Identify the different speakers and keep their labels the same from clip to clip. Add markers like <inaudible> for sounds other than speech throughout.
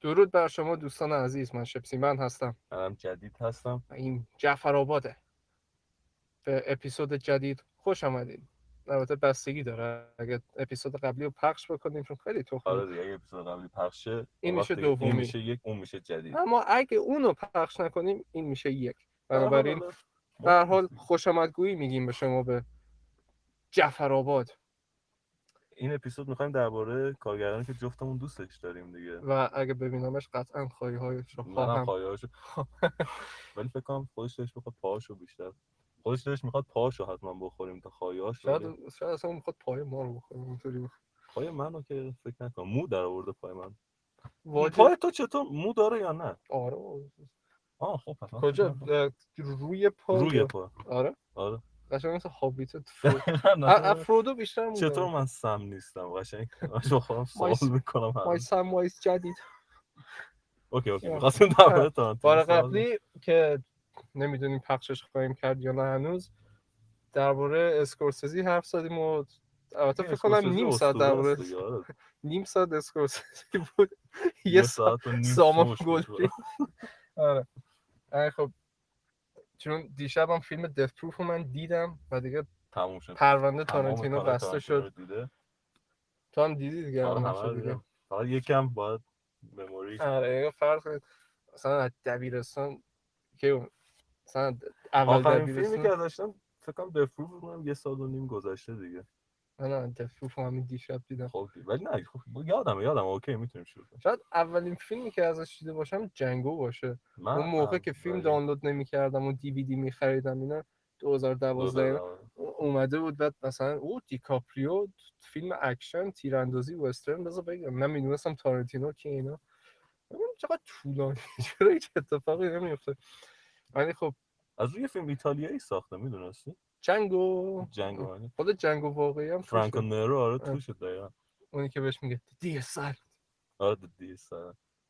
Speaker 1: درود بر شما دوستان عزیز من شپسی من هستم
Speaker 2: منم جدید هستم
Speaker 1: و این جعفر آباده به اپیزود جدید خوش آمدید البته بستگی داره اگه اپیزود قبلی رو پخش بکنیم چون خیلی تو
Speaker 2: آره دیگه اگه اپیزود قبلی پخش شه،
Speaker 1: این
Speaker 2: اون
Speaker 1: میشه
Speaker 2: وقت دیگه
Speaker 1: دومی.
Speaker 2: این میشه یک اون میشه جدید
Speaker 1: اما اگه اونو پخش نکنیم این میشه یک بنابراین
Speaker 2: آره،
Speaker 1: به هر حال خوش آمدگویی میگیم به شما به جعفر آباد
Speaker 2: این اپیزود میخوایم درباره کارگردانی که جفتمون دوستش داریم دیگه
Speaker 1: و اگه ببینمش قطعا خواهی هایش رو
Speaker 2: منم
Speaker 1: خب، خواهم
Speaker 2: پایه‌هاشو
Speaker 1: <laughs>
Speaker 2: ولی فکر کنم خودش دلش میخواد پاهاشو بیشتر خودش دلش میخواد پاهاشو حتما بخوریم تا خایه‌هاش ولی
Speaker 1: شاید شاید اصلا میخواد پای ما رو بخوره اینطوری بخوره.
Speaker 2: پای منو که فکر نکنم مو در آورده پای من
Speaker 1: واجد
Speaker 2: پای تو چطور مو داره یا نه
Speaker 1: آره
Speaker 2: آه خب پس من
Speaker 1: کجا
Speaker 2: فکر
Speaker 1: اه، روی پا
Speaker 2: نکنم. روی پا
Speaker 1: آره <laughs>
Speaker 2: آره
Speaker 1: قشنگ مثل هابیت فرو-
Speaker 2: <laughs> نه،
Speaker 1: ا- افرودو بیشتر بود
Speaker 2: چطور من سم نیستم
Speaker 1: <laughs>
Speaker 2: قشنگ من خودم سوال
Speaker 1: مایس-
Speaker 2: میکنم
Speaker 1: مای
Speaker 2: هنوز.
Speaker 1: سم مایس جدید
Speaker 2: اوکی اوکی
Speaker 1: یا.
Speaker 2: می‌خواستم درباره تارانتینو
Speaker 1: بار
Speaker 2: صحبت
Speaker 1: قبلی که نمیدونیم پخشش خواهیم کرد یا نه هنوز درباره اسکورسزی حرف زدیم و البته
Speaker 2: کنم.
Speaker 1: فکر کنم
Speaker 2: اسکورسیزه
Speaker 1: نیم ساعت
Speaker 2: اسطوره
Speaker 1: درباره
Speaker 2: است دیگه، آره.
Speaker 1: نیم ساعت
Speaker 2: <laughs>
Speaker 1: اسکورسزی بود آره. <laughs> یه ساعت
Speaker 2: و نیم
Speaker 1: سامان
Speaker 2: فوش بود.
Speaker 1: گلپی آره آره، خب چون دیشبم فیلم دف پروف رو من دیدم و دیگه
Speaker 2: تموم شد
Speaker 1: پرونده
Speaker 2: تمام
Speaker 1: تارانتینو
Speaker 2: کار
Speaker 1: بسته
Speaker 2: تارانتینو
Speaker 1: شد
Speaker 2: رو دیده
Speaker 1: تو هم دیدی دیگه
Speaker 2: آره،
Speaker 1: الان
Speaker 2: همه
Speaker 1: شد
Speaker 2: رو
Speaker 1: دیگه.
Speaker 2: دیدم. فقط یکم باید مموری
Speaker 1: آره یا فرض کنید مثلا از دبیرستان که اون- مثلا د- اول
Speaker 2: آخرین فیلمی که
Speaker 1: دبیرستان
Speaker 2: داشتم فکر کنم دفروف بودم یه سال و نیم گذشته دیگه
Speaker 1: من هم دفروف همین دیشب دیدم
Speaker 2: خب ولی نه خب یادم یادم اوکی میتونیم شروع کنیم
Speaker 1: شاید اولین فیلمی که ازش دیده باشم جنگو باشه
Speaker 2: من
Speaker 1: اون موقع
Speaker 2: من-
Speaker 1: که فیلم
Speaker 2: ولی-
Speaker 1: دانلود نمیکردم و دیویدی میخریدم اینا 2012 اینا اومده بود بعد مثلا او دیکاپریو فیلم اکشن تیراندازی وسترن بذار بگم من میدونستم تارنتینو که اینا ببینم چقدر طولانی <laughs> چرا هیچ اتفاقی نمیفته ولی خب
Speaker 2: از روی فیلم ایتالیایی ساخته میدونستی
Speaker 1: جنگو
Speaker 2: جنگ ولی.
Speaker 1: خود جنگو واقعی هم توشه.
Speaker 2: فرانکو نرو آره
Speaker 1: آه.
Speaker 2: توشه دقیقا
Speaker 1: اونی که بهش میگه دی سر
Speaker 2: آره دیس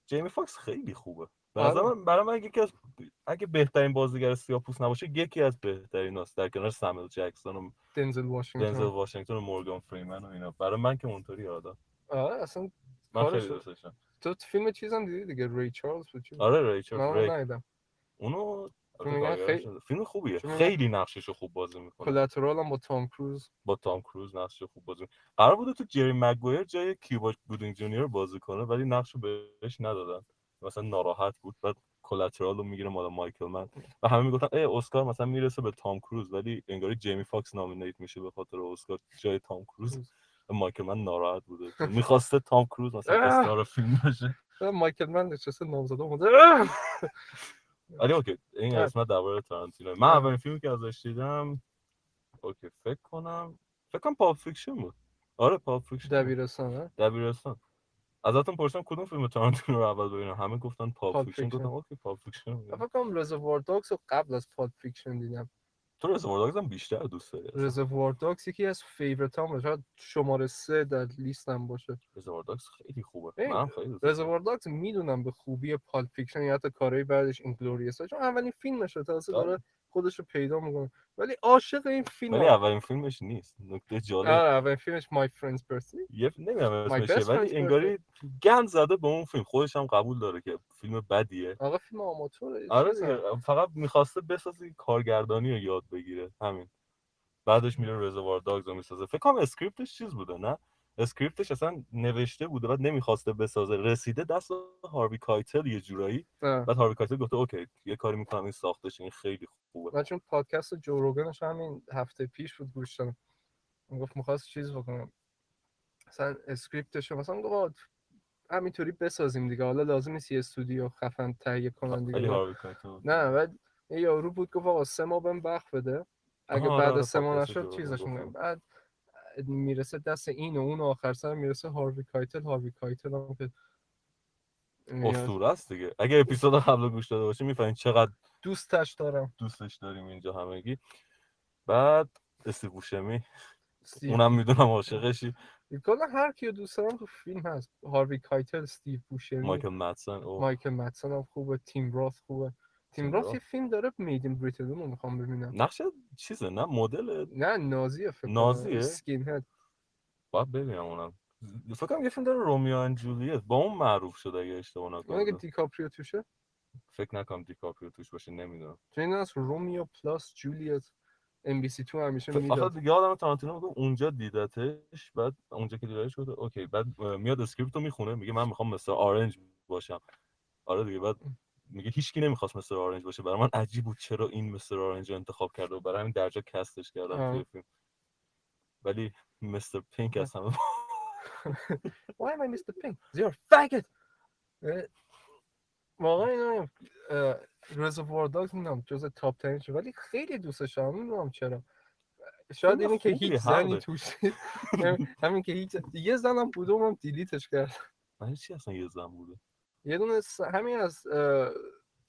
Speaker 2: جیمی فاکس خیلی خوبه به
Speaker 1: آره.
Speaker 2: نظر من برای من یکی از اگه بهترین بازیگر سیاپوس نباشه یکی از بهترین هاست در کنار سامل جکسون و
Speaker 1: دنزل
Speaker 2: دنزل
Speaker 1: واشنگتن
Speaker 2: واشنگتن و مورگان فریمن و اینا برای من که اونطوری آدم
Speaker 1: آره اصلا
Speaker 2: من
Speaker 1: کارش
Speaker 2: خیلی
Speaker 1: رو-
Speaker 2: دوستش دارم
Speaker 1: تو فیلم چیزم دیدی دیگه ری چارلز بود چی بود؟
Speaker 2: آره
Speaker 1: من
Speaker 2: ریچارد
Speaker 1: اونو
Speaker 2: ریک
Speaker 1: ندیدم
Speaker 2: اونو
Speaker 1: چون میگن
Speaker 2: کارگردانش
Speaker 1: خیلی-
Speaker 2: نده. فیلم خوبیه
Speaker 1: چون میگن-
Speaker 2: خیلی نقشش رو خوب بازی میکنه
Speaker 1: کلاترال هم با تام کروز
Speaker 2: با تام کروز نقشش رو خوب بازی میکنه قرار بوده تو جری مگوایر جای کیوبا گودینگ جونیور بازی کنه ولی نقش رو بهش ندادن مثلا ناراحت بود بعد کلاترال رو میگیره مال مایکل من و همه میگفتن ای اسکار مثلا میرسه به تام کروز ولی انگاری جیمی فاکس نامینیت میشه به خاطر اسکار جای تام کروز و مایکل من ناراحت بوده میخواسته تام کروز مثلا
Speaker 1: اه.
Speaker 2: استار فیلم باشه
Speaker 1: آره، مایکل من نشسته نامزده اومده
Speaker 2: ولی اوکی این
Speaker 1: آره.
Speaker 2: قسمت درباره تارانتینو من
Speaker 1: آره.
Speaker 2: اولین فیلمی که ازش دیدم اوکی فکر کنم فکر کنم پاپ فیکشن بود آره پاپ فیکشن بود.
Speaker 1: دبیرستان
Speaker 2: آره.
Speaker 1: ها؟
Speaker 2: دبیرستان ازتون پرسیدم کدوم فیلم تارانتینو رو اول ببینم همه گفتن
Speaker 1: پاپ
Speaker 2: پاپ فیکشن
Speaker 1: فیکشن.
Speaker 2: گفتم اوکی پاپ فیکشن رو
Speaker 1: من
Speaker 2: ببینم.
Speaker 1: فکر کنم رزوار داگز رو قبل از پاد فیکشن دیدم
Speaker 2: تو رزوار داگز هم بیشتر دوست داری اصلا.
Speaker 1: رزوار داگز یکی از فیوریت هم شاید شماره سه در لیستم باشه
Speaker 2: رزوار داگز خیلی خوبه
Speaker 1: ای،
Speaker 2: منم خیلی دوست دارم.
Speaker 1: رزوار داگز میدونم به خوبی پال فیکشن یا حتی کارهای بعدش این گلوریس چون اولین فیلمشه تازه
Speaker 2: آره.
Speaker 1: داره خودش رو پیدا میکنه ولی عاشق این فیلم
Speaker 2: ولی اولین فیلمش نیست نکته جالب
Speaker 1: آره اولین فیلمش My Friend's Birthday
Speaker 2: یه نمیدونم
Speaker 1: My
Speaker 2: اسمشه
Speaker 1: Best Friend's
Speaker 2: ولی انگاری گند زده به اون فیلم خودش هم قبول داره که فیلم بدیه
Speaker 1: آقا فیلم آماتوره
Speaker 2: آره
Speaker 1: چیزه.
Speaker 2: دیگه فقط میخواسته بسازه که کارگردانی رو یاد بگیره همین بعدش میره رزوار داگز رو میسازه فکر کنم اسکریپتش چیز بوده نه اسکریپتش اصلا نوشته بوده بعد نمیخواسته بسازه رسیده دست هاروی کایتل یه جورایی
Speaker 1: نه.
Speaker 2: بعد هاروی کایتل گفته اوکی یه کاری میکنم این ساخته شه، این خیلی خوبه
Speaker 1: من چون پادکست جو روگنش همین هفته پیش بود گوش دادم میگفت میخواست چیز بکنم مثلا اسکریپتش مثلا گفت آقا همینطوری بسازیم دیگه حالا لازم نیست یه استودیو خفن تهیه کنن
Speaker 2: خیلی
Speaker 1: دیگه
Speaker 2: هاروی کایتل
Speaker 1: نه بعد یه یارو بود گفت آقا سه ماه بهم وقت بده اگه
Speaker 2: آها، آره،
Speaker 1: بعد
Speaker 2: آره،
Speaker 1: از سه ماه
Speaker 2: پادکست
Speaker 1: نشد
Speaker 2: جو
Speaker 1: چیزش
Speaker 2: روگن
Speaker 1: میگم
Speaker 2: گفتم.
Speaker 1: بعد میرسه دست این و اون و آخر سر میرسه هاروی کایتل هاروی کایتل هم که
Speaker 2: اسطوره است دیگه اگه اپیزود قبل رو گوش داده باشی میفهمین چقدر
Speaker 1: دوستش دارم
Speaker 2: دوستش داریم اینجا همگی بعد استیو بوشمی
Speaker 1: استیو.
Speaker 2: اونم میدونم عاشقشی
Speaker 1: کلا هر کیو دوست دارم تو فیلم هست هاروی کایتل استیو بوشری
Speaker 2: مایکل مدسن او
Speaker 1: مایکل مدسن هم خوبه تیم راث خوبه تیم
Speaker 2: تیم
Speaker 1: راث
Speaker 2: راث.
Speaker 1: یه فیلم داره میدین بریتلون رو میخوام ببینم
Speaker 2: نقشه چیزه نه مدل
Speaker 1: نه نازیه فکر کنم.
Speaker 2: نازیه؟
Speaker 1: سکین هد
Speaker 2: باید ببینم اونم فکر کنم یه فیلم داره رومیو اند جولیت با اون معروف شده اگه اشتباه
Speaker 1: اون اگه
Speaker 2: نکنم
Speaker 1: دیکاپریو توشه
Speaker 2: فکر نکنم دیکاپریو توش باشه نمیدونم
Speaker 1: چون این از رومیو پلاس جولیت ام بی سی تو همیشه
Speaker 2: خب، آخه
Speaker 1: میداد
Speaker 2: دیگه آدم تارانتینو میگه اونجا دیدتش بعد اونجا که دیدتش گفت اوکی بعد اه، میاد اسکریپت رو میخونه میگه من میخوام مثل آرنج باشم آره دیگه بعد میگه هیچکی نمیخواست مستر آرنج باشه برای من عجیب بود چرا این مستر آرنج رو انتخاب کرده و برای همین درجا کستش
Speaker 1: آه.
Speaker 2: کردم توی فیلم ولی مستر پینک از همه
Speaker 1: Why am I Mr. Pink? You're a faggot! اه، واقعا اینا رزوار داگز میدونم جز تاپ ترین شد ولی خیلی دوستش دارم نمیدونم چرا شاید
Speaker 2: فیلم
Speaker 1: اینی که
Speaker 2: خوبیه،
Speaker 1: هیچ زنی
Speaker 2: حقه.
Speaker 1: توش نیست. هم- همین که هیچ یه زنم بوده اونم دیلیتش کرد
Speaker 2: <laughs> من چی اصلا یه زن بوده
Speaker 1: یه دونه س- همین از اه،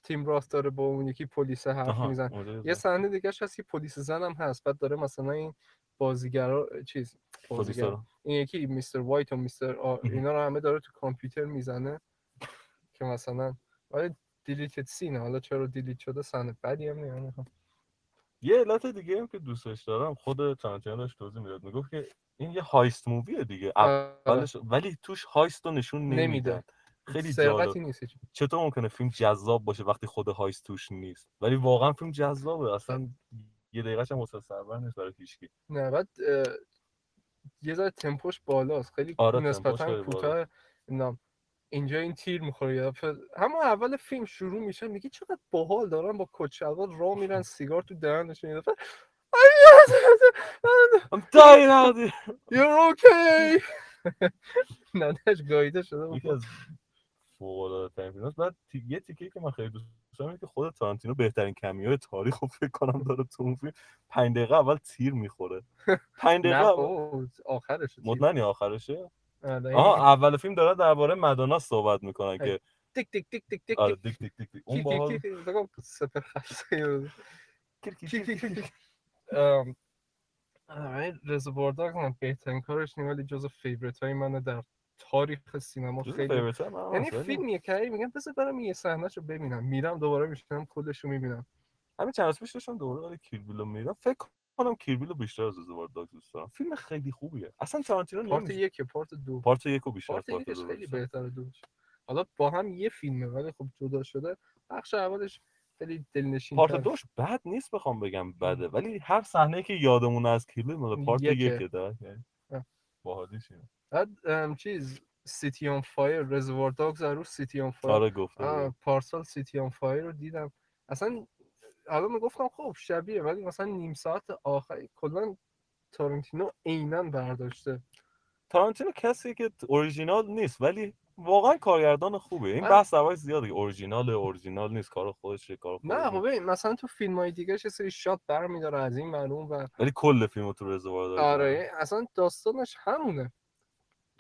Speaker 1: تیم راست داره با اون یکی پلیس حرف
Speaker 2: آها،
Speaker 1: میزن
Speaker 2: اونجا
Speaker 1: یه
Speaker 2: زن.
Speaker 1: صحنه دیگه هست که پلیس زنم هست بعد داره مثلا این بازیگرا چیز
Speaker 2: پلیس
Speaker 1: بازیگر
Speaker 2: رو.
Speaker 1: این یکی میستر وایت و میستر آ-
Speaker 2: مهم.
Speaker 1: اینا رو همه داره تو کامپیوتر میزنه که مثلا ولی دیلیتد سینه حالا چرا دیلیت شده صحنه بدی هم یعنی خب. نمیدونم
Speaker 2: یه علت دیگه هم که دوستش دارم خود تارانتینو داشت توضیح میداد میگفت که این یه هایست موویه دیگه اولش ولی توش هایست رو نشون
Speaker 1: آره. نمیده.
Speaker 2: نمیدن خیلی جالب
Speaker 1: سرقتی نیست هیچ.
Speaker 2: چطور ممکنه فیلم جذاب باشه وقتی خود هایست توش نیست ولی واقعا فیلم جذابه اصلا یه دقیقه هم حوصله سربر نیست برای هیچکی
Speaker 1: نه بعد اه، یه ذره تمپوش بالاست خیلی
Speaker 2: آره، تمپوش
Speaker 1: نسبتا
Speaker 2: خیلی بالاست.
Speaker 1: کوتاه نام اینجا این تیر میخوره یا همون اول فیلم شروع میشه میگه چقدر باحال دارن با کچلوار را میرن سیگار تو دهنشون یه دفعه
Speaker 2: I'm dying out here.
Speaker 1: You're okay <laughs> نه داشت گاییده شده بود.
Speaker 2: یکی از فوق العاده ترین فیلم‌هاست. بعد تی- یه تیکه که من خیلی دوست داشتم اینه که خود تارانتینو بهترین کمیای تاریخ رو فکر کنم داره تو اون فیلم 5 دقیقه اول تیر میخوره 5
Speaker 1: <laughs>
Speaker 2: دقیقه
Speaker 1: نه
Speaker 2: اول
Speaker 1: بابا آخرش تیر.
Speaker 2: مطمئنی آخرشه
Speaker 1: آره، این-
Speaker 2: آها اول فیلم داره درباره مدونا صحبت میکنن که
Speaker 1: تیک تیک تیک تیک تیک
Speaker 2: آره
Speaker 1: تیک
Speaker 2: دیک دیک دیک دیک. اون
Speaker 1: تیک
Speaker 2: باحال
Speaker 1: تیک تیک. بگم سپر خسته بود.
Speaker 2: کیر، کیر،
Speaker 1: کی-
Speaker 2: کیر،
Speaker 1: کی-
Speaker 2: کیر،
Speaker 1: کی-
Speaker 2: کیر.
Speaker 1: کی. ام، آره، رزوار داگز هم بهترین کارش نیست ولی جز فیوریت های منه در تاریخ سینما
Speaker 2: جزو
Speaker 1: خیلی
Speaker 2: favourite های من هم
Speaker 1: یعنی
Speaker 2: هست، ولی
Speaker 1: فیلمیه که هی میگم بذار برم یه صحنه رو ببینم میرم دوباره میشنم کلش رو میبینم
Speaker 2: همین چند روز پیش داشتم دوباره برای کیربیلو میرم فکر کنم کیربیلو بیشتر از ازدواج داگ دوست دارم فیلم خیلی خوبیه اصلا تارانتینو
Speaker 1: پارت
Speaker 2: نمیشه
Speaker 1: یک پارت دو
Speaker 2: پارت یکو بیشتر از
Speaker 1: پارت
Speaker 2: پارت
Speaker 1: یکش
Speaker 2: دو
Speaker 1: خیلی
Speaker 2: بیشتر
Speaker 1: بهتره دوش حالا با هم یه فیلمه ولی خب جدا شده بخش اولش خیلی دلنشین
Speaker 2: پارت دوش بد نیست بخوام بگم بده ولی هر صحنه که یادمون از کیربیلو میگه پارت
Speaker 1: یکه.
Speaker 2: یکه ده یعنی
Speaker 1: آه.
Speaker 2: باحالیش اینه.
Speaker 1: بعد ام، چیز سیتی آن فایر رزوار داگز رو سیتی آن فایر
Speaker 2: آره گفته
Speaker 1: خب، آه،
Speaker 2: بودی.
Speaker 1: پارسال سیتی آن فایر رو دیدم اصلا حالا میگفتم خب شبیه ولی مثلا نیم ساعت آخر کلا تارنتینو عینا برداشته
Speaker 2: تارانتینو کسی که اوریجینال نیست ولی واقعا کارگردان خوبه این
Speaker 1: من-
Speaker 2: بحث هوای زیاده که اورجینال اورجینال نیست کار خودشه کار
Speaker 1: نه
Speaker 2: خودش
Speaker 1: خب
Speaker 2: نیست.
Speaker 1: ببین، مثلا تو فیلم های دیگه یه سری شات برمیداره از این معلوم و
Speaker 2: ولی کل فیلمو تو رزوار داگ
Speaker 1: آره اصلا داستانش همونه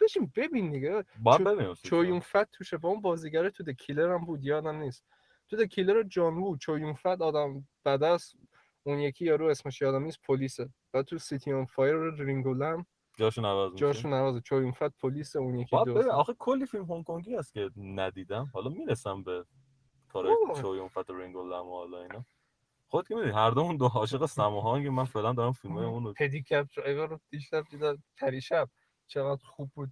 Speaker 1: بشین ببین دیگه
Speaker 2: باید
Speaker 1: چو-
Speaker 2: ببینم
Speaker 1: چویون فت توشه با اون بازیگره تو د کیلر هم بود یادم نیست تو د کیلر جان وو چویون فت آدم بدست اون یکی یارو اسمش یادم نیست پلیسه و تو سیتی آن فایر رینگولم
Speaker 2: جاشون عوض میشه
Speaker 1: جاشو نوازه چویون فت پلیس اون یکی
Speaker 2: باید
Speaker 1: دوست
Speaker 2: ببین آخه کلی فیلم هنگ کنگی هست که ندیدم حالا میرسم به کارهای
Speaker 1: اوه.
Speaker 2: چویون فت و رینگو لم و حالا اینا خود که میدونی هر دومون دو عاشق سماهانگ من فعلا دارم فیلم های اون رو
Speaker 1: پدیکپ درایور رو دیشب دیدم پریشب چقدر خوب بود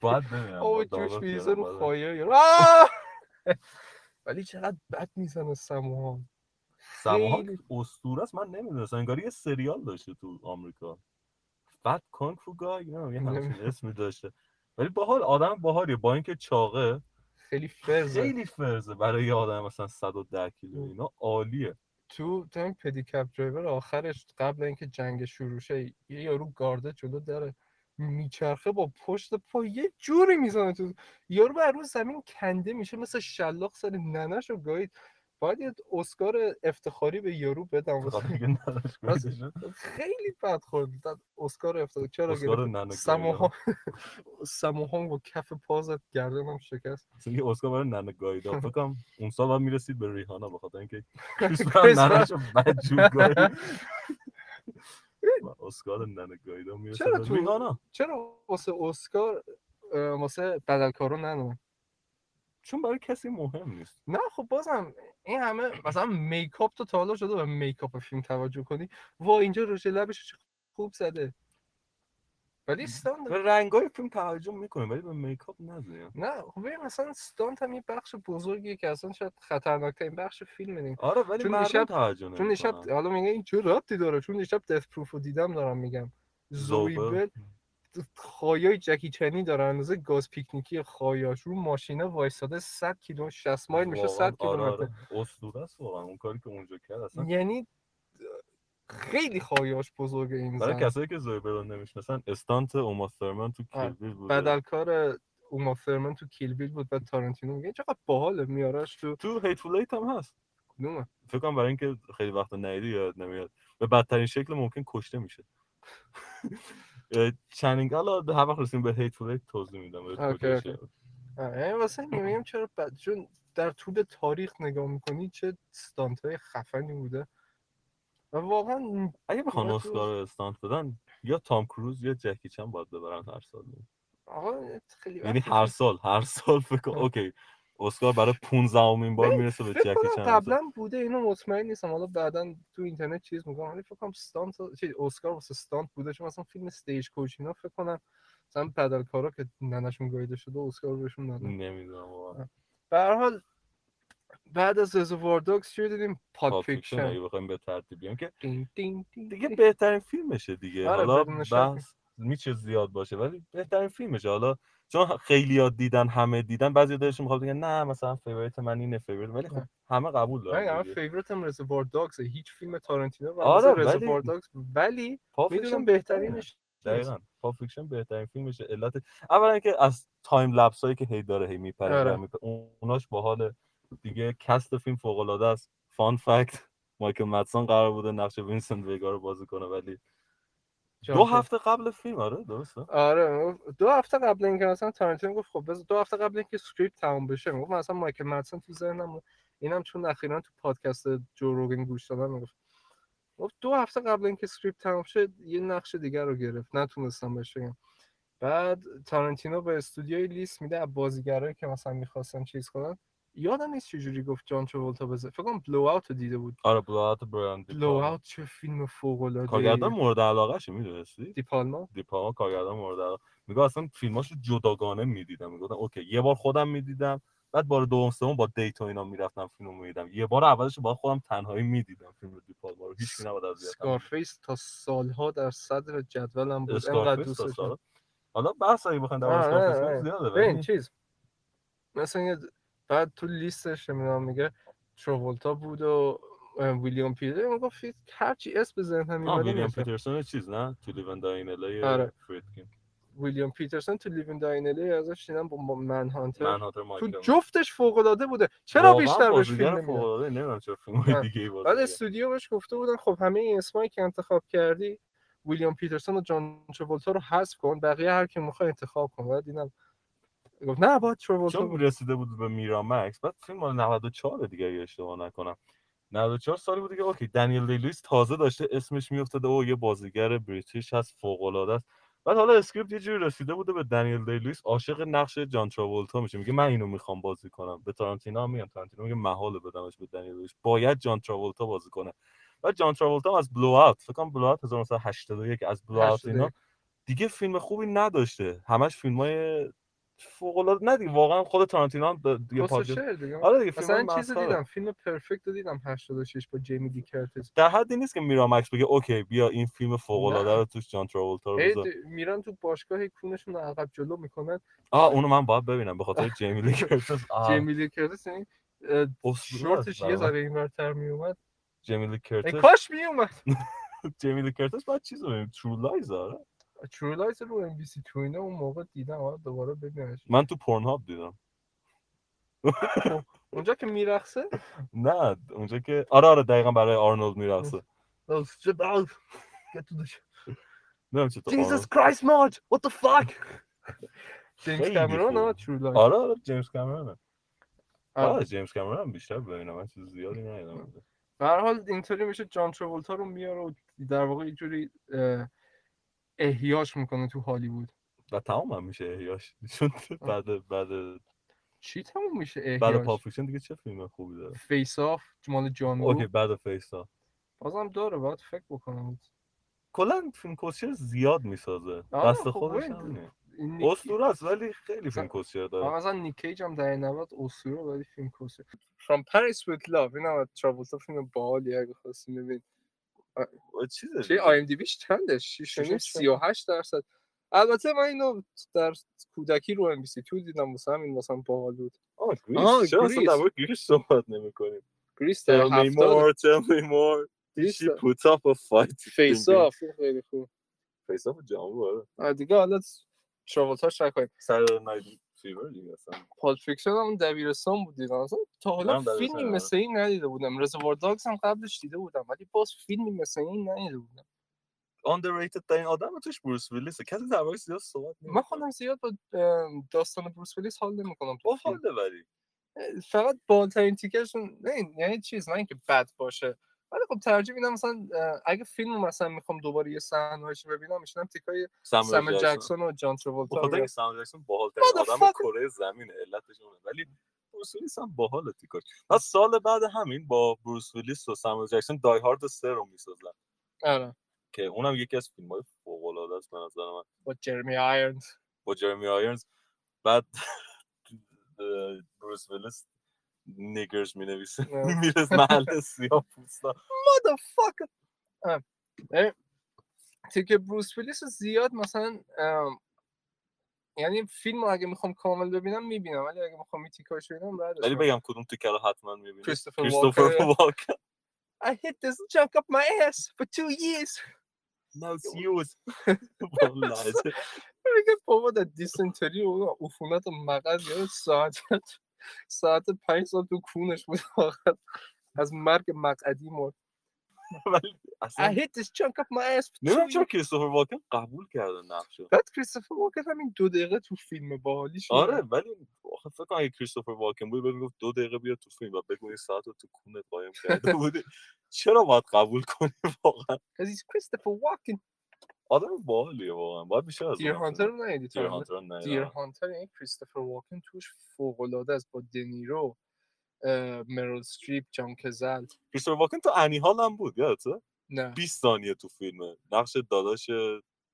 Speaker 2: باید ببینم
Speaker 1: آب
Speaker 2: باید
Speaker 1: جوش
Speaker 2: download
Speaker 1: میریزه
Speaker 2: کردم،
Speaker 1: رو
Speaker 2: باید.
Speaker 1: خایه یارو. آه! <laughs> ولی چقدر بد میزنه سموها
Speaker 2: سماهانگ
Speaker 1: خیلی.
Speaker 2: اسطوره است من نمیدونستم انگار یه سریال داشته تو آمریکا فت کنگ فو گای نه یه همچین
Speaker 1: نمی‌دونم.
Speaker 2: اسمی داشته ولی باحال آدم باحالیه با اینکه چاقه
Speaker 1: خیلی فرزه
Speaker 2: خیلی فرزه برای یه آدم مثلا 110 کیلو اینا عالیه
Speaker 1: تو تایم پدیکپ درایور آخرش قبل اینکه جنگ شروع شه یه یارو گارده جلو داره میچرخه با پشت پا یه جوری میزنه تو یارو بر روز زمین کنده میشه مثل شلاق سر ننش رو گایید باید یه اسکار افتخاری به یارو بدم
Speaker 2: به خاطر
Speaker 1: واسه-
Speaker 2: اینکه نداشت
Speaker 1: راست.
Speaker 2: بهش.
Speaker 1: خیلی بد خورد داد اسکار افتخاری چرا
Speaker 2: اسکار
Speaker 1: گرفت
Speaker 2: ننه گاییدم. <laughs>
Speaker 1: سموهان <laughs> سموهان با کف پازت گردنم شکست
Speaker 2: مثل یه اسکار برای ننه <laughs> گایدا فکر کنم اون سال باید میرسید به <laughs>
Speaker 1: <laughs>
Speaker 2: ریحانا بخاطر اینکه کریس
Speaker 1: کریس
Speaker 2: <laughs> براون ننه‌شو بدجور گاهی. من اسکار ننه گایدا میرسه
Speaker 1: چرا تو-
Speaker 2: میگانا
Speaker 1: چرا واسه اسکار اه، واسه بدلکارو ننومد
Speaker 2: چون برای کسی مهم نیست
Speaker 1: نه خب بازم این همه مثلا میکاپ تو تا حالا شده به میکاپ فیلم توجه کنی وا اینجا روش لبش چه خوب زده ولی استاند
Speaker 2: به رنگای فیلم توجه میکنیم ولی به میکاپ نزنیم
Speaker 1: نه خب ببین مثلا استانت هم یه بخش بزرگیه که اصلا شاید خطرناکترین بخش فیلم نیم
Speaker 2: آره ولی
Speaker 1: چون
Speaker 2: مردم
Speaker 1: دیشب-
Speaker 2: توجه
Speaker 1: چون دیشب
Speaker 2: نمی‌کنن.
Speaker 1: حالا میگه این چه ربطی داره چون دیشب دث پروف رو دیدم دارم میگم
Speaker 2: زوبر.
Speaker 1: زویبل خایای جکی چنی داره اندازه گاز پیکنیکی خایاش رو ماشینه وایستاده 100 کیلو 60 مایل میشه 100
Speaker 2: واقعاً آره،
Speaker 1: کیلومتر
Speaker 2: آره. اسطوره است واقعا اون کاری که اونجا کرد اصلا
Speaker 1: یعنی خیلی خایاش بزرگ این
Speaker 2: برای
Speaker 1: زن
Speaker 2: کسایی که زویبر رو نمیشناسن استانت اوما ثورمان تو
Speaker 1: آره.
Speaker 2: کیل بیل بوده
Speaker 1: بدلکار اوما ثورمن تو کیل بیل بود و تارانتینو میگه چقدر باحاله میارش تو
Speaker 2: تو هیتفول ایت هم هست
Speaker 1: کدومه
Speaker 2: فکر کنم برای اینکه خیلی وقت ندیدی یاد نمیاد به بدترین شکل ممکن کشته میشه <laughs> اه، چنینگ حالا هر وقت رسیم به هیتفول ایت توضیح میدم بهت
Speaker 1: اوکی،
Speaker 2: کجاش.
Speaker 1: اوکی. آره، یعنی واسه این میگم چرا بد چون در طول تاریخ نگاه میکنی چه استانت های خفنی بوده و واقعا
Speaker 2: اگه بخوان
Speaker 1: نه، تو-
Speaker 2: اسکار رو استانت بدن یا تام کروز یا جکی چن باید ببرن هر سال
Speaker 1: آقا خیلی
Speaker 2: یعنی
Speaker 1: وقت
Speaker 2: هر سال هر سال فکر کن،
Speaker 1: آه.
Speaker 2: اوکی اسکار برای 15 امین بار میرسه به
Speaker 1: فکر
Speaker 2: جکی
Speaker 1: کنم
Speaker 2: چن
Speaker 1: قبلا بوده اینو مطمئن نیستم حالا بعدا تو اینترنت چیز میگم ولی فکر کنم استانت چی اسکار واسه استانت بوده چون مثلا فیلم استیج کوچ اینا فکر کنم مثلا بدلکارا که ننشون گاییده شده اسکار بهشون دادن
Speaker 2: نمیدونم واقعا
Speaker 1: به هر حال بعد از رزوار دوگز چی دیدیم پاد
Speaker 2: پاپ فیکشن
Speaker 1: فیکشن
Speaker 2: اگه بخوایم به ترتیب بیام که
Speaker 1: دین دین دین
Speaker 2: دیگه
Speaker 1: دین.
Speaker 2: بهترین فیلمشه دیگه
Speaker 1: آره،
Speaker 2: حالا
Speaker 1: بدون شک.
Speaker 2: بحث میشه زیاد باشه ولی بهترین فیلمشه حالا چون خیلی یاد دیدن همه دیدن بعضی دلشون میخواد بگن نه مثلا فیوریت من اینه فیوریت ولی خب
Speaker 1: آره.
Speaker 2: همه قبول
Speaker 1: من
Speaker 2: دارن
Speaker 1: هم
Speaker 2: دیگه.
Speaker 1: فیوریت هم رزوار داگز هیچ فیلم تارانتینو و
Speaker 2: آره،
Speaker 1: آره
Speaker 2: ولی-
Speaker 1: رزوار داگز ولی
Speaker 2: پاپ
Speaker 1: میدونم
Speaker 2: فیکشن
Speaker 1: بهترینش
Speaker 2: دقیقاً پاپ فیکشن بهترین فیلمشه علت اولا اینکه از تایم لپس هایی که هی داره هی میپره
Speaker 1: آره.
Speaker 2: اوناش باحال دیگه کست فیلم فوق العاده است فان فکت مایکل مدسون قرار بوده نقش وینسنت ویگا رو بازی کنه ولی دو
Speaker 1: جالب.
Speaker 2: هفته قبل فیلم آره درسته
Speaker 1: آره دو هفته قبل اینکه مثلا تارانتینو گفت خب بذار دو هفته قبل اینکه سکریپت تموم بشه میگفت مثلا مایکل مدسن تو ذهنم بود. اینم چون اخیرا تو پادکست جو روگن گوش دادم میگفت گفت دو هفته قبل اینکه سکریپت تموم شد یه نقش دیگر رو گرفت نتونستم بهش بگم بعد تارانتینو به استودیوی لیست میده از بازیگرایی که مثلا میخواستن چیز کنن یادم نیست چجوری گفت جان ترولتا بزن فکر کنم بلو اوت رو دیده بود
Speaker 2: آره بلوات برند
Speaker 1: بلو اوت چه فیلم فوق
Speaker 2: کارگردان
Speaker 1: العاده
Speaker 2: مورد علاقه شه میدونستی
Speaker 1: دی پالما
Speaker 2: دیپاما کارگردان مورد علاقه میگه اصلا فیلماشو جداگانه میدیدم میگفتم اوکی یه بار خودم میدیدم بعد بار دوم سوم با دیت و اینا میرفتم فیلمو میدیدم یه بار اولش با خودم تنهایی میدیدم فیلم دیپاما رو هیچ نبود اذیتم
Speaker 1: سکارفیس تا سالها در صدر جدولم بود انقدر
Speaker 2: اسکارفیس
Speaker 1: دوست
Speaker 2: تا
Speaker 1: داشتم
Speaker 2: سال. حالا بحث اگه بخوایم در مورد
Speaker 1: آره،
Speaker 2: اسکارفیس
Speaker 1: آره،
Speaker 2: بریم
Speaker 1: آره.
Speaker 2: زیاده
Speaker 1: ببین
Speaker 2: ولی
Speaker 1: چیز مثلا یه بعد تو لیستش نمیدونم میگه تروولتا بود و اه، ویلیام پیتر میگفت فیت- هرچی اسم به ذهنم
Speaker 2: آه،
Speaker 1: میمده
Speaker 2: ویلیام
Speaker 1: میشه
Speaker 2: پیترسون چیز نه تو لیون داینلای
Speaker 1: آره.
Speaker 2: فریدکین
Speaker 1: ویلیام پیترسن تو لیوین داینلی ازش دیدم با من هانتر
Speaker 2: من هاتر
Speaker 1: تو
Speaker 2: مایکل
Speaker 1: جفتش فوق العاده بوده چرا بیشتر بهش فیلم نمیدن
Speaker 2: نمیدونم چرا فیلم
Speaker 1: آره.
Speaker 2: دیگه ای
Speaker 1: بعد استودیو بهش گفته بودن خب همه این اسمایی که انتخاب کردی ویلیام پیترسون و جان ترولتا رو حذف کن بقیه هر کی میخوای انتخاب کن بعد دیدم گفت نه باید ترولتا
Speaker 2: چون
Speaker 1: بود
Speaker 2: رسیده بود به میرا مکس بعد فیلم مال 94 دیگه اگه اشتباه نکنم 94 سالی بود که اوکی دنیل دی لویس تازه داشته اسمش میافتاده او یه بازیگر بریتیش هست فوق العاده است بعد حالا اسکریپت یه جوری رسیده بوده به دنیل دی لویس عاشق نقش جان تراولتا میشه میگه من اینو میخوام بازی کنم به تارانتینو هم میگم تارانتینو میگه محاله بدمش به دنیل دی لویس باید جان تراولتا بازی کنه بعد جان تراولتا هم از بلو اوت فکر کنم بلو اوت 1981 از بلو اوت
Speaker 1: 81.
Speaker 2: اینا دیگه فیلم خوبی نداشته همش فیلمای فوق العاده نه دیگه واقعا خود تارانتینو هم د- دیگه
Speaker 1: کس و
Speaker 2: پادکست
Speaker 1: شعر دیگه
Speaker 2: آره دیگه فیلم
Speaker 1: مثلا چیز
Speaker 2: مسخره.
Speaker 1: دیدم فیلم پرفکت رو دیدم 86 با جیمی دی کرتیس
Speaker 2: در حدی نیست که میرا مکس بگه اوکی بیا این فیلم فوق
Speaker 1: نه.
Speaker 2: العاده رو توش جان تراولتا رو
Speaker 1: هی
Speaker 2: بذار
Speaker 1: د- میرن تو باشگاه هی کونشون رو عقب جلو میکنن
Speaker 2: آه اونو من باید ببینم به خاطر جیمی لی
Speaker 1: <laughs>
Speaker 2: کرتیس آه،
Speaker 1: جیمی دی کرتیس یعنی، اه،
Speaker 2: اسطوره
Speaker 1: شورتش
Speaker 2: است
Speaker 1: یه
Speaker 2: برای من.
Speaker 1: ذره اینورتر میومد
Speaker 2: جیمی لی
Speaker 1: ای
Speaker 2: کرتیس
Speaker 1: کاش میومد
Speaker 2: <laughs> جیمی لی کرتیس بعد چیز رو ببینیم ترو لایز آره
Speaker 1: ترو لایز رو ام بی سی تو اینا اون موقع دیدم حالا دوباره ببینمش
Speaker 2: من تو پورن هاب دیدم
Speaker 1: اونجا که میرقصه
Speaker 2: نه اونجا که آره آره دقیقا برای آرنولد میرقصه
Speaker 1: Oh, strip out. Get to the sh-
Speaker 2: نمیدونم چطور
Speaker 1: Jesus
Speaker 2: آرنولد.
Speaker 1: Christ, Marge! What the fuck? جیمز
Speaker 2: خیلی
Speaker 1: کامرون
Speaker 2: خوب.
Speaker 1: ها True Lies.
Speaker 2: آره آره جیمز کامرون
Speaker 1: آره.
Speaker 2: آره جیمز کامرون بیشتر ببینم من چیز زیادی ندیدم
Speaker 1: به هر حال اینطوری میشه جان ترولتا رو میاره و در واقع یه جوری اه، احیاش میکنه تو هالیوود
Speaker 2: و تمام هم میشه <laughs> احیاش چون بعد بعد
Speaker 1: چی تموم میشه
Speaker 2: بعد
Speaker 1: احیاش
Speaker 2: پاپوشن دیگه چه فیلم خوبی داره
Speaker 1: فیس آف مال جان وو.
Speaker 2: اوکی بعد فیسا
Speaker 1: بازم داره باید فکر بکنم
Speaker 2: کلا فیلم کوشر زیاد میسازه
Speaker 1: آه،
Speaker 2: دست
Speaker 1: خب،
Speaker 2: خودش
Speaker 1: ولی
Speaker 2: همینه
Speaker 1: این نیکی-
Speaker 2: اسطوره است ولی خیلی فیلم
Speaker 1: مثلا-
Speaker 2: کوشر
Speaker 1: آه،
Speaker 2: داره
Speaker 1: مثلا نیکیج هم در نوت اصوره ولی فیلم کسه From Paris with Love این هم از ترابوتا فیلم باحالیه اگه خواستی ببین
Speaker 2: چیزه
Speaker 1: چه
Speaker 2: دیگه.
Speaker 1: آی ام دی بیش چنده 6
Speaker 2: شیش و نیم.
Speaker 1: 38 درصد البته من اینو در کودکی رو ام بی سی تو دیدم واسه همین واسه هم باحال بود
Speaker 2: آه
Speaker 1: آه،
Speaker 2: گریس چرا اصلا
Speaker 1: گریس.
Speaker 2: در مورد گریس صحبت نمی‌کنیم
Speaker 1: گریس در
Speaker 2: Tell me
Speaker 1: 70
Speaker 2: more, tell me more.
Speaker 1: گریس
Speaker 2: She puts up a fight.
Speaker 1: فیس آف خیلی خوب
Speaker 2: Face off جامعه آره.
Speaker 1: آه، دیگه حالا ترابوتا شک کنیم
Speaker 2: Saturday Night Fever دیگه اصلا.
Speaker 1: پال فیکشن هم دبیرستان بود دیدم اصلا تا حالا
Speaker 2: منم دبیرستان
Speaker 1: فیلمی
Speaker 2: آره.
Speaker 1: مثل این ندیده بودم رزوار داگز هم قبلش دیده بودم ولی باز فیلمی مثل این ندیده بودم
Speaker 2: Underrated ترین آدم توش بروس ویلیسه کسی در مورد زیاد صحبت
Speaker 1: من
Speaker 2: نمی‌کنه.
Speaker 1: خودم زیاد با ام، داستان بروس ویلیس حال نمیکنم
Speaker 2: با حال ولی
Speaker 1: فقط بالترین تیکشون نه این- یعنی چیز نه اینکه بد باشه ولی خب ترجیح میدم مثلا اه، اگه فیلم مثلا میخوام دوباره یه صحنه‌اش رو ببینم میشنم تیکای سامل جکسون و جان
Speaker 2: به
Speaker 1: ترولتا رو
Speaker 2: خاطر اینکه
Speaker 1: می‌بینم.
Speaker 2: سام جکسون باحال ترین آدم
Speaker 1: Motherfucker.
Speaker 2: کره زمین علتش اونه ولی بروس ویلیس هم باحال تیکاش پس سال بعد همین با بروس ویلیس و سام جکسون دای هارد 3 رو می‌سازن
Speaker 1: آره
Speaker 2: که اونم یکی از فیلم‌های فوق‌العاده است به نظر من
Speaker 1: با جرمی آیرنز
Speaker 2: با جرمی آیرنز بعد <laughs> اه، بروس ویلیس نیگرز می نویسه
Speaker 1: نه.
Speaker 2: <laughs> میرس محل سیاه
Speaker 1: <laughs>
Speaker 2: پوستا
Speaker 1: motherfucker اه، اه، تیکه بروس ویلیس رو زیاد مثلا ام، یعنی فیلم رو اگه میخوام کامل ببینم میبینم ولی اگه میخوام این تیکاش ببینم بعدش
Speaker 2: ولی
Speaker 1: می‌بینم.
Speaker 2: بگم کدوم تیکه رو حتما میبینی
Speaker 1: کریستوفر
Speaker 2: کریستوفر
Speaker 1: واکر
Speaker 2: واکر
Speaker 1: I hit this junk up my ass for two years
Speaker 2: <laughs> ناوس یوز والله
Speaker 1: میگه بابا در دیسنتری و عفونت مغز یاد ساعت ساعت پنج سال تو کونش بود آخر از مرگ مقعدی مرد
Speaker 2: ولی
Speaker 1: I
Speaker 2: اصلا
Speaker 1: hit this chunk up my ass for
Speaker 2: نمیدونم
Speaker 1: two
Speaker 2: چرا
Speaker 1: years.
Speaker 2: کریستوفر واکر قبول کرده نقشه
Speaker 1: بعد کریستوفر واکر همین دو دقیقه تو فیلم باحالیش
Speaker 2: آره ولی آخه فکر کنم اگه کریستوفر واکن بود بهم گفت دو دقیقه بیا تو فیلم و بگو این ساعت رو تو کونت قایم <laughs> کرده بودی چرا باید قبول کنی <laughs> واقعا
Speaker 1: از این کریستوفر واکر
Speaker 2: آدم باحالیه واقعا باید بیشتر از
Speaker 1: دیر
Speaker 2: اونم
Speaker 1: هانتر
Speaker 2: فیلم-
Speaker 1: رو ندیدی
Speaker 2: دیر
Speaker 1: تو
Speaker 2: هانتر رو ندیدم.
Speaker 1: دیر هانتر این یعنی کریستوفر واکن توش فوق‌العاده است با دنیرو اه، مریل استریپ جان کزل
Speaker 2: کریستوفر واکن تو انی هال هم بود یادته
Speaker 1: نه
Speaker 2: 20 ثانیه تو فیلمه نقش داداش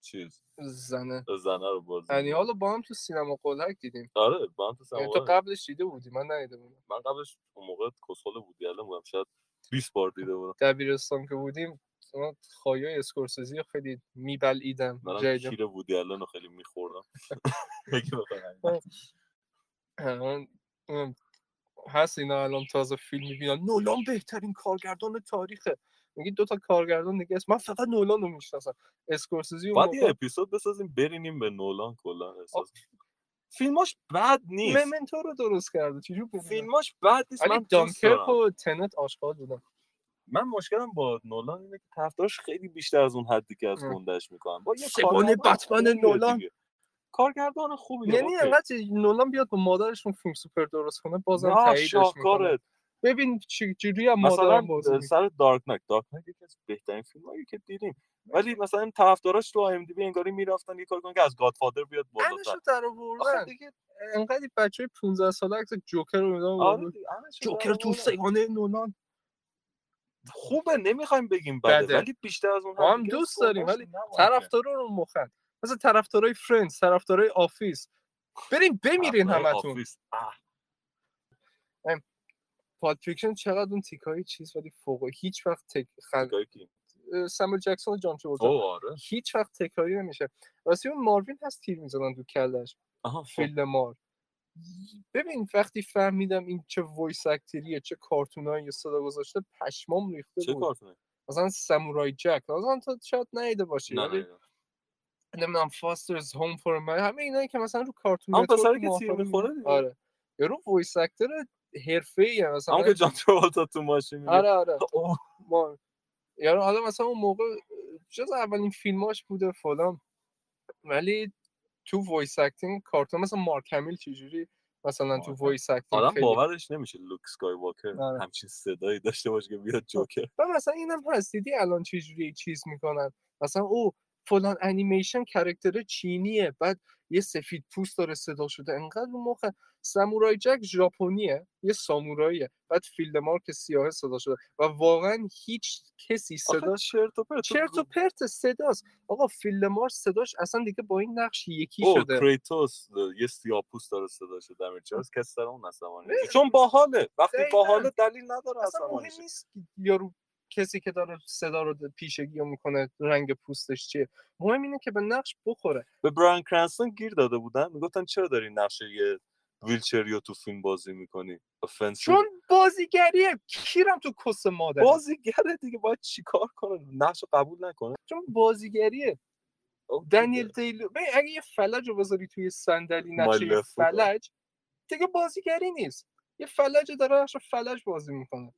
Speaker 2: چیز
Speaker 1: زنه
Speaker 2: زنه رو بازی
Speaker 1: یعنی
Speaker 2: می‌کنه.
Speaker 1: حالا با هم تو سینما قلهک دیدیم
Speaker 2: آره با هم تو
Speaker 1: یعنی تو
Speaker 2: سماوار
Speaker 1: قبلش دیده بودی من ندیده بودم
Speaker 2: من قبلش اون موقع کسخل بودی الان بودم شاید 20 بار دیده بودم
Speaker 1: دبیرستان که بودیم من خایه اسکورسیزی رو خیلی میبلعیدم
Speaker 2: منم
Speaker 1: جدیدم
Speaker 2: کیر بودی الان رو خیلی میخوردم
Speaker 1: <laughs> الان- ام، هست اینا الان تازه فیلم میبینن نولان بهترین کارگردان تاریخه میگه دو تا کارگردان دیگه هست من فقط نولان رو میشناسم اسکورسیزی اون
Speaker 2: باید یه
Speaker 1: موقع
Speaker 2: اپیزود بسازیم برینیم به نولان کلا
Speaker 1: آه.
Speaker 2: احساس فیلماش بد نیست
Speaker 1: ممنتو رو درست کرده چجور ببینم؟
Speaker 2: فیلماش بد نیست
Speaker 1: ولی خب
Speaker 2: من دوست
Speaker 1: دانکرک
Speaker 2: دارم
Speaker 1: و تنت آشغال بودم
Speaker 2: من مشکلم با نولان اینه که طرفدارش خیلی بیشتر از اون حدی که از
Speaker 1: اه.
Speaker 2: گندش میکنن با یه
Speaker 1: سگانه
Speaker 2: کارگردان
Speaker 1: بتمن
Speaker 2: خوبیه
Speaker 1: نولان.
Speaker 2: دیگه. کارگردان خوبیه
Speaker 1: یعنی
Speaker 2: اوکی.
Speaker 1: انقدر نولان بیاد با مادرشون فیلم سوپر درست کنه بازم
Speaker 2: نه
Speaker 1: تاییدش میکنه
Speaker 2: شاهکاره
Speaker 1: ببین چه جوری هم
Speaker 2: مثلا
Speaker 1: مادرم بازی میکنه
Speaker 2: سر دارک نایت دارک نایت یکی از بهترین فیلم هایی که دیدیم ولی مثلا طرفداراش تو ام دی بی انگاری میرفتن یه کار کنن که از گادفادر بیاد بالاتر
Speaker 1: انشو در
Speaker 2: آخه
Speaker 1: آوردن
Speaker 2: دیگه
Speaker 1: انقدر بچه های 15 ساله عکس جوکر رو میدونم
Speaker 2: آره دیگه، همش رو
Speaker 1: جوکر
Speaker 2: در
Speaker 1: تو
Speaker 2: آوردن.
Speaker 1: سیانه نولان
Speaker 2: خوبه نمیخوایم بگیم بده,
Speaker 1: بده.
Speaker 2: ولی بیشتر از اون
Speaker 1: ما
Speaker 2: حدی
Speaker 1: هم
Speaker 2: که
Speaker 1: دوست
Speaker 2: گذاشت
Speaker 1: داریم، ولی
Speaker 2: نباید کرد.
Speaker 1: طرفدارا رو مخن مثل طرفدارای فرندز طرفدارای آفیس بریم بمیرین
Speaker 2: طرفدارای
Speaker 1: همتون
Speaker 2: آفیس. اه،
Speaker 1: پاد فیکشن چقدر اون تیکای چیز ولی فوق هیچ وقت تک خن...
Speaker 2: نگاه کی؟
Speaker 1: سامل جکسون و جان ترولتا
Speaker 2: او آره
Speaker 1: هیچ وقت تکراری نمیشه راستی اون ماروین هست تیر میزدن تو کلش
Speaker 2: آها خب.
Speaker 1: فیلم مار ببین وقتی فهمیدم این چه وایس اکتریه چه کارتونایی صدا گذاشته پشمام ریخته
Speaker 2: چه
Speaker 1: بود
Speaker 2: کارتونه
Speaker 1: مثلا سامورای جک مثلا تو شاید نیده باشی
Speaker 2: نه
Speaker 1: ولی
Speaker 2: نه
Speaker 1: نمیدونم فاسترز هوم فور من همه اینایی که مثلا رو کارتون
Speaker 2: همون
Speaker 1: نتورک
Speaker 2: پسره که
Speaker 1: موفقی
Speaker 2: تیر می‌خوره
Speaker 1: می‌بینی.
Speaker 2: دیگه.
Speaker 1: آره یارو وایس اکتر حرفه‌ایه مثلا
Speaker 2: همون که جان ترولتا تو ماشین میگه
Speaker 1: آره آره
Speaker 2: <laughs> اوه،
Speaker 1: ما یارو حالا مثلا اون موقع جز اولین فیلماش بوده فلان ولی تو وایس اکتینگ کارتون مثلا مارک همیل چجوری مثلا تو وایس
Speaker 2: آدم
Speaker 1: اکتینگ خب، خیلی
Speaker 2: باورش نمیشه لوک اسکای واکر
Speaker 1: آره.
Speaker 2: همچین صدایی داشته باشه که بیاد جوکر
Speaker 1: و مثلا اینم هست دیدی الان چجوری چیز میکنن مثلا او فلان انیمیشن کرکتر چینیه بعد یه سفید پوست داره صدا شده انقدر اون موقع سامورای جک ژاپنیه یه ساموراییه بعد فیلد مارک سیاه صدا شده و واقعا هیچ کسی
Speaker 2: آخه
Speaker 1: صداش
Speaker 2: چرت و پرت
Speaker 1: چرت و پرت صداست آقا فیلد مارک صداش اصلا دیگه با این نقش یکی
Speaker 2: او
Speaker 1: شده
Speaker 2: کریتوس یه سیاپوس داره صدا شده دمیر چارلز کس سر اون عصبانی میشه. چون باحاله وقتی
Speaker 1: دقیقاً.
Speaker 2: باحاله دلیل نداره
Speaker 1: اصلا مهم
Speaker 2: عصبانی شه.
Speaker 1: نیست که یارو کسی که داره صدا رو پیشگی میکنه رنگ پوستش چیه مهم اینه که به نقش بخوره
Speaker 2: به بران کرنستون گیر داده بودن میگفتن چرا داری نقش یه ویلچریو تو فیلم بازی میکنی
Speaker 1: چون بازیگریه کیرم تو کس مادر
Speaker 2: بازیگره دیگه باید چیکار کنه نقش رو قبول نکنه
Speaker 1: چون بازیگریه دنیل دیلو ببین اگه یه فلج رو بذاری توی صندلی نقشه یه
Speaker 2: مالفو.
Speaker 1: فلج دیگه بازیگری نیست یه فلج رو داره نقش فلج بازی میکنه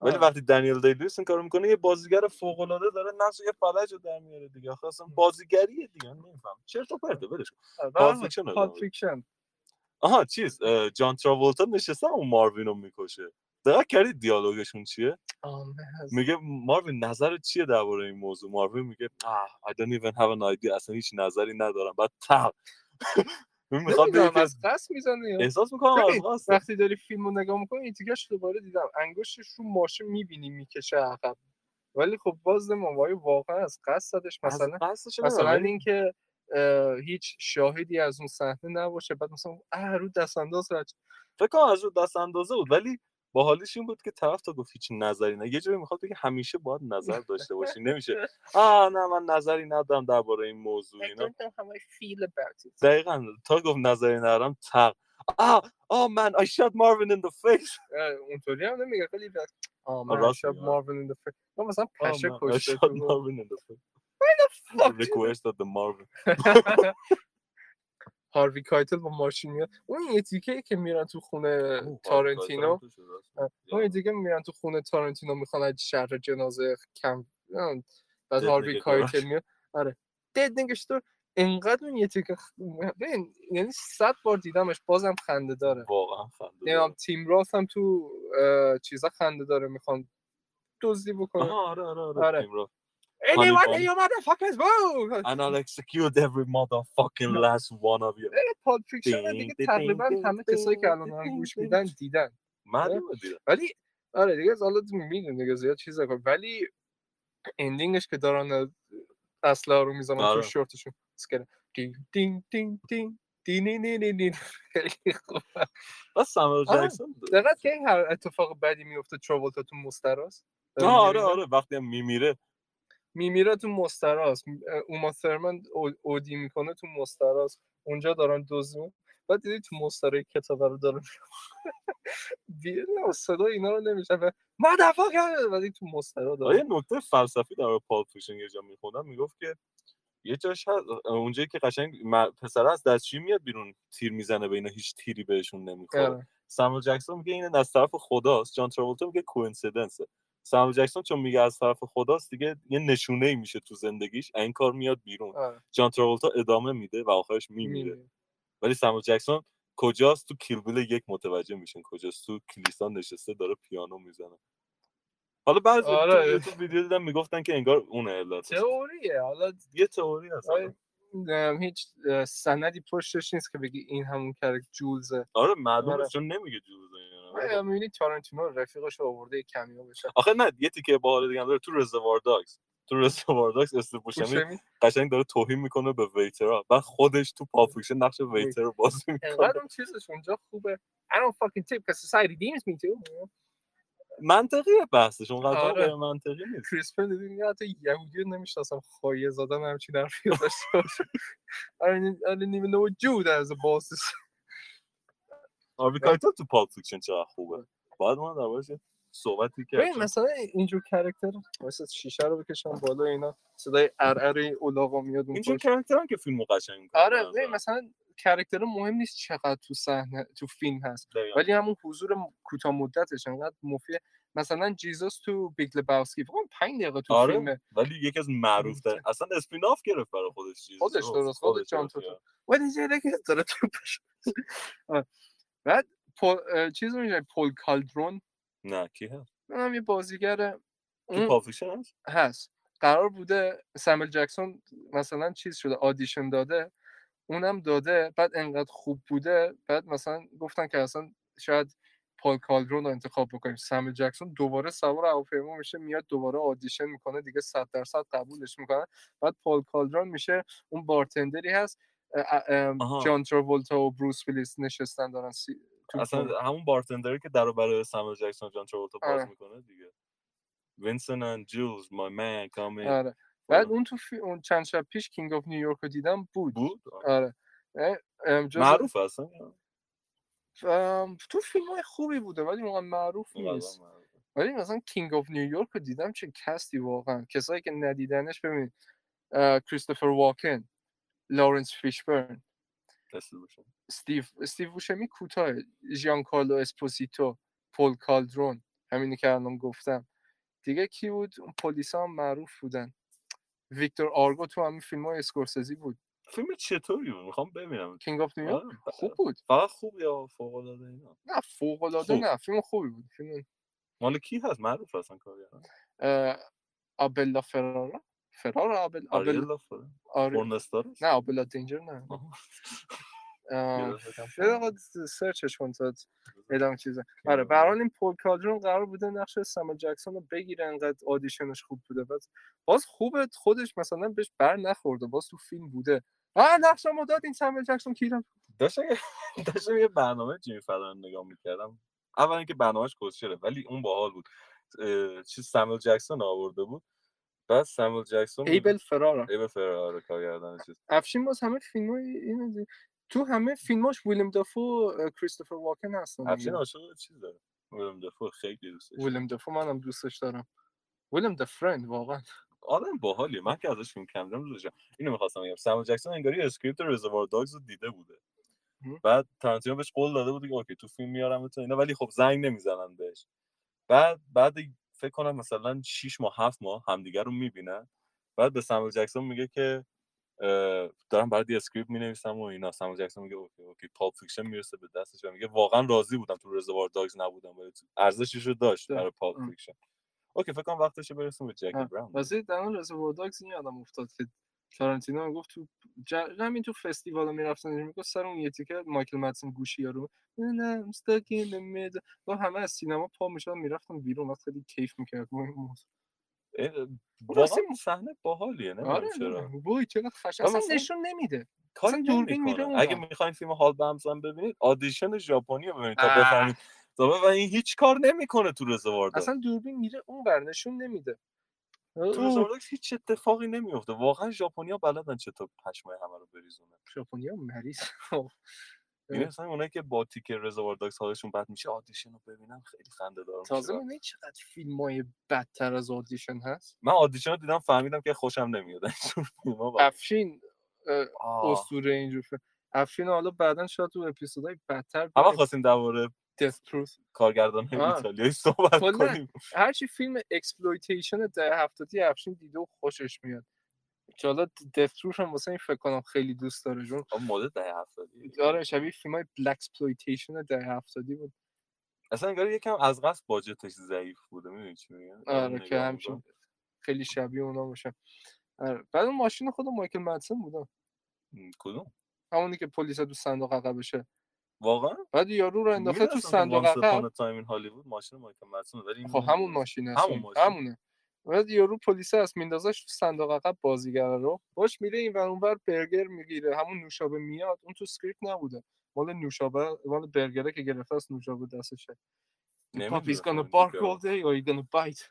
Speaker 2: ولی وقتی دنیل دی لویس این کارو میکنه یه بازیگر فوق العاده داره نقش یه فلج رو در میاره دیگه آخه اصلا بازیگریه دیگه من نمیفهم چرت و پرته ولش کن پالپ فیکشن رو ادامه
Speaker 1: پالپ
Speaker 2: بده.
Speaker 1: فیکشن
Speaker 2: آها چیز اه، جان تراولتا نشسته اون ماروین رو میکشه دقت کردی دیالوگشون چیه میگه ماروین نظر چیه درباره این موضوع ماروین میگه آه I don't even have an idea اصلا هیچ نظری ندارم بعد تا <laughs> میخواد
Speaker 1: نمیدونم
Speaker 2: بگه
Speaker 1: از
Speaker 2: که
Speaker 1: قصد میزنه یا
Speaker 2: احساس میکنم از
Speaker 1: ببین،
Speaker 2: قصد
Speaker 1: وقتی داری فیلم رو نگاه میکنی این تیکش رو دوباره دیدم انگشتش رو ماشه میبینی میکشه عقب ولی خب باز نمیم واقعا از قصد زدش
Speaker 2: از
Speaker 1: مثلا
Speaker 2: قصدش نمی‌دونم،
Speaker 1: مثلا
Speaker 2: ولی
Speaker 1: اینکه اه، هیچ شاهدی از اون صحنه نباشه بعد مثلا اه رو دست انداز رد شد.
Speaker 2: فکر کنم از رو دست اندازه بود ولی باحالیش این بود که طرف تا گفت هیچ نظری نه یه جوری میخواد بگه همیشه باید نظر داشته باشی نمیشه آه نه من نظری ندارم درباره این موضوع
Speaker 1: I
Speaker 2: اینا
Speaker 1: don't know how I feel about it.
Speaker 2: دقیقا تا گفت نظری ندارم تق آه آه من I shot Marvin in the face
Speaker 1: اه، اونطوری هم نمیگه خیلی بس آه
Speaker 2: آه،
Speaker 1: من
Speaker 2: راست
Speaker 1: شب
Speaker 2: میگه.
Speaker 1: مارون این دفعه نه مثلا
Speaker 2: <laughs> آه،
Speaker 1: پشه
Speaker 2: من I
Speaker 1: کشته
Speaker 2: shot
Speaker 1: تو رو.
Speaker 2: Marvin in the face <laughs>
Speaker 1: Fuck you.
Speaker 2: request of the Marvin
Speaker 1: <laughs> هاروی کایتل با ماشین میاد اون یه تیکه که میرن تو خونه
Speaker 2: اوه،
Speaker 1: تارنتینو
Speaker 2: توش
Speaker 1: آه،
Speaker 2: راست
Speaker 1: اون
Speaker 2: میگه.
Speaker 1: یه تیکه میرن تو خونه تارنتینو میخوان از شهر جنازه کم آه، بعد
Speaker 2: Dead
Speaker 1: هاروی
Speaker 2: Nigga Garage.
Speaker 1: کایتل میاد آره دد نگشتور انقدر اون یه تیکه خ- ببین، یعنی صد بار دیدمش بازم خنده داره
Speaker 2: واقعا خنده
Speaker 1: نمیدونم
Speaker 2: داره.
Speaker 1: تیم راست هم تو اه، چیزا خنده داره میخوان دزدی بکنه
Speaker 2: آها، آره آره
Speaker 1: آره.
Speaker 2: آره تیم را.
Speaker 1: Anyone
Speaker 2: Honey
Speaker 1: in your motherfuckers move!
Speaker 2: and I'll execute every motherfucking
Speaker 1: <laughs>
Speaker 2: last one of you
Speaker 1: پالپ فیکشن رو دیگه
Speaker 2: دینگ، دینگ،
Speaker 1: تقریبا
Speaker 2: دینگ،
Speaker 1: همه کسایی که
Speaker 2: دینگ،
Speaker 1: الان دارن
Speaker 2: دینگ،
Speaker 1: گوش
Speaker 2: دینگ.
Speaker 1: میدن دیدن
Speaker 2: معلومه دیگه.
Speaker 1: ولی آره دیگه از حالا میدون دیگه زیاد چیز نکن ولی اندینگش که دارن اصلا رو میزنن
Speaker 2: آره.
Speaker 1: تو شورتشون اسکره دین دین دین دین دی نی نی نی نی. خیلی خوب
Speaker 2: بس ساموئل
Speaker 1: آه،
Speaker 2: جکسون
Speaker 1: دقت که این هر اتفاق بدی میفته تراولتا تو مستراست داره
Speaker 2: آه، آره
Speaker 1: می‌بینی؟
Speaker 2: آره وقتی هم میمیره
Speaker 1: میمیره تو مستراس اوما ثرمن او- اودی میکنه تو مستراس اونجا دارن دزدی می‌کنن. بعد دیدی تو مسترای کتاب رو دارن <laughs> دیگه نه، صدا اینا رو نمیشنوه مدفاک ولی تو مسترا
Speaker 2: آره،
Speaker 1: دارن
Speaker 2: یه نکته فلسفی در مورد پال فیکشن یه جا میخوندم میگفت که یه جاش هست اونجایی که قشنگ م- پسره از دستشویی میاد بیرون تیر میزنه به اینا هیچ تیری بهشون نمیخوره
Speaker 1: آره.
Speaker 2: ساموئل جکسون میگه این از طرف خداست جان تراولتا میگه کوینسیدنسه ساموئل جکسون چون میگه از طرف خداست دیگه یه نشونه ای میشه تو زندگیش این کار میاد بیرون
Speaker 1: آره.
Speaker 2: جان تراولتا ادامه میده و آخرش میمیره
Speaker 1: می‌میره.
Speaker 2: ولی سامو جکسون کجاست تو کیلبیل یک متوجه میشین کجاست تو کلیسا نشسته داره پیانو میزنه حالا بعضی
Speaker 1: آره.
Speaker 2: تو یوتیوب ویدیو دیدم میگفتن که انگار اون علتش
Speaker 1: تئوریه حالا
Speaker 2: یه تئوری هست
Speaker 1: آره.
Speaker 2: آره,
Speaker 1: ام، هیچ اه، سندی پشتش نیست که بگی این همون کرک جولزه
Speaker 2: آره معلومه
Speaker 1: آره.
Speaker 2: چون نمیگه جوزه اینا.
Speaker 1: میبینی تارنتینو رفیقش رو آورده یه کمیو بشه
Speaker 2: آخه نه یه تیکه باحال دیگه هم داره تو رزوار داگز تو رزوار داگز استیو بوشمی
Speaker 1: بوشمی.
Speaker 2: یعنی قشنگ داره توهین میکنه به ویترا بعد خودش تو پافیکشن نقش ویتر رو بازی میکنه
Speaker 1: انقدر اون چیزش اونجا خوبه I don't fucking tip because society deems me to
Speaker 2: منطقیه بحثش اونقدر
Speaker 1: آره.
Speaker 2: غیر منطقی نیست
Speaker 1: کریس پل دیدی میگه حتی یهودی رو نمیشناسم خایه زدن همچین حرفی رو داشته باشه I don't- I didn't even know what Jew as a boss is. خب.
Speaker 2: آربیکایتا تو پافیکشن چقدر خوبه باید ما دربارش یه صحبتی
Speaker 1: ببین
Speaker 2: کرد
Speaker 1: مثلا اینجور کرکتر مثلا شیشه رو بکشم بالا اینا صدای ارعر اولاغا میاد اون
Speaker 2: اینجور
Speaker 1: پشت.
Speaker 2: کرکتر هم که فیلمو قشنگ میکنه
Speaker 1: آره ببین مثلا کرکتر مهم نیست چقدر تو صحنه تو فیلم هست ولی همون حضور م- کوتاه مدتش انقدر مفید مثلا جیزوس تو بیگ لباسکی فکر کنم 5 دقیقه تو
Speaker 2: آره.
Speaker 1: فیلمه
Speaker 2: ولی یکی از معروف ترین اصلا اسپین آف گرفت برای خودش خب، چیز
Speaker 1: خودش درست، خودش جان تو تو. ولی اینجا که داره تو پشت. آه. بعد پل... اه، چیز رو می‌دونی، پل کالدرون
Speaker 2: نه کی هست
Speaker 1: اونم یه بازیگر
Speaker 2: تو
Speaker 1: اون-
Speaker 2: پافیشن هست
Speaker 1: هست قرار بوده سامل جکسون مثلا چیز شده آدیشن داده اونم داده بعد انقدر خوب بوده بعد مثلا گفتن که اصلا شاید پال کالدرون رو انتخاب بکنیم سامل جکسون دوباره سوار هواپیما میشه میاد دوباره آدیشن میکنه دیگه 100 درصد قبولش میکنه بعد پال کالدرون میشه اون بارتندری هست اه، اه، اه،
Speaker 2: آها.
Speaker 1: جان تراولتا و بروس ویلیس نشستن دارن سی... تو
Speaker 2: اصلا همون بارتندری که در و برای ساموئل جکسون جان ترولتا باز
Speaker 1: آره.
Speaker 2: میکنه دیگه وینسن اند جولز my man come in
Speaker 1: آره. بعد اون تو فی- اون چند شب پیش کینگ آف نیویورک رو دیدم بود
Speaker 2: بود
Speaker 1: آره اه، ام، جز-
Speaker 2: معروف اصلا
Speaker 1: ام، تو فیلم های خوبی بوده ولی واقعا معروف
Speaker 2: اینقدر
Speaker 1: نیست
Speaker 2: معروف.
Speaker 1: ولی مثلا کینگ آف نیویورک رو دیدم چه کستی واقعا کسایی که ندیدنش ببین کریستوفر واکن لارنس فیشبرن
Speaker 2: دسته باشه.
Speaker 1: استیو استیو بوشمی کوتاه ژیان کارلو اسپوسیتو پل کالدرون همینی که الان گفتم دیگه کی بود اون پلیسا هم معروف بودن ویکتور آرگو تو همین فیلم های اسکورسزی بود
Speaker 2: فیلم چطوری بود میخوام ببینم
Speaker 1: کینگ آف نیویورک
Speaker 2: آره، ف-
Speaker 1: خوب بود
Speaker 2: فقط خوب یا فوق العاده اینا
Speaker 1: نه فوق العاده
Speaker 2: خوب.
Speaker 1: نه فیلم خوبی بود فیلم
Speaker 2: مال کی هست معروف اصلا کارگردان
Speaker 1: اه، آبلا فرارا فرارا آبل آبل
Speaker 2: آریل لافر
Speaker 1: آره
Speaker 2: پورنستار
Speaker 1: نه آبلا دینجر نه ام،
Speaker 2: گرفته کم
Speaker 1: یه
Speaker 2: شد.
Speaker 1: دقیقه سرچش کن تا
Speaker 2: <laughs>
Speaker 1: اعلام چیزه آره به هر حال این پول کادرون قرار بوده نقش سامو جکسون رو بگیره انقدر آدیشنش خوب بوده بعد باز خوبه خودش مثلا بهش بر نخورده باز تو فیلم بوده آ نقشمو داد این سامو جکسون کیرم
Speaker 2: داشتم یه- <laughs> داشتم یه برنامه جیمی فلان نگاه میکردم اولا که برنامهش کسچره ولی اون باحال بود اه، چیز سامل جکسون آورده بود بعد سامل جکسون
Speaker 1: ایبل فرارا
Speaker 2: ایبل فرار کارگردان چیز
Speaker 1: افشین باز همه فیلم اینو دی- تو همه فیلماش ویلم دافو و اه، کریستوفر واکن هستن دیگه.
Speaker 2: افشین عاشق چیزه ویلم دفو خیلی دوستش دارم.
Speaker 1: ویلم دفو منم دوستش دارم ویلم د فرند واقعا
Speaker 2: آدم باحالیه من که ازش فیلم کم دیدم دوستش دارم. اینو میخواستم بگم سامل جکسون انگاری اسکریپت رزوار داگز رو دیده بوده
Speaker 1: هم.
Speaker 2: بعد تارانتینو بهش قول داده بود که اوکی تو فیلم میارم تو اینا ولی خب زنگ نمیزنن بهش بعد بعد فکر کنم مثلا 6 ماه 7 ماه همدیگه رو میبینن بعد به ساموئل جکسون میگه که اه، دارم برای دی اسکریپت مینویسم و اینا ساموئل جکسون میگه اوکی اوکی پاپ فیکشن میرسه به دستش و میگه واقعا راضی بودم تو رزوار داگز نبودم ولی تو- ارزشش رو داشت
Speaker 1: ده.
Speaker 2: برای پاپ
Speaker 1: ام.
Speaker 2: فیکشن اوکی فکر کنم وقتشه برسیم به جکی
Speaker 1: آه.
Speaker 2: براون
Speaker 1: واسه در اون رزرور داگز این یادم افتاد که تارانتینو گفت تو ج... همین تو فستیوال میرفتن میگفت سر اون یه تیکه مایکل مدسون گوشی یارو نه نه I'm stuck in the middle. و همه از سینما پا میشدن میرفتن بیرون وقت خیلی کیف میکرد
Speaker 2: اه،
Speaker 1: راستی-
Speaker 2: واقعا خب اون صحنه باحالیه
Speaker 1: آره
Speaker 2: نمیدونم چرا
Speaker 1: وای چقدر خش
Speaker 2: آه،
Speaker 1: اصلا
Speaker 2: مثلا-
Speaker 1: نشون نمیده
Speaker 2: کاری
Speaker 1: اصلا دوربین میره
Speaker 2: نمی‌کنه. اگه
Speaker 1: اونور.
Speaker 2: میخواین فیلم هال به همسان ببینید آدیشن ژاپنی رو ببینید تا
Speaker 1: آه.
Speaker 2: بفهمید تا بفهمید این هیچ کار نمیکنه تو رزوار داگز.
Speaker 1: اصلا دوربین میره اونور نشون نمیده
Speaker 2: تو رزوار داگز هیچ اتفاقی نمیفته واقعا ژاپنیا بلدن چطور پشمای همه رو بریزونن
Speaker 1: ژاپنیا مریض
Speaker 2: یعنی
Speaker 1: اه.
Speaker 2: مثلا اونایی که با تیک رزوار داگز حالشون بد میشه آدیشن رو ببینن خیلی خنده دار
Speaker 1: تازه
Speaker 2: میشه
Speaker 1: می‌بینی چقدر فیلم های بدتر از آدیشن هست
Speaker 2: من آدیشن رو دیدم فهمیدم که خوشم نمیاد <laughs> از این فیلم‌ها واقعاً.
Speaker 1: افشین اه،
Speaker 2: آه.
Speaker 1: اسطوره اینجور فیلم افشین حالا بعدا شاید تو اپیزودهای بدتر
Speaker 2: اما خواستیم درباره
Speaker 1: دث پروف
Speaker 2: کارگردان
Speaker 1: آه.
Speaker 2: ایتالیایی صحبت
Speaker 1: کلاً.
Speaker 2: کنیم
Speaker 1: هرچی فیلم اکسپلویتیشن ده هفتادی افشین دیده و خوشش میاد که حالا دث پروف هم واسه این فکر کنم خیلی دوست داره چون
Speaker 2: آه، مدت دهه 70
Speaker 1: آره شبیه فیلم های بلک اکسپلویتیشن ده هفتادی بود
Speaker 2: اصلا انگار یکم از قصد باجتش ضعیف بوده میدونی چی میگم یعنی
Speaker 1: آره که همچین خیلی شبیه اونا باشن آره. بعد اون ماشین خود مایکل مدسن بودن
Speaker 2: کدوم
Speaker 1: همونی که پلیس تو صندوق عقبشه
Speaker 2: واقعا
Speaker 1: بعد یارو رو انداخته تو
Speaker 2: می‌دونستم که
Speaker 1: صندوق
Speaker 2: Once Upon
Speaker 1: عقب
Speaker 2: a Time in Hollywood ماشین مایکل مدسون ولی این
Speaker 1: خب
Speaker 2: رو
Speaker 1: همون
Speaker 2: نمی‌دونستم.
Speaker 1: ماشین هست
Speaker 2: همون
Speaker 1: اون،
Speaker 2: ماشین.
Speaker 1: همونه بعد یارو پلیس هست میندازش تو صندوق عقب بازیگر رو باش میره این ور اونور برگر میگیره همون نوشابه میاد اون تو سکریپت نبوده مال نوشابه مال برگره که گرفته است نوشابه دستشه The puppy's
Speaker 2: نمی‌دونستم
Speaker 1: gonna
Speaker 2: این
Speaker 1: bark
Speaker 2: دیگه.
Speaker 1: all day or he's gonna bite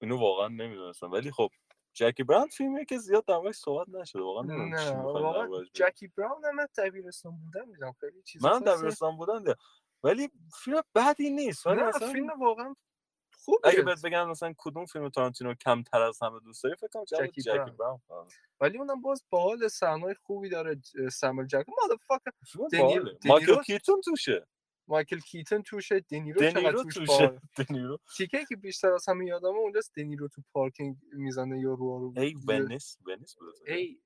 Speaker 2: اینو واقعا نمیدونستم ولی خب جکی براند فیلمیه که زیاد در موردش صحبت نشده واقعا نمی‌دونم چی
Speaker 1: نه
Speaker 2: می‌خوایم
Speaker 1: واقعا
Speaker 2: در موردش بگیم.
Speaker 1: جکی براون هم من دبیرستان بودم دیدم خیلی چیز
Speaker 2: منم
Speaker 1: خاصی.
Speaker 2: دبیرستان بودم ده. ولی فیلم بدی نیست ولی
Speaker 1: نه
Speaker 2: مثلا
Speaker 1: فیلم واقعا خوبه
Speaker 2: اگه بهت بگن مثلا کدوم فیلم تارانتینو کمتر از همه دوست داری فکر کنم جواب
Speaker 1: جکی
Speaker 2: جکی
Speaker 1: براند.
Speaker 2: براند خواهم.
Speaker 1: ولی اونم باز باحال صحنه‌های خوبی داره سامل جکسون مادرفاکر
Speaker 2: فیلم
Speaker 1: دنی-
Speaker 2: باحاله. مایکل
Speaker 1: دنیرو-
Speaker 2: کیتون توشه
Speaker 1: مایکل کیتن توشه دنیرو چقدر
Speaker 2: دنیرو
Speaker 1: توش
Speaker 2: توشه
Speaker 1: بار
Speaker 2: دنیرو
Speaker 1: تیکه که بیشتر از همه یادمه اونجاست دنیرو تو پارکینگ میزنه یا رو رو
Speaker 2: هی ونیس ونیس بود
Speaker 1: <laughs> ای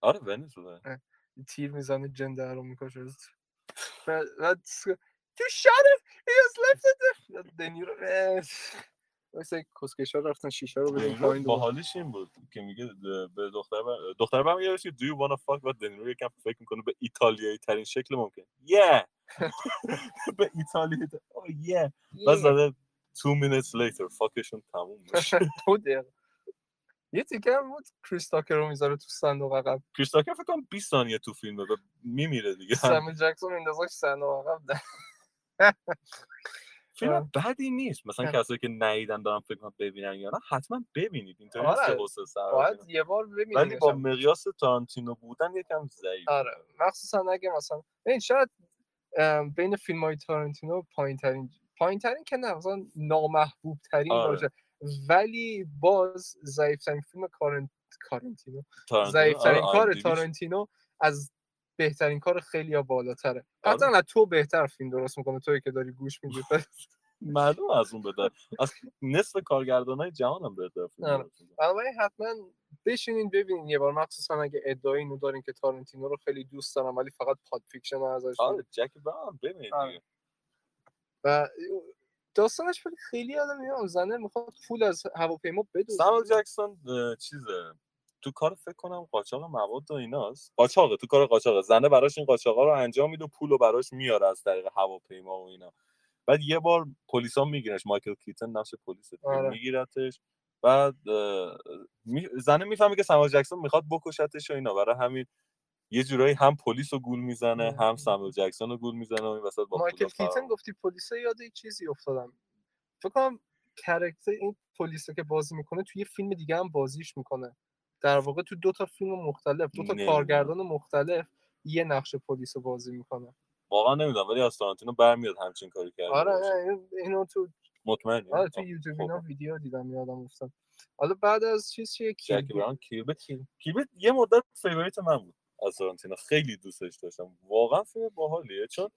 Speaker 2: آره ونیس بود
Speaker 1: تیر میزنه جنده رو میکشه تو شرف ایز لفت دنیرو اه. مثل کسکشا رفتن شیشه رو بدون
Speaker 2: دنیرو
Speaker 1: پایین دوباره.
Speaker 2: باحالیش این بود که میگه د- به دختر بر... دختر برم یادش که do you wanna fuck و دنیرو یکم فکر میکنه به ایتالیایی ترین شکل ممکن
Speaker 1: <laughs>
Speaker 2: yeah به ایتالیایی ت- oh yeah بعد زده two minutes later فاکشون تموم میشه
Speaker 1: <laughs> دو دقیقه. یه تیکه هم بود کریستاکر رو میذاره تو صندوق
Speaker 2: <laughs>
Speaker 1: عقب
Speaker 2: کریستاکر فکر کنم 20 ثانیه تو فیلمه و میمیره دیگه
Speaker 1: سمی جکسون اندازاش صندوق عقب ده.
Speaker 2: <laughs> فیلم
Speaker 1: آره.
Speaker 2: بدی نیست مثلا
Speaker 1: آه.
Speaker 2: کسایی که نیدن دارن فکر کنم ببینن یا نه حتما ببینید اینطوری
Speaker 1: آره.
Speaker 2: نیست که حوصله سر
Speaker 1: باید
Speaker 2: بگیرم.
Speaker 1: یه بار
Speaker 2: ولی با
Speaker 1: ببینیم
Speaker 2: مقیاس تارانتینو بودن یکم ضعیف
Speaker 1: آره مخصوصا اگه مثلا این شاید ام، بین فیلم های تارنتینو پایین ترین پایین ترین که نه مثلا نامحبوب ترین
Speaker 2: آره.
Speaker 1: باشه ولی باز ضعیف ترین فیلم کارن... کارنتینو
Speaker 2: تارانتینو،
Speaker 1: ضعیف ترین
Speaker 2: آره،
Speaker 1: کار
Speaker 2: IMDb 's
Speaker 1: تارنتینو از بهترین کار خیلی ها بالاتره
Speaker 2: آره.
Speaker 1: قطعا از تو بهتر فیلم درست میکنه توی که داری گوش
Speaker 2: <laughs>
Speaker 1: میدی
Speaker 2: معلوم از اون بده از نصف کارگردان های جهان هم بهتر فیلم
Speaker 1: آره.
Speaker 2: درست می‌کنن.
Speaker 1: بنابراین حتما بشینین ببینین یه بار مخصوصا اگه ادعای اینو دارین که تارنتینو رو خیلی دوست دارم ولی فقط پاد فیکشن رو ازش
Speaker 2: آره جک براون ببینید
Speaker 1: آره.
Speaker 2: دیگه.
Speaker 1: و داستانش ولی خیلی آدم میاد زنه میخواد پول از هواپیما بدوزه
Speaker 2: ساموئل جکسون اه، چیزه تو کار فکر کنم قاچاق مواد و ایناست قاچاقه تو کار قاچاقه زنه براش این قاچاقا رو انجام میده و پول رو براش میاره از طریق هواپیما و اینا بعد یه بار پلیسا میگیرنش مایکل کیتن نقش پلیس دیگه.
Speaker 1: آره.
Speaker 2: میگیرتش بعد اه، می- زنه میفهمه که ساموئل جکسون میخواد بکشتش و اینا برای همین یه جورایی هم پلیس رو گول میزنه هم ساموئل جکسون رو گول میزنه و این وسط با
Speaker 1: مایکل
Speaker 2: پولا فرار
Speaker 1: کیتن گفتی پلیسه یاد یه چیزی افتادم فکر کنم کرکتر این پلیسه که بازی میکنه توی یه فیلم دیگه هم بازیش میکنه در واقع تو دو تا فیلم مختلف دو تا
Speaker 2: نمی‌دونم.
Speaker 1: کارگردان مختلف یه نقش پلیس رو بازی میکنه
Speaker 2: واقعا نمیدونم ولی از تارانتینو برمیاد همچین کاری کرده
Speaker 1: آره
Speaker 2: باشه.
Speaker 1: نه، اینو تو
Speaker 2: مطمئنی
Speaker 1: آره تو
Speaker 2: آه،
Speaker 1: یوتیوب
Speaker 2: خب.
Speaker 1: اینا ویدیو دیدم یادم افتاد حالا بعد از چیز چیه کیل
Speaker 2: جکی
Speaker 1: بیل.
Speaker 2: براون کیوبت کیوبت یه مدت فیوریت من بود از تارانتینو خیلی دوستش داشتم واقعا فیلم باحالیه چون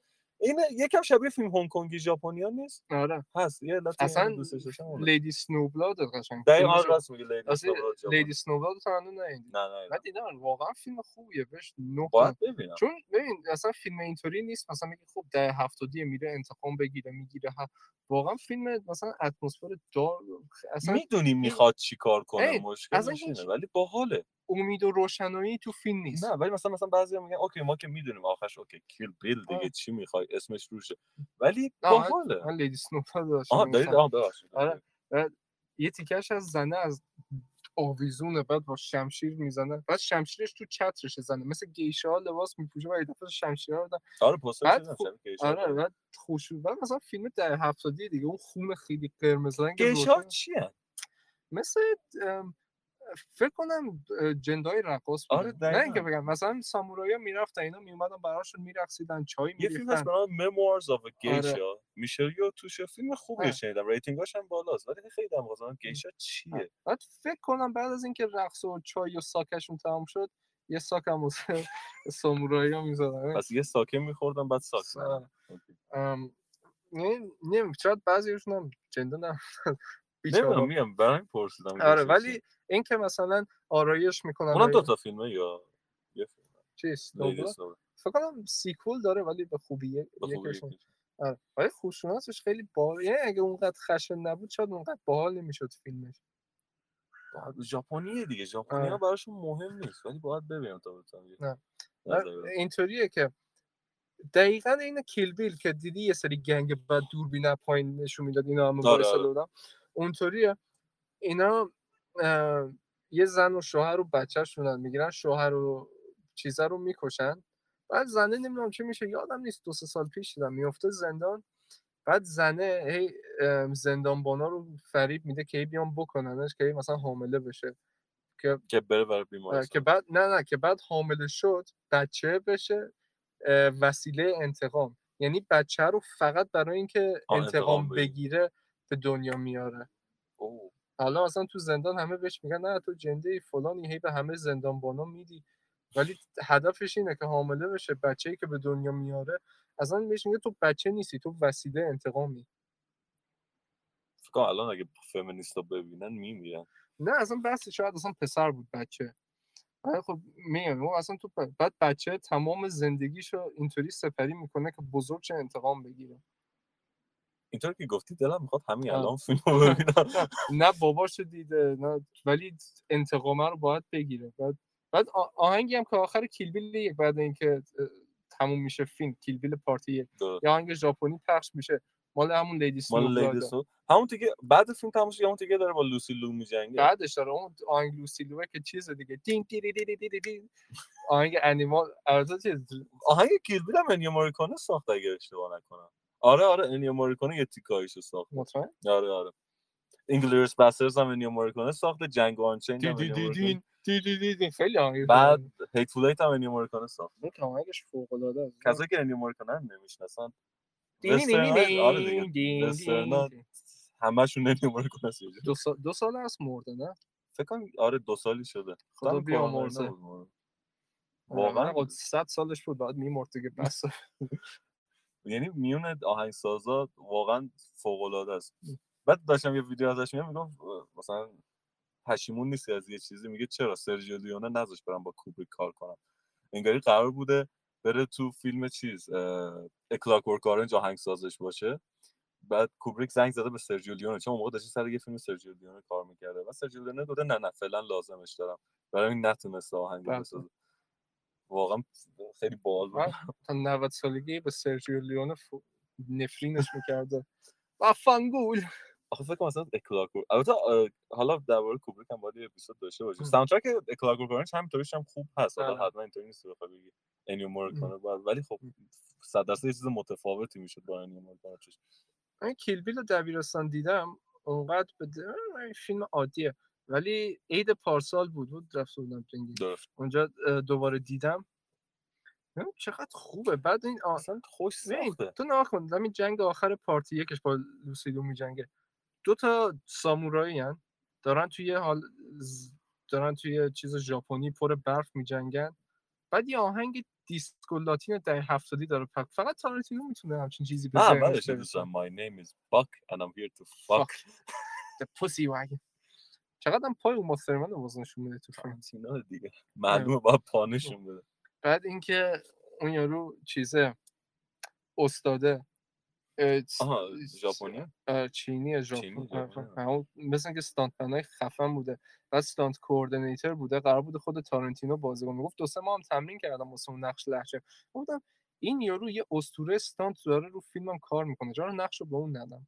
Speaker 2: این یکم شبیه فیلم هنگ کنگی ژاپنی ها نیست
Speaker 1: آره
Speaker 2: هست یه علت
Speaker 1: اصلا
Speaker 2: دوستش داشتم اونه.
Speaker 1: لیدی سنوبلاد قشنگ
Speaker 2: دقیقاً
Speaker 1: فیلمشو-
Speaker 2: راست میگه لیدی
Speaker 1: راستی
Speaker 2: سنوبراد ژاپنی.
Speaker 1: لیدی سنوبلاد تو هنوز ندیدی
Speaker 2: نه نه
Speaker 1: من
Speaker 2: نه.
Speaker 1: دیدم واقعا فیلم خوبیه بهش نه
Speaker 2: باید
Speaker 1: دادم.
Speaker 2: ببینم
Speaker 1: چون ببین اصلا فیلم اینطوری نیست مثلا میگه خب ده هفتادی میره انتقام بگیره میگیره ها. واقعا فیلم مثلا اتمسفر دار اصلا
Speaker 2: میدونی میخواد چیکار
Speaker 1: ای،
Speaker 2: کنه
Speaker 1: اصلا
Speaker 2: مشکلش اینه
Speaker 1: هیچ-
Speaker 2: ولی باحاله
Speaker 1: امید و روشنایی تو فیلم نیست
Speaker 2: نه ولی مثلا مثلا بعضی میگن اوکی ما که میدونیم آخرش اوکی کیل بیل
Speaker 1: آه.
Speaker 2: دیگه چی میخوای اسمش روشه ولی
Speaker 1: نه، من-
Speaker 2: باحاله
Speaker 1: من لیدی سنوبلاد رو داشتم
Speaker 2: آها دارید
Speaker 1: می‌گفتم.
Speaker 2: آها ببخشید.
Speaker 1: آره. یه تیکش از زنه از آویزونه بعد با شمشیر میزنه بعد شمشیرش تو چترش زنه مثل گیشه ها لباس میپوشه و یه دفعه شمشیر رو
Speaker 2: آره پوستر
Speaker 1: بعد
Speaker 2: چیزم
Speaker 1: خب-
Speaker 2: شبیه کیش
Speaker 1: آره بعد خوش بعد مثلا فیلم در هفتادی دیگه اون خون خیلی قرمز رنگ
Speaker 2: گیشا
Speaker 1: روشن.
Speaker 2: چیه
Speaker 1: مثل ام، فکر کنم اه، جندای رقاص بودن
Speaker 2: آره،
Speaker 1: نه اینکه
Speaker 2: دقیقاً.
Speaker 1: بگم مثلا سامورایا میرفتن اینا میومدن براشون میرقصیدن چای
Speaker 2: یه فیلم هست
Speaker 1: میریختن
Speaker 2: به نام Memoirs of a
Speaker 1: آره.
Speaker 2: Geisha میشل یو توشه فیلم
Speaker 1: آه.
Speaker 2: خوبیه شنیدم ریتینگاش هم بالاست ولی خیلی دم بازم گیشا چیه
Speaker 1: بعد فکر کنم بعد از اینکه رقص و چای و ساکشون تمام شد یه ساک هم واسه <laughs> سامورایا میزدن
Speaker 2: پس یه ساکه میخوردم بعد ساک زدم. اوکی.
Speaker 1: نمی یعنی شاید بعضیشون هم جنده نه <laughs>
Speaker 2: نمیدونم میگم برام پرسیدم
Speaker 1: آره
Speaker 2: گیشا
Speaker 1: ولی آره.
Speaker 2: چیه.
Speaker 1: اینکه مثلا آرایش میکنن
Speaker 2: اونم
Speaker 1: و
Speaker 2: دو تا فیلمه یا یه فیلم
Speaker 1: چیز
Speaker 2: Lady
Speaker 1: دوبلا
Speaker 2: Snowblood.
Speaker 1: فکر کنم سیکول داره ولی به خوبی
Speaker 2: به خوبی
Speaker 1: یکش
Speaker 2: یکیش.
Speaker 1: آره ولی خوشونتش خیلی باحال یعنی اگه اونقدر خشن نبود شاید اونقدر باحال نمیشد فیلمش
Speaker 2: باید- ژاپنیه دیگه ژاپنی
Speaker 1: آره.
Speaker 2: ها براشون مهم نیست ولی باید ببینم تا بتونم یه
Speaker 1: نه. آره،
Speaker 2: نظری بدم.
Speaker 1: اینطوریه که دقیقا این کیل بیل که دیدی یه سری گنگ بعد دوربین از پایین نشون میداد اینا همه
Speaker 2: آره،
Speaker 1: وایساده
Speaker 2: آره.
Speaker 1: بودن اونطوریه اینا اه، یه زن و شوهر و بچه‌شونن میگیرن شوهر و چیزه رو میکشن بعد زنه نمیدونم چی میشه یادم نیست دو سه سال پیش دیدم میفته زندان بعد زنه هی ام، زندانبانا رو فریب میده که هی بیان بکننش که هی مثلا حامله بشه که
Speaker 2: که بره برای
Speaker 1: آه، آره، که
Speaker 2: بیمارستان
Speaker 1: بعد نه نه که بعد حامله شد بچه بشه اه، وسیله انتقام یعنی بچه رو فقط برای اینکه
Speaker 2: آه،
Speaker 1: انتقام
Speaker 2: انتقام بگیره.
Speaker 1: بگیره به دنیا میاره
Speaker 2: اوه.
Speaker 1: حالا اصلا تو زندان همه بهش میگن نه تو جنده ای فلانی هی به همه زندانبانا میدی ولی هدفش اینه که حامله بشه بچه ای که به دنیا میاره اصلا بهش میگه تو بچه نیستی تو وسیله انتقامی
Speaker 2: فکر کنم الان اگه فمینیستا ببینن میمیرن
Speaker 1: نه اصلا بحث شاید اصلا پسر بود بچه ولی خب میگم اون اصلا تو ب- بعد بچه تمام زندگیشو اینطوری سپری میکنه که بزرگ چه انتقام بگیره
Speaker 2: اینطور که گفتی دلم میخواد همین
Speaker 1: آه.
Speaker 2: الان فیلم رو ببینم
Speaker 1: نه باباشو دیده نه ولی انتقامه رو باید بگیره بعد بعد آ- آهنگی هم که آخر کیلبیل یک بعد اینکه اه، تموم میشه فیلم کیلبیل پارتی یک.
Speaker 2: درست.
Speaker 1: یه آهنگ ژاپنی پخش میشه مال همون لیدی
Speaker 2: مال
Speaker 1: سنوب
Speaker 2: لیدی سو همون تیکه بعد فیلم تموم شد، همون تیکه داره با لوسی لو میجنگه
Speaker 1: بعدش داره اون آهنگ لوسی لوه که چیز دیگه دین دی دی دی دی دی دی دی. آهنگ انیمال البته چیز
Speaker 2: آهنگ کیل بیل هم انیو موریکونه ساخت اگه اشتباه نکنم آره آره انیو موریکونه یه تیکایشو ساخت
Speaker 1: مطمئن
Speaker 2: آره آره انگلیس باسترز هم انیو موریکونه ساخت جنگ آنچین
Speaker 1: دی
Speaker 2: هم
Speaker 1: دی
Speaker 2: انیو
Speaker 1: دی
Speaker 2: موریکونه
Speaker 1: دین دی دی دی دین خیلی آهنگ
Speaker 2: بعد
Speaker 1: خوبیه.
Speaker 2: هیتفول ایت هم انیو موریکونه ساخت
Speaker 1: اون که آهنگش فوق العاده است
Speaker 2: کسایی که انیو موریکونه هم نمیشناسن
Speaker 1: دین دین
Speaker 2: وسترن های- آره دیگه.
Speaker 1: دین دین
Speaker 2: وسترنا-
Speaker 1: دین.
Speaker 2: همشون انیو موریکونه است یه جور.
Speaker 1: دو سال دو سال است مرده نه
Speaker 2: فکر کنم آره دو سالی شده
Speaker 1: خدا
Speaker 2: دم کرونا اینا
Speaker 1: بیامرزه
Speaker 2: بود مرد.
Speaker 1: واقعا
Speaker 2: واقعا
Speaker 1: خود 100 سالش بود بعد میمرد دیگه
Speaker 2: <laughs>
Speaker 1: بس
Speaker 2: یعنی میون آهنگسازا واقعا فوق العاده است بعد داشتم یه ویدیو ازش میگم میگم مثلا پشیمون نیستی از یه چیزی میگه چرا سرژیو لیونه نذاش برم با کوبریک کار کنم انگاری قرار بوده بره تو فیلم چیز اکلاک ورک آرنج آهنگسازش باشه بعد کوبریک زنگ زده به سرژیو لیونه چون اون موقع داشته سر یه فیلم سرژیو لیونه کار میکرده و سرژیو لیونه گفته نه نه فعلا لازمش دارم برای این نتونسته آهنگ
Speaker 1: بله.
Speaker 2: رو بسازه واقعا خیلی باحال بود
Speaker 1: من تا 90 سالگی به سرژیو لیون فو- نفرینش میکرده و فنگول
Speaker 2: آخه فکر کنم مثلا اکلاک ور- البته اه، حالا درباره کوبریک هم باید یه اپیزود داشته باشیم
Speaker 1: هم.
Speaker 2: ساوندترک اکلاک اورنج همینطوریش هم خوب هست
Speaker 1: بله.
Speaker 2: حالا حتما اینطوری نیست که بخوای بگی انیو مورکانه بعد ولی خب 100 درصد یه چیز متفاوتی میشد با انیو مورکانه چش
Speaker 1: من کیلبیل رو دبیرستان دیدم اونقدر به د- این فیلم عادیه ولی عید پارسال بود بود رفته بودم تو انگلیس.
Speaker 2: درست
Speaker 1: اونجا اه، دوباره دیدم ببین چقدر خوبه بعد این آ...
Speaker 2: اصلا خوش
Speaker 1: ببین،
Speaker 2: ساخته
Speaker 1: تو نگاه کن همین جنگ آخر پارتی یکش با لوسیدو میجنگه دو تا سامورایی هن. دارن توی حال ز- دارن توی چیز ژاپنی پر برف میجنگن بعد یه آهنگ دیسکو لاتین دهه هفتادی داره پخ فقط تارانتینو میتونه همچین چیزی به
Speaker 2: من
Speaker 1: ذهنش
Speaker 2: اولش
Speaker 1: برسه
Speaker 2: دوستم my name is Buck and I'm here to
Speaker 1: Fuck
Speaker 2: fuck
Speaker 1: the pussy wagon چقدر هم پای اوما ثرمن رو نشون میده تو فیلم
Speaker 2: تارانتینا دیگه معلومه
Speaker 1: آره.
Speaker 2: باید پانشون بده
Speaker 1: بعد اینکه اون یارو چیزه استاده اه، س-
Speaker 2: آها
Speaker 1: س-
Speaker 2: ژاپنی
Speaker 1: آه، چینی
Speaker 2: چینی
Speaker 1: ژاپن آره،
Speaker 2: ژاپنی، آره.
Speaker 1: همون مثل اینکه استانتمنای خفن بوده و استانت کوردینیتور بوده قرار بوده خود تارنتینو بازی کنه گفت دو سه ماه هم تمرین کردم واسه اون نقش لهجه گفتم این یارو یه اسطوره استانت داره رو فیلمم کار میکنه چرا نقش رو به اون ندم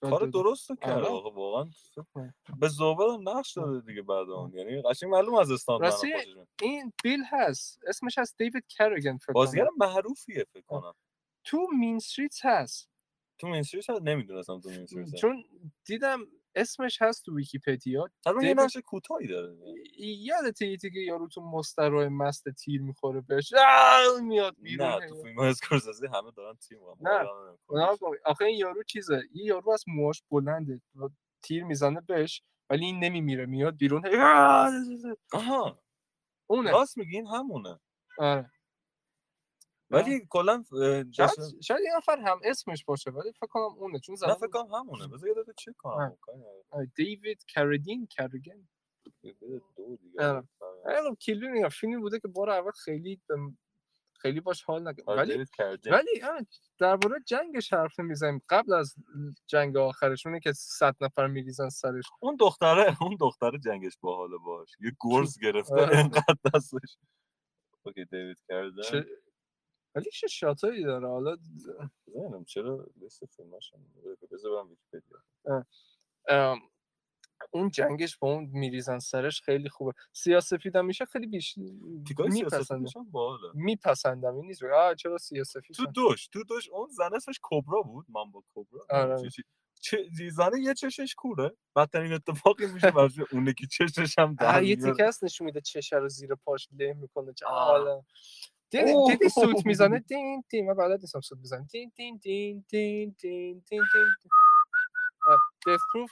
Speaker 1: داد
Speaker 2: کار
Speaker 1: داد.
Speaker 2: درست رو کرد
Speaker 1: آره.
Speaker 2: آقا واقعا
Speaker 1: آره.
Speaker 2: به زوبر نقش داده دیگه بعد اون یعنی قشنگ معلوم از استاندارد
Speaker 1: راستی
Speaker 2: خوشش میاد.
Speaker 1: این بیل هست اسمش هست دیوید کرگن فکر
Speaker 2: بازیگر
Speaker 1: کنم
Speaker 2: معروفیه فکر
Speaker 1: آه.
Speaker 2: کنم
Speaker 1: تو مین استریتس هست
Speaker 2: تو مینستری شاید نمیدونستم تو مینستری شاید
Speaker 1: چون دیدم اسمش هست تو ویکی‌پدیا
Speaker 2: حتما یه
Speaker 1: دیوید
Speaker 2: نقش کوتاهی داره دیگه.
Speaker 1: یادته یه که یارو تو مسترهای مست تیر میخوره بهش آه، میاد بیرون
Speaker 2: نه تو فیلم های اسکورسزی همه دارن تیم هم
Speaker 1: نه. اونا با- آخه این یارو چیزه یه یارو از موهاش بلنده و تیر میزنه بهش ولی این نمیمیره میاد بیرون هی آه،
Speaker 2: آها
Speaker 1: اونه
Speaker 2: راست میگی این همونه
Speaker 1: آره
Speaker 2: ولی کلا اه، جشن-
Speaker 1: شاید شاید یه نفر هم اسمش باشه ولی فکر کنم اونه چون
Speaker 2: نه
Speaker 1: زمان
Speaker 2: فکر کنم همونه بذار یه دقیقه چک
Speaker 1: آه.
Speaker 2: کنم خب، کاری نداره.
Speaker 1: آره، دیوید کردین کرگن
Speaker 2: یه بده دو دیگه
Speaker 1: آره.
Speaker 2: آره.
Speaker 1: الان کلی نگاه فیلمی بوده که بار اول خیلی به- خیلی باش حال نکرد
Speaker 2: آره،
Speaker 1: ولی
Speaker 2: دیوید کردین.
Speaker 1: ولی آره، درباره جنگش حرف نمیزنیم قبل از جنگ آخرش اونه که صد نفر میریزن سرش
Speaker 2: اون دختره اون دختره جنگش باحاله باش یه
Speaker 1: <laughs>
Speaker 2: گرز گرفته
Speaker 1: آره.
Speaker 2: انقدر دستش اوکی دیوید کردن
Speaker 1: چه... ولی چه شاتایی داره حالا
Speaker 2: نمیدونم چرا لیست فیلماش هم بذار برم ویکی‌پدیا
Speaker 1: ام، اون جنگش با اون میریزن سرش خیلی خوبه سیاسفید هم میشه خیلی بیش
Speaker 2: تیکای
Speaker 1: میپسندم
Speaker 2: سیاستش هم باحاله
Speaker 1: میپسندم این نیست بگم، آه چرا سیاسفید
Speaker 2: تو دوش تو دوش اون زن اسمش کبرا بود من با کبرا
Speaker 1: آره.
Speaker 2: چی- چی- چه چی- زنه یه چشش کوره بدترین اتفاقی
Speaker 1: <laughs>
Speaker 2: میشه برای اون یکی چشش هم در
Speaker 1: آره، یه
Speaker 2: میاد.
Speaker 1: تیکه هست نشون میده چشه رو زیر پاش له میکنه چه
Speaker 2: آه.
Speaker 1: حالا دیدی
Speaker 2: اوه.
Speaker 1: دیدی سوت میزنه دین دین من بلد نیستم سوت بزنم دین دین دین دین دین دین دین دث پروف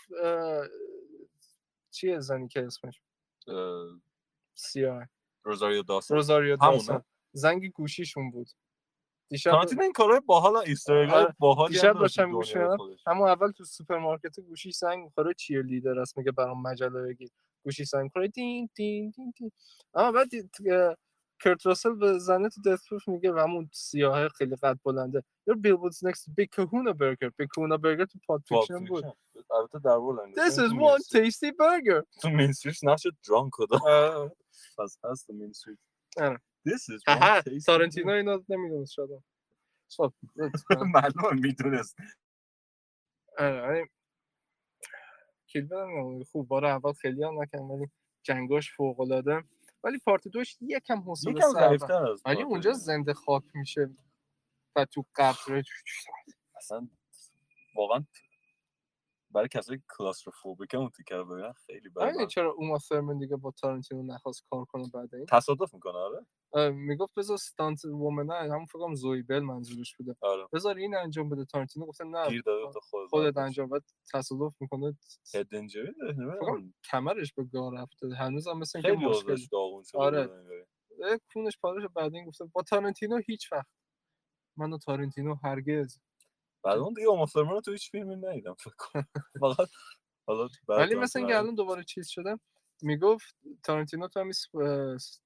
Speaker 1: چیه زنی که اسمش
Speaker 2: اه،
Speaker 1: سیاه
Speaker 2: روزاریو داستان
Speaker 1: روزاریو
Speaker 2: همونه.
Speaker 1: داستان زنگ گوشیشون بود دیشب
Speaker 2: تارانتینو این کارهای باحال ایسترگاه
Speaker 1: آره،
Speaker 2: باحالی
Speaker 1: دیشب
Speaker 2: هم داشت تو
Speaker 1: داشتم گوش
Speaker 2: دنیای
Speaker 1: می‌دادم.
Speaker 2: خودش.
Speaker 1: همون اول تو سوپرمارکت گوشی سنگ میخوره چیر لیدر است میگه برام مجله بگیر گوشی سنگ میخوره دین دین دین دین اما بعد دید، اه، کرت راسل به زنه تو دث پروف میگه و همون سیاه خیلی قد بلنده یا بیل بودز نکست بیگ کهونا برگر بیگ کهونا برگر تو پاد
Speaker 2: پاپ
Speaker 1: فیکشن بود
Speaker 2: فیکشن. البته در بولند
Speaker 1: This is one tasty burger
Speaker 2: تو مینستریش نقش درانک رو داشت.
Speaker 1: آه.
Speaker 2: پس هست تو مینستریش
Speaker 1: آره.
Speaker 2: This is one
Speaker 1: هه،
Speaker 2: tasty
Speaker 1: تارنتینو
Speaker 2: <laughs>
Speaker 1: اینو نمیدونست شده خب
Speaker 2: burger. معلومه میدونست
Speaker 1: آره کیل بدم خوب بار اول خیلی هم نکردم ولی جنگاش فوق العاده ولی پارت دوش یکم حوصله
Speaker 2: یکم
Speaker 1: سر رفت.
Speaker 2: ضعیفتر از
Speaker 1: ولی
Speaker 2: پاپ
Speaker 1: اونجا
Speaker 2: فیکشن.
Speaker 1: زنده خاک میشه و تو قبر
Speaker 2: اصلا واقعا برای کسایی که کلاسروفوبیک اون تیکر ببینن خیلی
Speaker 1: همین
Speaker 2: بده
Speaker 1: بله، چرا اوما ثرمن دیگه با تارنتینو نخواست کار کنه بعد این
Speaker 2: تصادف میکنه آره
Speaker 1: اه، میگفت بذار ستانت وومن همون فکر کنم زویبل منظورش بوده
Speaker 2: آره
Speaker 1: بذار این انجام بده تارنتینو گفتن نه
Speaker 2: گیر داده تو خود
Speaker 1: خودت انجام بده تصادف میکنه
Speaker 2: هد اینجوری داشت، نمی‌دونم.
Speaker 1: فکرم کمرش به گاه رفته هنوزم مثل اینکه
Speaker 2: خیلی
Speaker 1: مشکل
Speaker 2: وضعش داغون شده
Speaker 1: آره.
Speaker 2: بدنی.
Speaker 1: اه، کونش پاداش بعد این گفته با تارنتینو هیچ وقت من و تارنتینو هرگز
Speaker 2: بعد اون دیگه اوماسرمن رو تو هیچ فیلمی ندیدم فکر
Speaker 1: <laughs>
Speaker 2: کنم فقط حالا بعد
Speaker 1: ولی
Speaker 2: جان
Speaker 1: مثل اینکه
Speaker 2: سینا.
Speaker 1: الان دوباره چیز شده میگفت تارنتینو تو همین سپ- اه، س-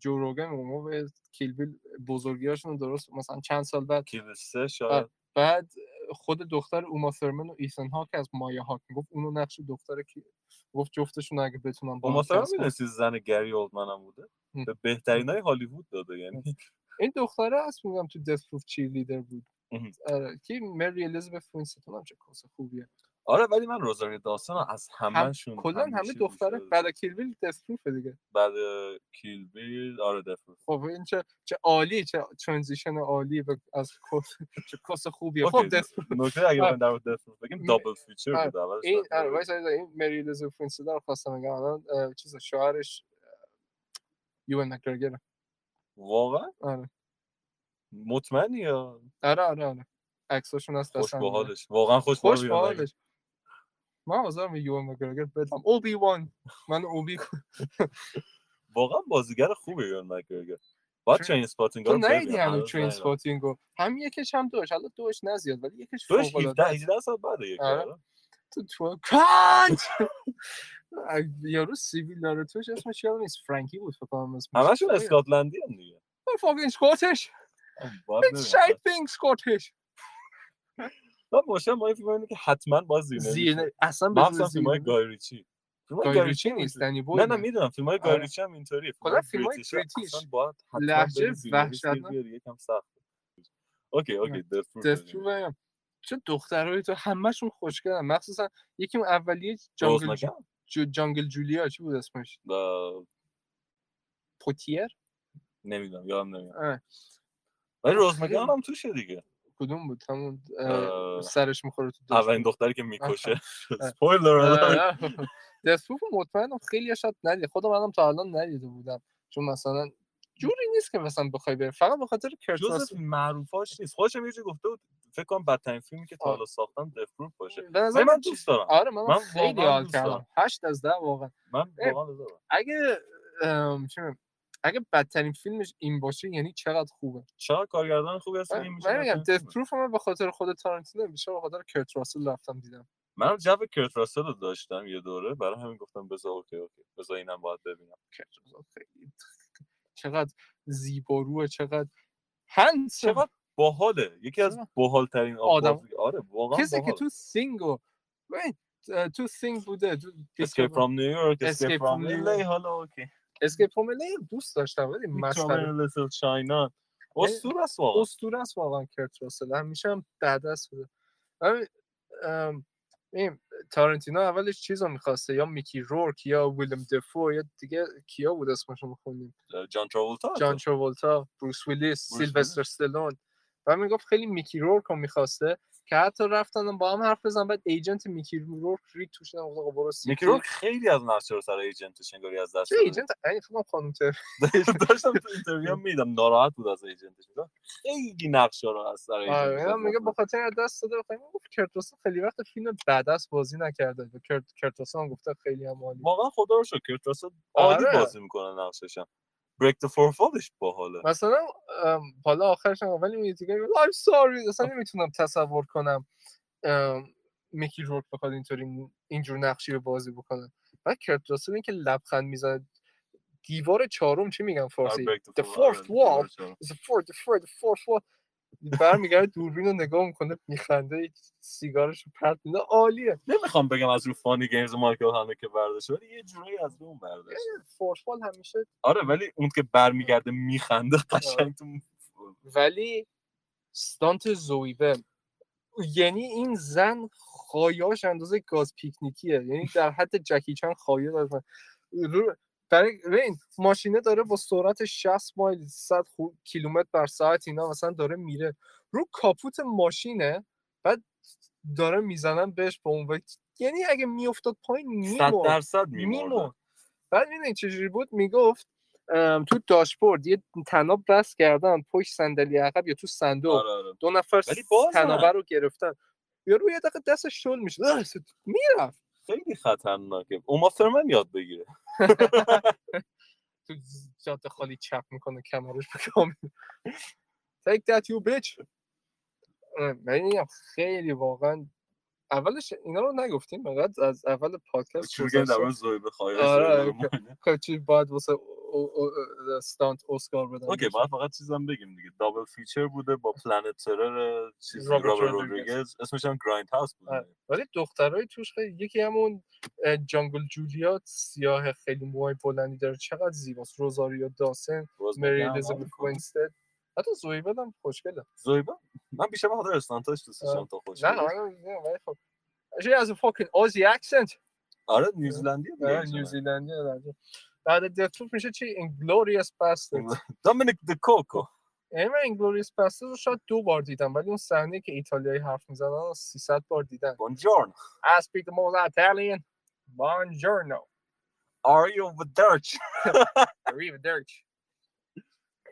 Speaker 1: جو روگن و کیل بیل بزرگیاشون رو درست مثلا چند سال بعد
Speaker 2: کیل سه
Speaker 1: آره.
Speaker 2: شاید
Speaker 1: بعد خود دختر اوما ثرمن و ایسن هاک از مایا هاک میگفت اونو نقش دختر کی گفت جفتشون اگه بتونم با هم
Speaker 2: اوماسرمن
Speaker 1: کس کنم.
Speaker 2: میدونستی زن گری اولدمن هم بوده
Speaker 1: هم.
Speaker 2: به بهترین های هالیوود داده یعنی
Speaker 1: این دختره هست میگم تو دث پروف چی لیدر بود
Speaker 2: مهم.
Speaker 1: آره، کی مری الیزابت وینستون هم چه کس خوبیه
Speaker 2: آره ولی من روزاری داستان رو از همشون
Speaker 1: کلا همه
Speaker 2: همیشه گوش
Speaker 1: دختره
Speaker 2: دادم.
Speaker 1: بعد کیل بیل دث پروفه دیگه
Speaker 2: بعد کیل بیل آره دفعه
Speaker 1: خب این چه چه عالی چه ترانزیشن عالی و از کس چه کس خوبیه
Speaker 2: اوکی،
Speaker 1: خب دست
Speaker 2: نکته اگه
Speaker 1: آره.
Speaker 2: من در مورد Death Proof بگیم
Speaker 1: م-
Speaker 2: دابل فیچر
Speaker 1: آره.
Speaker 2: بود اولش
Speaker 1: این
Speaker 2: بعد
Speaker 1: آره
Speaker 2: دوباره.
Speaker 1: وایس این مری الیزابت وینستون رو خواستم بگم الان اه، چیز شوهرش یوان مکگرگر
Speaker 2: واقعا
Speaker 1: آره
Speaker 2: مطمئنی یا
Speaker 1: آره آره آره عکساشون هست
Speaker 2: خوش
Speaker 1: دست هم
Speaker 2: به
Speaker 1: دیگه.
Speaker 2: حالش واقعا خوش
Speaker 1: خوش
Speaker 2: به
Speaker 1: به حالش من حاضرم به یوان مکگرگر بدم اوبی وان من اوبی
Speaker 2: واقعا بازیگر خوبه یون مکگرگر باید
Speaker 1: چون-
Speaker 2: چین اسپاتینگ
Speaker 1: تو
Speaker 2: رو آره، ببینم
Speaker 1: ندیدی همین
Speaker 2: هنوز
Speaker 1: چوین
Speaker 2: ندیدم.
Speaker 1: اسپاتینگو هم یکش هم دوش حالا دوش نه زیاد ولی یکش
Speaker 2: دورش
Speaker 1: فوق
Speaker 2: 17
Speaker 1: العاده
Speaker 2: 18 سال بعد یک
Speaker 1: آره.
Speaker 2: آره.
Speaker 1: تو تو کانت
Speaker 2: <laughs>
Speaker 1: یارو سیویل داره توش اسمش یادم نیست فرانکی بود فکر کنم اسمش آره.
Speaker 2: همشون اسکاتلندی هم دیگه
Speaker 1: فاکین اسکاتش
Speaker 2: آره،
Speaker 1: <laughs>
Speaker 2: باید
Speaker 1: این
Speaker 2: ببینم.
Speaker 1: شایت بینگ اسکاتش
Speaker 2: آره. من مشکل ما این فیلم اینه که حتما باید زیرنویس
Speaker 1: زیرنه
Speaker 2: بشه.
Speaker 1: اصلا
Speaker 2: مخصوصا
Speaker 1: بدون
Speaker 2: فیلم‌های
Speaker 1: زیرنه
Speaker 2: گای ریچی فیلم‌های
Speaker 1: گای
Speaker 2: گای
Speaker 1: ریچی
Speaker 2: هم
Speaker 1: نیست
Speaker 2: اینطوری.
Speaker 1: دنی
Speaker 2: نه
Speaker 1: بویل
Speaker 2: نه میدونم فیلم‌های گای
Speaker 1: آره.
Speaker 2: ریچی هم اینطوریه
Speaker 1: کلاً فیلم‌های
Speaker 2: بریتیش‌ها
Speaker 1: بریتیش
Speaker 2: اصلا باید حتما
Speaker 1: لحجه
Speaker 2: بری زیرنویس بیا
Speaker 1: وحشتناک. آره.
Speaker 2: بیاری، یکم سخت اوکی اوکی دث پروف
Speaker 1: دست رو بگم. چه دخترهای تو همشون خوشگلن مخصوصا یکی اون اولیه جانگل, جو... جو- جانگل جولیا چی بود اسمش پوتیر
Speaker 2: نمیدونم یادم نمیاد
Speaker 1: آه.
Speaker 2: ولی
Speaker 1: خیلی-
Speaker 2: روزمگان هم توشه دیگه
Speaker 1: کدوم بود همون اه،
Speaker 2: اه،
Speaker 1: سرش میخوره تو دست
Speaker 2: اولین دختری که میکشه
Speaker 1: آه.
Speaker 2: <laughs> سپویلر
Speaker 1: آره.
Speaker 2: آلرت.
Speaker 1: دستپوف مطمئنم خیلی شاید ندید خودم الان تا الان ندیده بودم چون مثلا جوری نیست که مثلا بخوای بری فقط به خاطر کرت
Speaker 2: جز
Speaker 1: راسل
Speaker 2: معروفاش نیست خودشم یه جا گفته بود فکر کنم بدترین فیلمی که تا
Speaker 1: آه.
Speaker 2: حالا ساختم دفروف باشه
Speaker 1: به نظر
Speaker 2: ولی من
Speaker 1: من چی-
Speaker 2: دوست دارم
Speaker 1: آره من,
Speaker 2: من
Speaker 1: خیلی
Speaker 2: واقعا
Speaker 1: حال
Speaker 2: دوست دارم.
Speaker 1: کردم 8 از 10 واقعا
Speaker 2: من
Speaker 1: اه.
Speaker 2: واقعا دوست دارم
Speaker 1: اگه ام، چی می‌گم، اگه بدترین فیلمش این باشه یعنی چقدر خوبه
Speaker 2: چرا کارگردان خوبی هست
Speaker 1: من
Speaker 2: این میشه
Speaker 1: من میگم
Speaker 2: بدترین
Speaker 1: دث
Speaker 2: فیلمه.
Speaker 1: پروف من به خاطر خود تارانتینو بیشتر به خاطر کرت راسل رفتم دیدم
Speaker 2: من جو کرت راسل رو داشتم یه دوره برای همین گفتم بذار اوکی اوکی بذار اینم باید ببینم
Speaker 1: کرت راسل خیلی چقدر زیباروه چقدر هنسم
Speaker 2: چقدر باحاله یکی از
Speaker 1: چرا؟
Speaker 2: باحالترین
Speaker 1: آدم.
Speaker 2: آدم آره واقعا
Speaker 1: کسی که
Speaker 2: باحاله
Speaker 1: تو سینگو ببین، اه، تو سینگ بوده تو
Speaker 2: اسکیپ فرام نیویورک
Speaker 1: Escape
Speaker 2: اسکیپ
Speaker 1: from
Speaker 2: فرام
Speaker 1: New
Speaker 2: الی
Speaker 1: York.
Speaker 2: حالا اوکی
Speaker 1: اسکیپ فرام دوست داشتم ولی مسخره
Speaker 2: میتونم لیتل چاینا اسطوره است واقعا
Speaker 1: اسطوره است واقعا کرت راسل همیشه هم دست بوده ولی، ام، این تارنتینا اولش چیز رو میخواسته یا میکی رورک یا ویلم دفو یا دیگه کیا بود اسمشون میخوندیم
Speaker 2: جان تراولتا
Speaker 1: جان تراولتا بروس ویلیس
Speaker 2: بروس
Speaker 1: سیلوستر ستلون و میگفت خیلی میکی رورک رو میخواسته که حتی رفتن با هم حرف بزن بعد ایجنت میکی رورک ریک توش نمیخواد آقا برو سیتی.
Speaker 2: میکرون خیلی از نقشه رو سر ایجنتش انگاری از دست
Speaker 1: چه
Speaker 2: داده.
Speaker 1: ایجنت این فکر کنم خانم تر
Speaker 2: <laughs> داشتم تو
Speaker 1: <laughs>
Speaker 2: اینترویو میدم ناراحت بود از ایجنتش میگم خیلی نقشه رو از سر
Speaker 1: آره،
Speaker 2: ایجنتش
Speaker 1: اینم
Speaker 2: از
Speaker 1: میگه
Speaker 2: دست
Speaker 1: به خاطر از دست داده بخوایم گفت کرت راسل خیلی وقت فیلم بعدست بازی نکرده به کرت کرت راسل هم گفته خیلی هم عالی
Speaker 2: واقعا خدا رو شکر کرت راسل عالی
Speaker 1: آره.
Speaker 2: بازی میکنه نقشش هم بریک the فورفالش باحاله
Speaker 1: مثلا ام، حالا آخرش هم ولی میتیگر I'm sorry اصلا نمیتونم تصور کنم ام، میکی رورک بخواد اینطوری اینجور نقشی رو بازی بکنه بعد کرت راسل این که لبخند میزنه دیوار چهارم چی میگن
Speaker 2: آره،
Speaker 1: فارسی
Speaker 2: break
Speaker 1: the
Speaker 2: fourth
Speaker 1: fourth
Speaker 2: wall، آره،
Speaker 1: wall.
Speaker 2: چرا.
Speaker 1: the fourth the fourth the fourth wall برمیگرده دوربین رو نگاه میکنه میخنده سیگارش رو پرت میده عالیه
Speaker 2: نمیخوام بگم از رو فانی گیمز مایکل همه که برداشت ولی یه جورایی از اون برداشت
Speaker 1: فورت وال همیشه
Speaker 2: آره ولی اون که برمیگرده میخنده
Speaker 1: آره.
Speaker 2: قشنگ تو
Speaker 1: ولی استانت زویبه یعنی این زن خایاش اندازه گاز پیکنیکیه یعنی در حد جکی چن خایه داره رو- برای ببین، ماشینه داره با سرعت 60 مایل 100 خو- کیلومتر بر ساعت اینا مثلا داره میره رو کاپوت ماشینه بعد داره میزنن بهش با اون وقت یعنی اگه میافتاد پایین
Speaker 2: صد
Speaker 1: میمرد
Speaker 2: درصد میمرده
Speaker 1: میمرد بعد میدونی چجوری بود میگفت ام، تو داشبورد یه تناب بست کردن پشت صندلی عقب یا تو صندوق
Speaker 2: آره آره
Speaker 1: دو نفر
Speaker 2: ولی بازن.
Speaker 1: تنابه رو گرفتن یارو یه دقیقه دستش شل میشد میرفت
Speaker 2: خیلی خطرناکه اوما فرمن یاد بگیره
Speaker 1: تو جاده خالی چپ میکنه کمرش <laughs> به کامل take that you bitch اه، ولی میگم خیلی واقعا اولش اینا رو نگفتیم فقط از اول پادکست
Speaker 2: چون که در
Speaker 1: گذاشتیم.
Speaker 2: مورد زویبه خواهش
Speaker 1: آره،
Speaker 2: داره.
Speaker 1: که چی باید واسه او- او- او- استانت اسکار بدن
Speaker 2: اوکی
Speaker 1: بهش.
Speaker 2: باید فقط چیزم بگیم دیگه دابل فیچر بوده با پلنت ترر چیز
Speaker 1: رابرت
Speaker 2: رابرت
Speaker 1: رودریگز.
Speaker 2: رودریگز اسمش هم گرایند هاوس
Speaker 1: آره.
Speaker 2: بوده
Speaker 1: ولی دخترای توش خیلی یکی همون اه، جانگل جولیا سیاه خیلی موهای بلندی داره چقدر زیباست روزاریو خب. داسن
Speaker 2: باز
Speaker 1: مری
Speaker 2: نگم،
Speaker 1: الیزابت
Speaker 2: آره.
Speaker 1: وینستد حتی زویبل هم خوشگله
Speaker 2: زویبه من بیشتر به خاطر استانتاش دوستشم تا خوش
Speaker 1: نه من نمی‌دونم، ولی خب She has a fucking Aussie accent
Speaker 2: آره نیوزلندی
Speaker 1: آره، نیوزیلندی درجه. بعد دتروپ میشه چی Inglorious Bastards
Speaker 2: دامینیک دکوکو
Speaker 1: یعنی من Inglorious Bastards رو شاید دو بار دیدم ولی اون صحنه که ایتالیایی حرف میزنن رو 300 بار دیدم
Speaker 2: بونجورن
Speaker 1: I speak the most Italian Buongiorno
Speaker 2: آر یو درچ
Speaker 1: Arrivederci.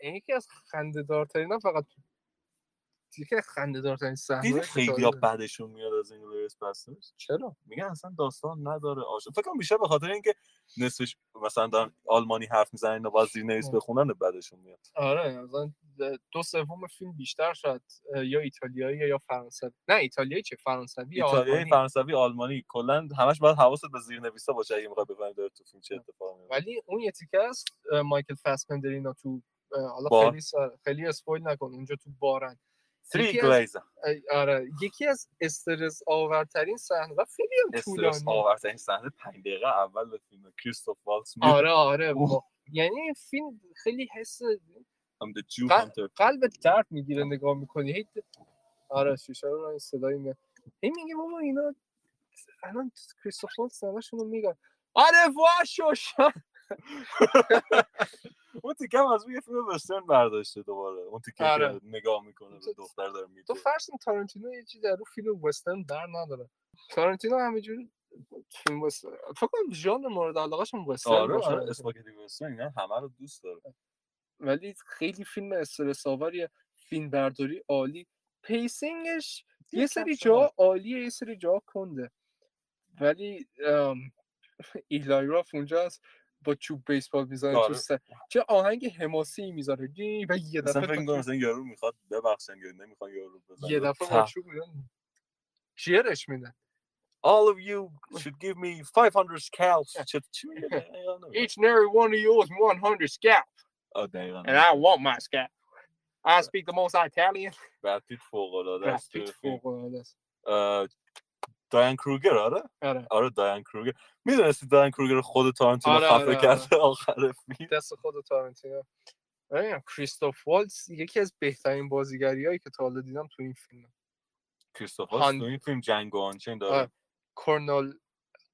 Speaker 1: این یکی از خنده‌دارترین نه فقط یکی از خنده‌دارترین
Speaker 2: دیدی
Speaker 1: صحنه‌های
Speaker 2: خیلی ها
Speaker 1: تاریخ.
Speaker 2: بعدشون میاد از این لوریس پسترز
Speaker 1: چرا
Speaker 2: میگن اصلا داستان نداره عاشق فکر کنم بیشتر به خاطر اینکه نصفش مثلا دارن آلمانی حرف میزنن اینا باز زیرنویس
Speaker 1: آه.
Speaker 2: بخونن بعدشون میاد
Speaker 1: آره مثلا دو سوم فیلم بیشتر شد یا ایتالیایی یا فرانسوی نه ایتالیایی چه فرانسوی یا
Speaker 2: ایتالیایی
Speaker 1: آلمانی
Speaker 2: فرانسوی آلمانی کلا همش باید حواست به زیرنویسا باشه اگه میخوای بفهمی داره تو فیلم چه
Speaker 1: خب.
Speaker 2: اتفاقی میفته
Speaker 1: ولی اون یه تیکه است اه، مایکل فاسبندر اینا تو اه، حالا
Speaker 2: بار.
Speaker 1: خیلی سر- خیلی اسپویل نکن اونجا تو بارن
Speaker 2: تری
Speaker 1: یکی از-
Speaker 2: گلیزر
Speaker 1: اه، آره یکی از استرس آورترین صحنه و خیلی هم
Speaker 2: استرس
Speaker 1: طولانی
Speaker 2: آورترین صحنه 5 دقیقه اول فیلم کریستوف والتز میاد
Speaker 1: آره آره
Speaker 2: اوه.
Speaker 1: با- یعنی این فیلم خیلی حس
Speaker 2: I'm the Jew
Speaker 1: ق-
Speaker 2: hunter.
Speaker 1: قلبت درد میگیره نگاه میکنی هی د- آره شیشه رو این صدای میاد هی میگه بابا اینا الان کریستوفر سرشون رو میگن آره واشوش
Speaker 2: اون تیکه هم از اون یه فیلم وسترن برداشته دوباره اون تیکه
Speaker 1: آره.
Speaker 2: که نگاه میکنه به
Speaker 1: تو-
Speaker 2: دختر داره میگه
Speaker 1: تو فرض کن تارانتینو یه چیزی از رو فیلم وسترن در نداره تارانتینو همه جوری فیلم وسترن فکر کنم ژانر مورد علاقه‌ش هم وسترن
Speaker 2: آره
Speaker 1: باشه
Speaker 2: آره اسپاگتی وسترن اینا همه رو دوست داره
Speaker 1: ولی خیلی فیلم استرس آوریه فیلم برداری عالی پیسینگش یه
Speaker 2: یکم
Speaker 1: سری
Speaker 2: شاید.
Speaker 1: جا عالیه یه سری جا کنده ولی ام، ایلای راف اونجاست با چوب بیسبال میزنه
Speaker 2: آره.
Speaker 1: تو سر چه آهنگ حماسی میذاره دی و یه
Speaker 2: مثلا
Speaker 1: دفعه
Speaker 2: فکر
Speaker 1: با-
Speaker 2: میکنم مثلا یارو میخواد ببخشن یا نمیخوان یارو بزنه
Speaker 1: یه دفعه با چوب میزنه جیرش میده
Speaker 2: All of you should give me 500 scalps چه چی میگه دقیقاً نمی‌دونم.
Speaker 1: Each and every one of you is 100 scalp
Speaker 2: آه، دقیقاً
Speaker 1: and I want my scalp
Speaker 2: آره.
Speaker 1: I speak the most Italian
Speaker 2: براد پیت
Speaker 1: <laughs>
Speaker 2: فوق‌العاده
Speaker 1: براد
Speaker 2: است توی
Speaker 1: پیت
Speaker 2: فیلم.
Speaker 1: فوق‌العاده است.
Speaker 2: آه، دایان کروگر آره
Speaker 1: آره
Speaker 2: آره دایان کروگر میدونستی دایان کروگر خود تارانتینو
Speaker 1: آره،
Speaker 2: خفه
Speaker 1: آره،
Speaker 2: کرده آخر فیلم
Speaker 1: دست خود تارانتینو نمی‌دونم، کریستوف والتز یکی از بهترین بازیگریایی که تا حالا دیدم تو این فیلم
Speaker 2: کریستوفر
Speaker 1: هان-
Speaker 2: تو این فیلم جنگ و آنچین
Speaker 1: آره.
Speaker 2: داره
Speaker 1: کورنل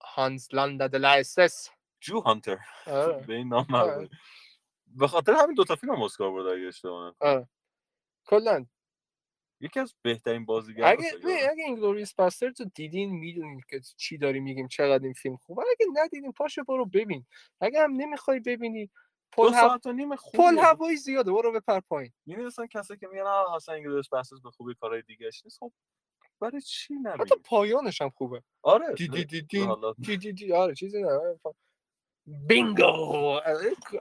Speaker 1: هانز لاندا دلا اسس
Speaker 2: جو هانتر
Speaker 1: آره.
Speaker 2: به این نام
Speaker 1: آره.
Speaker 2: معروفه به خاطر همین دوتا فیلم هم اسکار برده اگه اشتباه نکنم.
Speaker 1: آره. کلا
Speaker 2: یکی از بهترین بازیگرا
Speaker 1: اگه ببین، اگه اینگلوریس باسترز رو دیدین میدونین که چی داری میگیم چقدر این فیلم خوبه اگه ندیدین پاشو برو ببین اگه هم نمیخوای ببینی
Speaker 2: دو
Speaker 1: پل هوا
Speaker 2: ساعت و نیم
Speaker 1: پل
Speaker 2: خوبی
Speaker 1: هوایی زیاده برو بپر پایین
Speaker 2: یعنی اصلا کسی که میگن آه حسن انگلیس بحثش به خوبی کارهای دیگه نیست خب برای چی
Speaker 1: حتی
Speaker 2: نبینیم
Speaker 1: پایانش هم خوبه
Speaker 2: آره
Speaker 1: دی دی دی
Speaker 2: به-
Speaker 1: دین
Speaker 2: حالا
Speaker 1: دی دی دی آره چیزی نه آره، بینگو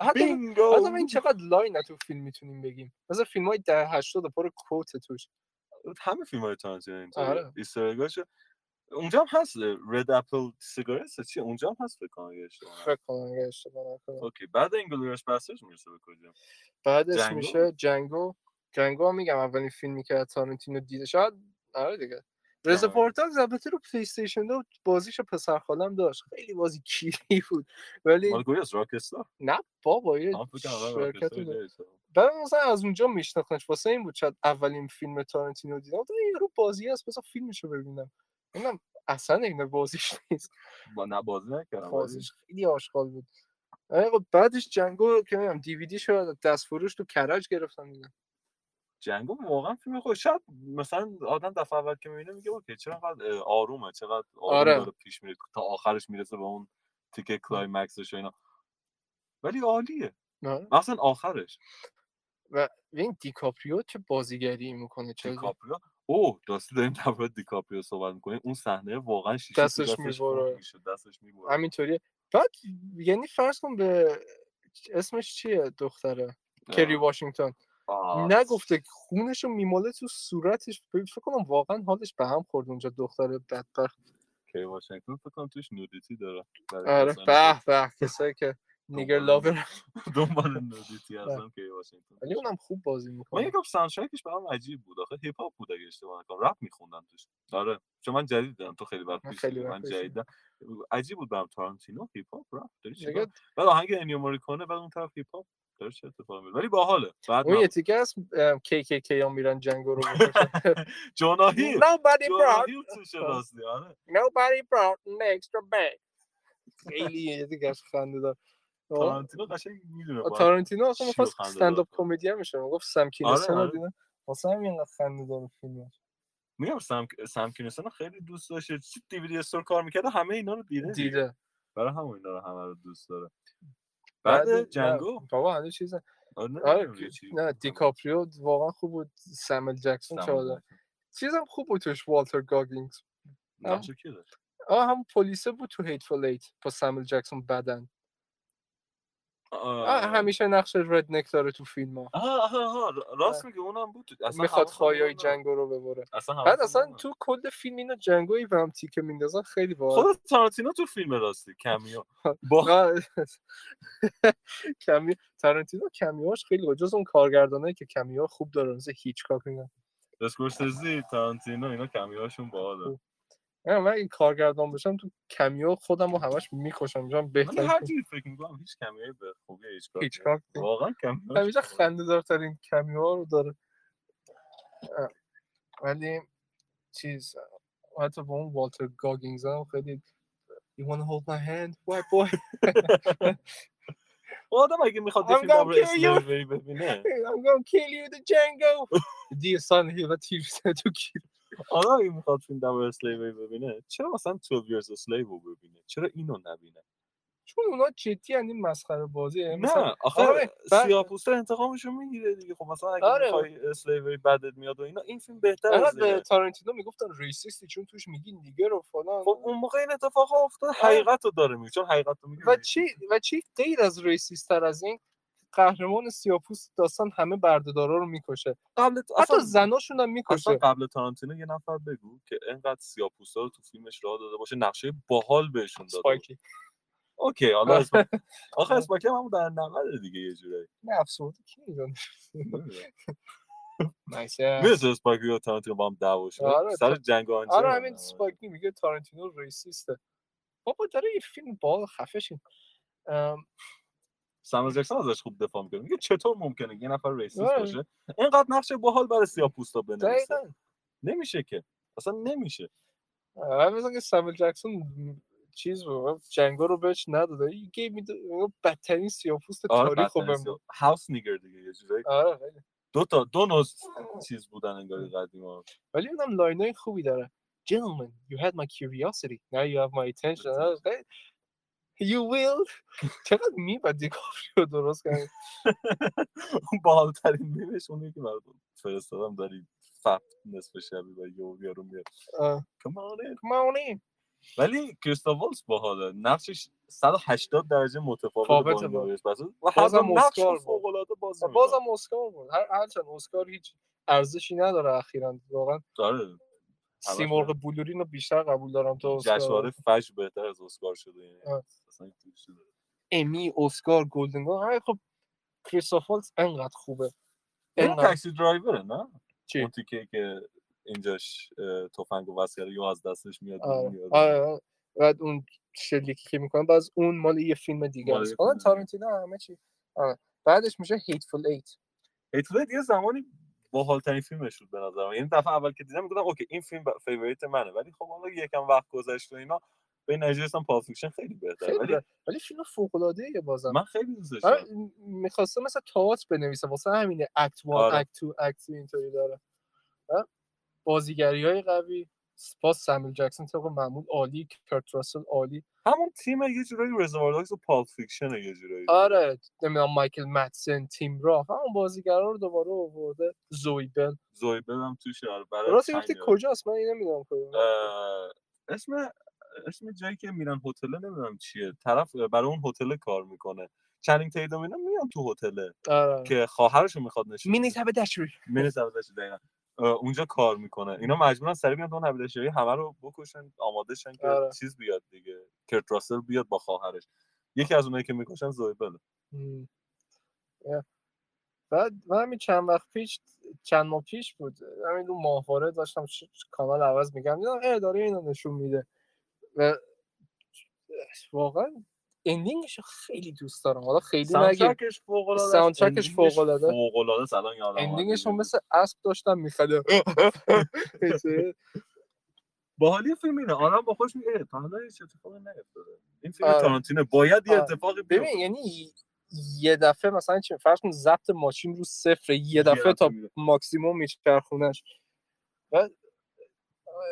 Speaker 1: حتی
Speaker 2: بینگو
Speaker 1: حالا این چقدر لاین تو فیلم میتونیم بگیم مثلا فیلم های ده هشتاد پر کوت توش
Speaker 2: همه فیلم های تارانتینو
Speaker 1: آره.
Speaker 2: اینطوری ایسترگاشو اونجا هم هست رد اپل سیگارتس چی اونجا هم هست فکر کنم یه اشتباه نکنم.
Speaker 1: فکر کنم اگه اشتباه نکنم
Speaker 2: اوکی بعد انگلورش بسترز میرسه به کجا
Speaker 1: بعدش
Speaker 2: جنگو؟
Speaker 1: میشه جنگو جنگو هم میگم اولین فیلمی که از تارانتینو دیده شاید آره دیگه رزرفوار داگز البته رو پلی استیشن دو بازیش پسر خالم داشت خیلی بازی کیری بود ولی
Speaker 2: مال کجاست راکستار
Speaker 1: نه بابا یه
Speaker 2: من فکر کنم آره،
Speaker 1: شرکت
Speaker 2: راکستار
Speaker 1: بود.
Speaker 2: جاییه.
Speaker 1: بعد مثلا از اونجا میشناختنش واسه این بود شاید اولین فیلم تارانتینو دیدم گفتم این رو بازی هست بذار فیلمشو ببینم اونم اصلا اینا بازیش نیست
Speaker 2: با نه بازی نکردم ولی
Speaker 1: بازیش خیلی آشغال بود آره خب بعدش جنگو که میگم دیویدی شد دست فروش تو کرج گرفتم دیدم
Speaker 2: جنگو واقعا فیلم خوب شاید مثلا آدم دفعه اول که میبینه میگه اوکی چرا انقدر اه، آرومه چقدر آروم
Speaker 1: آره.
Speaker 2: داره پیش میره تا آخرش میرسه به اون تیکه کلایمکسش و اینا ولی عالیه
Speaker 1: آره.
Speaker 2: مثلا آخرش
Speaker 1: این دیکاپریو چه بازیگری میکنه چه
Speaker 2: دیکاپریو اوه راستی داریم در مورد دیکاپریو صحبت میکنیم اون صحنه واقعا شیشه تو
Speaker 1: دستش
Speaker 2: خورد
Speaker 1: می‌بره.
Speaker 2: میشه دستش میبره
Speaker 1: همینطوری بعد یعنی فرض کن به اسمش چیه دختره کری واشنگتن نگفته خونش رو میماله تو صورتش ببین، فکر کنم واقعا حالش به هم خورد اونجا دختر بدبخت
Speaker 2: کری واشنگتن فکر کنم توش نودیتی داره
Speaker 1: آره
Speaker 2: برای کسانی که
Speaker 1: به به کسایی که
Speaker 2: خب،
Speaker 1: نیگر
Speaker 2: دنبال
Speaker 1: لاور
Speaker 2: دنبال نودیتی هستم کری واشنگتن
Speaker 1: ولی اونم خوب بازی
Speaker 2: من
Speaker 1: میکنه
Speaker 2: یکم ساوندترکش برام عجیب بود آخه هیپ هاپ بود اگه اشتباه نکنم رپ میخوندن توش آره چون من جدید دیدم تو خیلی وقت
Speaker 1: من
Speaker 2: پیش
Speaker 1: خیلی
Speaker 2: دیدی،
Speaker 1: وقت
Speaker 2: من
Speaker 1: پیش
Speaker 2: جدید دیدم. عجیب بود برام تارانتینو هیپ هاپ رپ داری چیکار
Speaker 1: دیگه
Speaker 2: بعد آهنگ انیو موریکونه بعد اون طرف هیپ هاپ داره چه اتفاقی میفته ولی باحاله بعد
Speaker 1: اون یه تیکه هست کی کی کی ها میرن
Speaker 2: <laughs>
Speaker 1: جنگو رو بکشن.
Speaker 2: جوناهی
Speaker 1: Nobody brought
Speaker 2: جوناهی توش
Speaker 1: آه.
Speaker 2: راستی آره
Speaker 1: Nobody brought an extra bag خیلی یه دیگه از خنده دار آه،
Speaker 2: تارانتینو قشنگ میدونه
Speaker 1: آه،
Speaker 2: باید
Speaker 1: تارانتینو اصلا
Speaker 2: چی رو
Speaker 1: میخواست
Speaker 2: خنده دار
Speaker 1: ستنداپ
Speaker 2: کنه؟
Speaker 1: کمدین میشه میگفت سم کینیسون رو
Speaker 2: آره.
Speaker 1: دیدم واسه همین اینقدر خنده داره فیلم
Speaker 2: میگم سم سم کینسون رو خیلی دوست داشت چی دیویدی استور کار میکرده همه اینا رو دیده دیگه.
Speaker 1: دیده
Speaker 2: برای همون اینا رو همه رو دوست داره
Speaker 1: نه،
Speaker 2: بعد جنگو
Speaker 1: بابا هنوز چیزه
Speaker 2: آره نه،
Speaker 1: آره
Speaker 2: نمی‌دونم یه
Speaker 1: که-
Speaker 2: چی
Speaker 1: نه
Speaker 2: بود.
Speaker 1: دیکاپریو واقعا خوب بود سامل جکسون
Speaker 2: سمون
Speaker 1: چقدر
Speaker 2: بود.
Speaker 1: چیزم خوب بود توش والتر گاگینگز آه.
Speaker 2: نقش کی داشت
Speaker 1: آه هم پلیسه بود تو هیتفول ایت با سامل جکسون بدن
Speaker 2: آره.
Speaker 1: آه همیشه نقش رد نک داره تو فیلم ها
Speaker 2: آها آها آها ر- راست میگه اونم بود اصلا
Speaker 1: میخواد
Speaker 2: حواسم نبود
Speaker 1: خواهی
Speaker 2: نه.
Speaker 1: جنگو رو ببره
Speaker 2: اصلا
Speaker 1: بعد
Speaker 2: حواسم
Speaker 1: اصلا
Speaker 2: نبود.
Speaker 1: تو کل فیلم اینا جنگویی به هم تیکه میندازن خیلی باحال
Speaker 2: خود تارانتینو تو فیلم راستی
Speaker 1: <laughs>
Speaker 2: کمیو <laughs> با
Speaker 1: آه، کمی تارانتینو کمیاش خیلی خوب جز اون کارگردانایی که کمیا خوب داره مثل هیچکاک اینا
Speaker 2: اسکورسیزی تارانتینو اینا کمیوهاشون
Speaker 1: خب.
Speaker 2: باحاله
Speaker 1: نه، من اگه کارگردان باشم تو کمیو خودم رو همش میکشم میشم
Speaker 2: من
Speaker 1: بهتر
Speaker 2: هر جوری فکر میکنم هیچ کمیوی به خوبی هیچ
Speaker 1: هیچکاک نیست.
Speaker 2: واقعا کمیو
Speaker 1: همیشه خنده دارترین کمیو ها رو داره اه، ولی چیز حتی با اون والتر گاگینگز هم خیلی You wanna hold my hand? Why boy? <laughs>
Speaker 2: آدم اگه میخواد یه
Speaker 1: I'm
Speaker 2: فیلم
Speaker 1: gonna
Speaker 2: در مورد
Speaker 1: kill you.
Speaker 2: اسلیوری ببینه
Speaker 1: I'm gonna kill you the Django.
Speaker 2: <laughs>
Speaker 1: دیگه سان هیل و تیر زد تو کی
Speaker 2: آدم اگه میخواد فیلم در مورد اسلیوری ببینه چرا مثلا 12 years a slave رو ببینه چرا اینو نبینه
Speaker 1: چون اونا جدی این مسخره بازی
Speaker 2: نه
Speaker 1: آره،
Speaker 2: آخه
Speaker 1: بعد-
Speaker 2: سیاه‌پوستا انتقامشو میگیره دیگه خب مثلا اگه
Speaker 1: آره.
Speaker 2: میخوای اسلیوری بدت میاد و اینا این فیلم بهتر از
Speaker 1: انقدر به
Speaker 2: اینه.
Speaker 1: تارانتینو میگفتن ریسیستی چون توش میگی نیگر و فلان
Speaker 2: خب اون موقع این اتفاق ها افتاد حقیقت رو داره میگه چون حقیقت رو میگه
Speaker 1: آره. و چی و چی غیر از ریسیستر از این قهرمان سیاپوست داستان همه بردهدارا رو میکشه
Speaker 2: قبل
Speaker 1: حتی
Speaker 2: اصلا
Speaker 1: زناشون هم
Speaker 2: اصلا
Speaker 1: میکشه
Speaker 2: قبل تارانتینو یه نفر بگو که اینقدر سیاپوستا رو تو فیلمش راه داده باشه نقشه باحال بهشون داده باشه.
Speaker 1: سپایکی
Speaker 2: اوکی
Speaker 1: <laughs>
Speaker 2: حالا اسم... آخه
Speaker 1: آره.
Speaker 2: اسمکم هم در 90 دیگه یه
Speaker 1: <laughs>
Speaker 2: جوری
Speaker 1: نه افسرده کی میدونه نایسه
Speaker 2: میرسه اسپایک و تارانتینو با هم دعوا شد
Speaker 1: آره،
Speaker 2: سر جنگ آنچه
Speaker 1: آره همین سپایکی میگه تارانتینو ریسیسته بابا داره یه فیلم بال خفشین
Speaker 2: سامو جکسون ازش خوب دفاع میکنه میگه چطور ممکنه یه نفر ریسیست
Speaker 1: آره.
Speaker 2: باشه اینقدر نقش باحال برای سیاپوستا بنویسه
Speaker 1: دقیقا
Speaker 2: نمیشه که اصلا نمیشه
Speaker 1: آره، مثلا که سامل جکسون چیز بود جنگا رو بهش نداده You gave me the- بدترین سیاپوست
Speaker 2: آره
Speaker 1: تاریخ رو بهم داد.
Speaker 2: هاوس نیگر دیگه یه جوری
Speaker 1: آره خیلی.
Speaker 2: دو تا دو نوع چیز بودن انگار قدیما
Speaker 1: ولی اونم لاینای خوبی داره Gentlemen, you had my curiosity. Now you have my attention. آره، خیلی- You will. چقدر میبد دیکاپریو درست کرد.
Speaker 2: باحالترین میمش اونی که براتون فرستادم داری فقط نصف شبی و یهو یارو میاد
Speaker 1: آه،
Speaker 2: کمانه
Speaker 1: Come on in.
Speaker 2: ولی کریستوف والز باحاله نقشش 180 درجه متفاوت
Speaker 1: فاوته
Speaker 2: با
Speaker 1: با.
Speaker 2: این بازی. و
Speaker 1: بازم
Speaker 2: هر نقش
Speaker 1: اسکار بود.
Speaker 2: فوق العاده بازی می‌کنه.
Speaker 1: بازم اسکار بود هر هرچند اسکار هیچ ارزشی نداره اخیرا واقعا
Speaker 2: داره
Speaker 1: سیمرغ بلورین رو بیشتر قبول دارم تا
Speaker 2: جشنواره
Speaker 1: اسکار
Speaker 2: فج بهتر از اسکار شده یعنی
Speaker 1: آه.
Speaker 2: اصلا هیچ چیز نداره.
Speaker 1: امی اسکار گلدن گلوب همه خب کریستوف والز انقدر خوبه
Speaker 2: این
Speaker 1: انقدر
Speaker 2: تاکسی درایوره نه
Speaker 1: چی؟
Speaker 2: اون تیکه که اینجاش اه، تفنگ و وسیله یا از دستش میاد
Speaker 1: آره،
Speaker 2: بیرون یا-
Speaker 1: آره، آره. بعد اون شلیکی که میکنه باز اون مال یه فیلم دیگه
Speaker 2: مال
Speaker 1: است
Speaker 2: یه
Speaker 1: آره
Speaker 2: فیلم دیگه.
Speaker 1: تارانتینو همه چی آره. بعدش میشه هیتفول
Speaker 2: بله،
Speaker 1: ایت
Speaker 2: هیتلر یه زمانی باحال‌ترین فیلمش بود به نظر من یعنی دفعه اول که دیدم گفتم اوکی این فیلم ب- فیوریت منه ولی خب حالا یکم وقت گذشت و اینا به نجرسم پافیکشن خیلی بهتره
Speaker 1: خیلی
Speaker 2: ولی
Speaker 1: بد. ولی فیلم فوق العاده ای بازم
Speaker 2: من خیلی دوست داشتم
Speaker 1: آره، میخواسته مثلا تئاتر بنویسه واسه همینه اکت 1
Speaker 2: آره.
Speaker 1: اکت 2 اکت اینطوری داره بازیگری های قوی باز سمیل جکسون طبق معمول عالی کرت راسل عالی
Speaker 2: همون تیم یه جورایی رزوار داگز و پالپ فیکشن یه جورایی
Speaker 1: آره نمیدونم مایکل مدسن تیم راه همون بازیگرا رو دوباره آورده زوی بل
Speaker 2: زوی بدم توش آره برای
Speaker 1: راست
Speaker 2: چند
Speaker 1: گفتی
Speaker 2: یاد.
Speaker 1: کجاست من این نمیدونم کجا
Speaker 2: اه، اسم اسم جایی که میرن هتل نمیدونم چیه طرف برای اون هتل کار میکنه چنینگ تیدم اینا میان تو هتل
Speaker 1: آره
Speaker 2: که خواهرشو میخواد نشون
Speaker 1: مینی
Speaker 2: بده.
Speaker 1: تب دشری
Speaker 2: مینیت عوضش دقیقا اه، اونجا کار میکنه اینا مجبورن سریع بیان اون هبدشی همه رو بکشن آماده شن که
Speaker 1: آره.
Speaker 2: چیز بیاد دیگه کرت راسل بیاد با خواهرش یکی از اونایی که میکشن بله. زویبله
Speaker 1: مم. یه. بعد من همین چند وقت پیش چند ماه پیش بود همین رو ماهواره داشتم ش- ش- کانال عوض میگم دیدم اه، داره اینو نشون میده و واقعا اندینگش خیلی دوست دارم حالا خیلی نگیم
Speaker 2: ساوندترکش فوق العاده
Speaker 1: ساوندترکش فوق‌العاده.
Speaker 2: فوق العاده سلام یادم اومد.
Speaker 1: اندینگش رو مثل اسب داشتم میخده <laughs>
Speaker 2: باحالی فیلم اینه آدم با خوش میگه تا حالا هیچ اتفاقی نیفتاده این فیلم
Speaker 1: آره.
Speaker 2: تارانتینو باید یه
Speaker 1: آره.
Speaker 2: اتفاقی بیفته.
Speaker 1: ببین یعنی یه دفعه مثلا چه فرض کن ضبط ماشین رو صفر یه دفعه تا
Speaker 2: میره.
Speaker 1: ماکسیموم میچرخونش بعد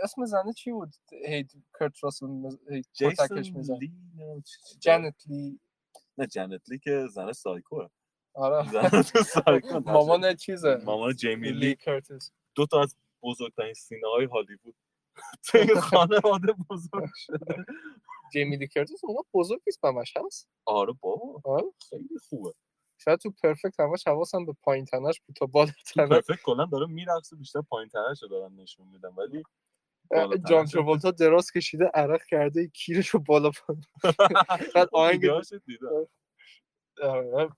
Speaker 1: اسم زنه چی بود هی کرت راسل مز... هی کتکش
Speaker 2: جیسون
Speaker 1: میزن
Speaker 2: لی نمیدونم چی- چی-
Speaker 1: جنت لی
Speaker 2: نه جنت لی که زن
Speaker 1: <laughs>
Speaker 2: سایکوه <laughs>
Speaker 1: آره
Speaker 2: زن تو سایکو نه،
Speaker 1: <laughs> مامان چیزه
Speaker 2: مامان جیمی لی
Speaker 1: کرتیس
Speaker 2: دو تا از بزرگترین سینه های هالیوود <laughs>
Speaker 1: <laughs>
Speaker 2: تو این خانواده بزرگ شده
Speaker 1: جیمی لی کرتیس اون بزرگ نیست همش هست
Speaker 2: آره بابا
Speaker 1: آره
Speaker 2: خیلی خوبه
Speaker 1: شاید تو پرفکت همش حواسم به پایین تنش بود تا
Speaker 2: <laughs>
Speaker 1: بالا تنش
Speaker 2: پرفکت کلا داره میرقصه بیشتر پایین ترش رو دارن نشون میدن ولی بالا
Speaker 1: <laughs> جان
Speaker 2: تنش-
Speaker 1: تراولتا دراز کشیده عرق کرده کیرشو بالا پایین <laughs> بعد
Speaker 2: اون
Speaker 1: آهنگ-
Speaker 2: ویدیوهاش رو دیدم
Speaker 1: آره.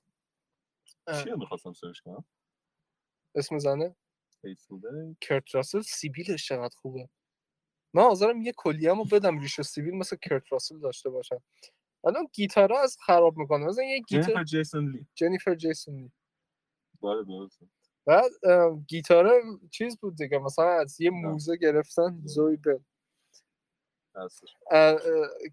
Speaker 2: چی رو میخواستم سرش کنم
Speaker 1: اسم زنه
Speaker 2: Hateful Day؟
Speaker 1: کرت راسل سیبیلش چقدر خوبه من حاضرم یه کلیه‌مو بدم ریش سیبیل مثل کرت راسل داشته باشم الان گیتارا از خراب میکنه مثلا یه گیتار
Speaker 2: جنیفر جیسون لی
Speaker 1: جنیفر جیسون لی.
Speaker 2: بله درسته
Speaker 1: بعد اه، گیتاره چیز بود دیگه مثلا از یه
Speaker 2: نه.
Speaker 1: موزه گرفتن
Speaker 2: نه.
Speaker 1: زوی بل
Speaker 2: هستش
Speaker 1: اه، اه،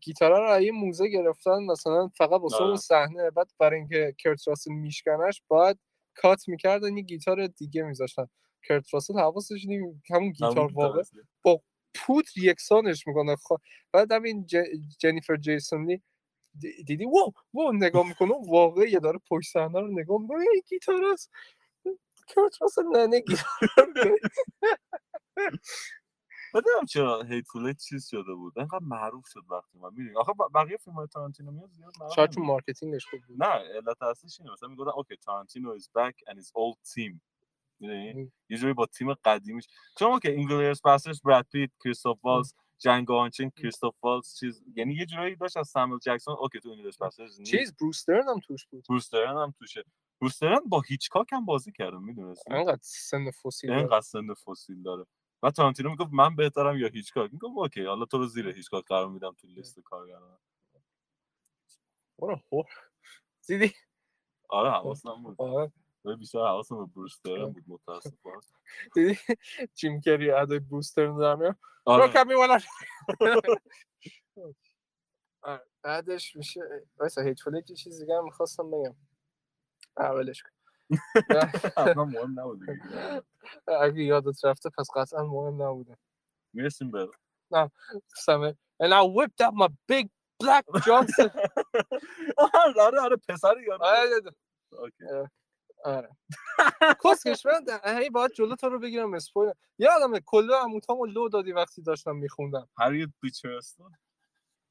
Speaker 1: گیتارا رو از یه موزه گرفتن مثلا فقط واسه اون
Speaker 2: آره.
Speaker 1: صحنه بعد برای اینکه کرت راسل میشکنش باید کات میکردن یه گیتار دیگه میذاشتن کرت راسل حواسش نیم همون
Speaker 2: همون
Speaker 1: گیتار واقع
Speaker 2: هست.
Speaker 1: پودر یکسانش میکنه خب بعد همین ج... جنیفر جیسون لی دی- دیدی واو واو نگاه میکنه واقعا یه داره پشت صحنه رو نگاه میکنه این گیتار است کرت راسل نه نه گیتار رو داره.
Speaker 2: بدونم چرا هیتفول ایت چیز شده بود انقدر معروف شد وقتی من میدونی آخه ب- بقیه فیلم های تارانتینو میاد زیاد معروف
Speaker 1: شاید چون
Speaker 2: نمی‌شه.
Speaker 1: مارکتینگش خوب بود
Speaker 2: نه علت اصلیش اینه مثلا میگفتن اوکی تارانتینو is back and his old team میدونی
Speaker 1: ام.
Speaker 2: یه جوری با تیم قدیمیش چون که انگلیس پاسرز براد پیت کریستوف والز جنگ آنچین کریستوف والز چیز یعنی یه جورایی داشت از سامل جکسون اوکی تو انگلیس پاسرز نیست
Speaker 1: چیز بروسترن هم توش بود
Speaker 2: بروسترن هم توشه بروسترن با هیچکاک هم بازی کرده میدونستی یعنی
Speaker 1: انقدر سن فسیل داره.
Speaker 2: اینقدر سن فسیل داره و تارانتینو میگفت من بهترم یا هیچکاک میگفت اوکی حالا تو رو زیر هیچکاک قرار میدم تو لیست کارگردان
Speaker 1: برو خور دیدی
Speaker 2: آره حواسم بود
Speaker 1: آره.
Speaker 2: ولی بیشتر حواسم به بروس درن
Speaker 1: آه.
Speaker 2: بود متاسفانه
Speaker 1: دیدی جیم کری ادای بروسترن رو دارم
Speaker 2: آره
Speaker 1: کمی والا <laughs> آره، بعدش میشه وایسا هیچ یه چیز دیگه هم میخواستم بگم اولش کن
Speaker 2: اصلا مهم نبود دیگه.
Speaker 1: اگه یادت رفته پس قطعا مهم نبوده
Speaker 2: میرسیم به
Speaker 1: سمه and I whipped out my big black Johnson
Speaker 2: <laughs> آره آره آره پسر یارو
Speaker 1: آره،
Speaker 2: اوکی.
Speaker 1: آره کسکش من در- هی باید جلو تو رو بگیرم اسپویل یادمه کلو عموتامو لو دادی وقتی داشتم میخوندم
Speaker 2: هریت بیچرستون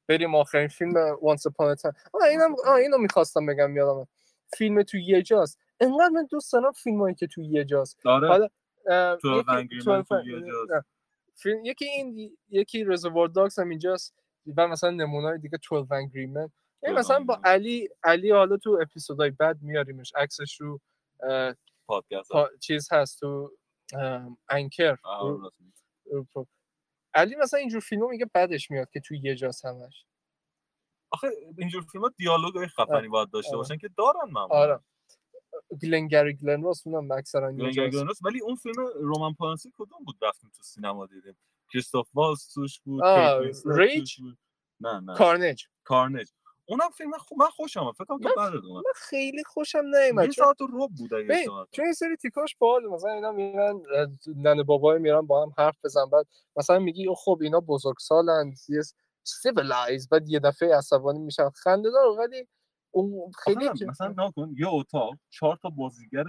Speaker 1: بریم آخرین فیلم وانس اپان تایم آه اینم آه اینو میخواستم بگم یادم فیلم تو یه جاست انقدر من دوست دارم فیلمایی که تو یه جاست
Speaker 2: آره
Speaker 1: حالا اه،
Speaker 2: تو
Speaker 1: یکی-
Speaker 2: Angry Man
Speaker 1: 12
Speaker 2: تو یه جاست.
Speaker 1: نه. فیلم یکی این یکی رزوار داگز هم اینجاست و مثلا نمونه‌های دیگه 12 انگری من یعنی
Speaker 2: 12
Speaker 1: مثلا با
Speaker 2: Angry Men.
Speaker 1: علی علی حالا تو اپیزودهای بعد میاریمش عکسش رو اه،
Speaker 2: پادکست
Speaker 1: پا- چیز هست تو ام، انکر
Speaker 2: آره،
Speaker 1: رو-
Speaker 2: راست می‌گی.
Speaker 1: رو- رو- علی مثلا اینجور فیلم میگه بعدش میاد که تو یه جاست همش
Speaker 2: آخه اینجور فیلم ها دیالوگ های خفنی باید داشته
Speaker 1: آره.
Speaker 2: باشن که دارن معمولا
Speaker 1: آره گلنگری گلن راست اونم اکثرا یه
Speaker 2: گلنگر
Speaker 1: جاست
Speaker 2: گلنوس ولی اون فیلم رومان پولانسکی کدوم بود رفتیم تو سینما دیدیم کریستوف والز توش بود
Speaker 1: آه،
Speaker 2: کیت وینسلت توش
Speaker 1: ریچ؟
Speaker 2: بود. نه نه
Speaker 1: کارنج
Speaker 2: کارنج اونم فیلم خوب من خوشم اومد. فکر کنم تو
Speaker 1: من-
Speaker 2: بعد اومد
Speaker 1: من خیلی خوشم نیومد
Speaker 2: یه
Speaker 1: چون-
Speaker 2: ساعت و ربع بود اگه
Speaker 1: ببین،
Speaker 2: اشتباه
Speaker 1: چون این سری تیکاش باحال مثلا اینا میرن اه، ننه بابای میرن با هم حرف بزن بعد مثلا میگی "اوه، خب اینا بزرگسالن یه سیویلایز بعد یه دفعه عصبانی میشن خنده دار ولی اون خیلی
Speaker 2: خیلی
Speaker 1: که-
Speaker 2: خب مثلا ناکن یه اتاق چهار تا بازیگر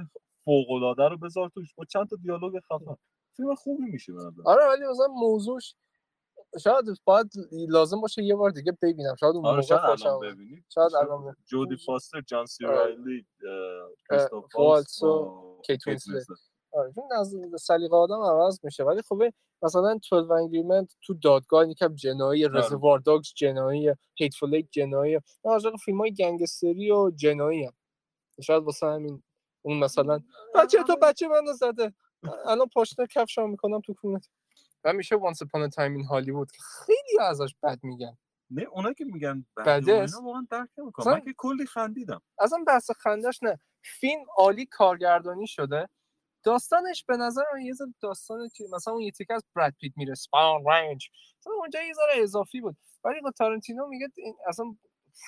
Speaker 2: فوق العاده رو بذار توش با چند تا دیالوگ خفن فیلم خوبی میشه به نظر
Speaker 1: آره ولی مثلا موضوعش شاید باید لازم باشه یه بار دیگه ببینم شاید اون
Speaker 2: آره
Speaker 1: موقع
Speaker 2: شاید
Speaker 1: خوشم
Speaker 2: الان
Speaker 1: اومد.
Speaker 2: ببینید
Speaker 1: شاید
Speaker 2: میشه.
Speaker 1: الان ببینم.
Speaker 2: جودی فاستر جان سی
Speaker 1: آره.
Speaker 2: رایلی اه،
Speaker 1: والتز
Speaker 2: کریستوف والتز
Speaker 1: و
Speaker 2: و
Speaker 1: کیت
Speaker 2: کیت
Speaker 1: وینسلت.
Speaker 2: وینسلت.
Speaker 1: آره چون از سلیقه آدم عوض میشه ولی خب این مثلا 12 انگری من تو دادگاه یکم جنایی
Speaker 2: آره.
Speaker 1: رزوار داگز جنایی هیتفول ایت جنایی من عاشق فیلم های گنگستری و جنایی هم شاید واسه همین اون مثلا بچه تو بچه منو زده الان پاشنه کفشم میکنم تو کونت همیشه وانس اپان تایم این هالیوود که خیلی ازش بد میگن
Speaker 2: نه اونایی که میگن
Speaker 1: بده
Speaker 2: بده و
Speaker 1: است.
Speaker 2: اینا واقعا درک نمیکنم
Speaker 1: مثلا-
Speaker 2: من که کلی خندیدم
Speaker 1: اصلا بحث خندش نه فیلم عالی کارگردانی شده داستانش به نظر من یه ذره داستان که مثلا اون یه تیکه از براد پیت میره سپان رنج مثلا اونجا یه ذره اضافی بود ولی خب تارنتینو میگه این اصلا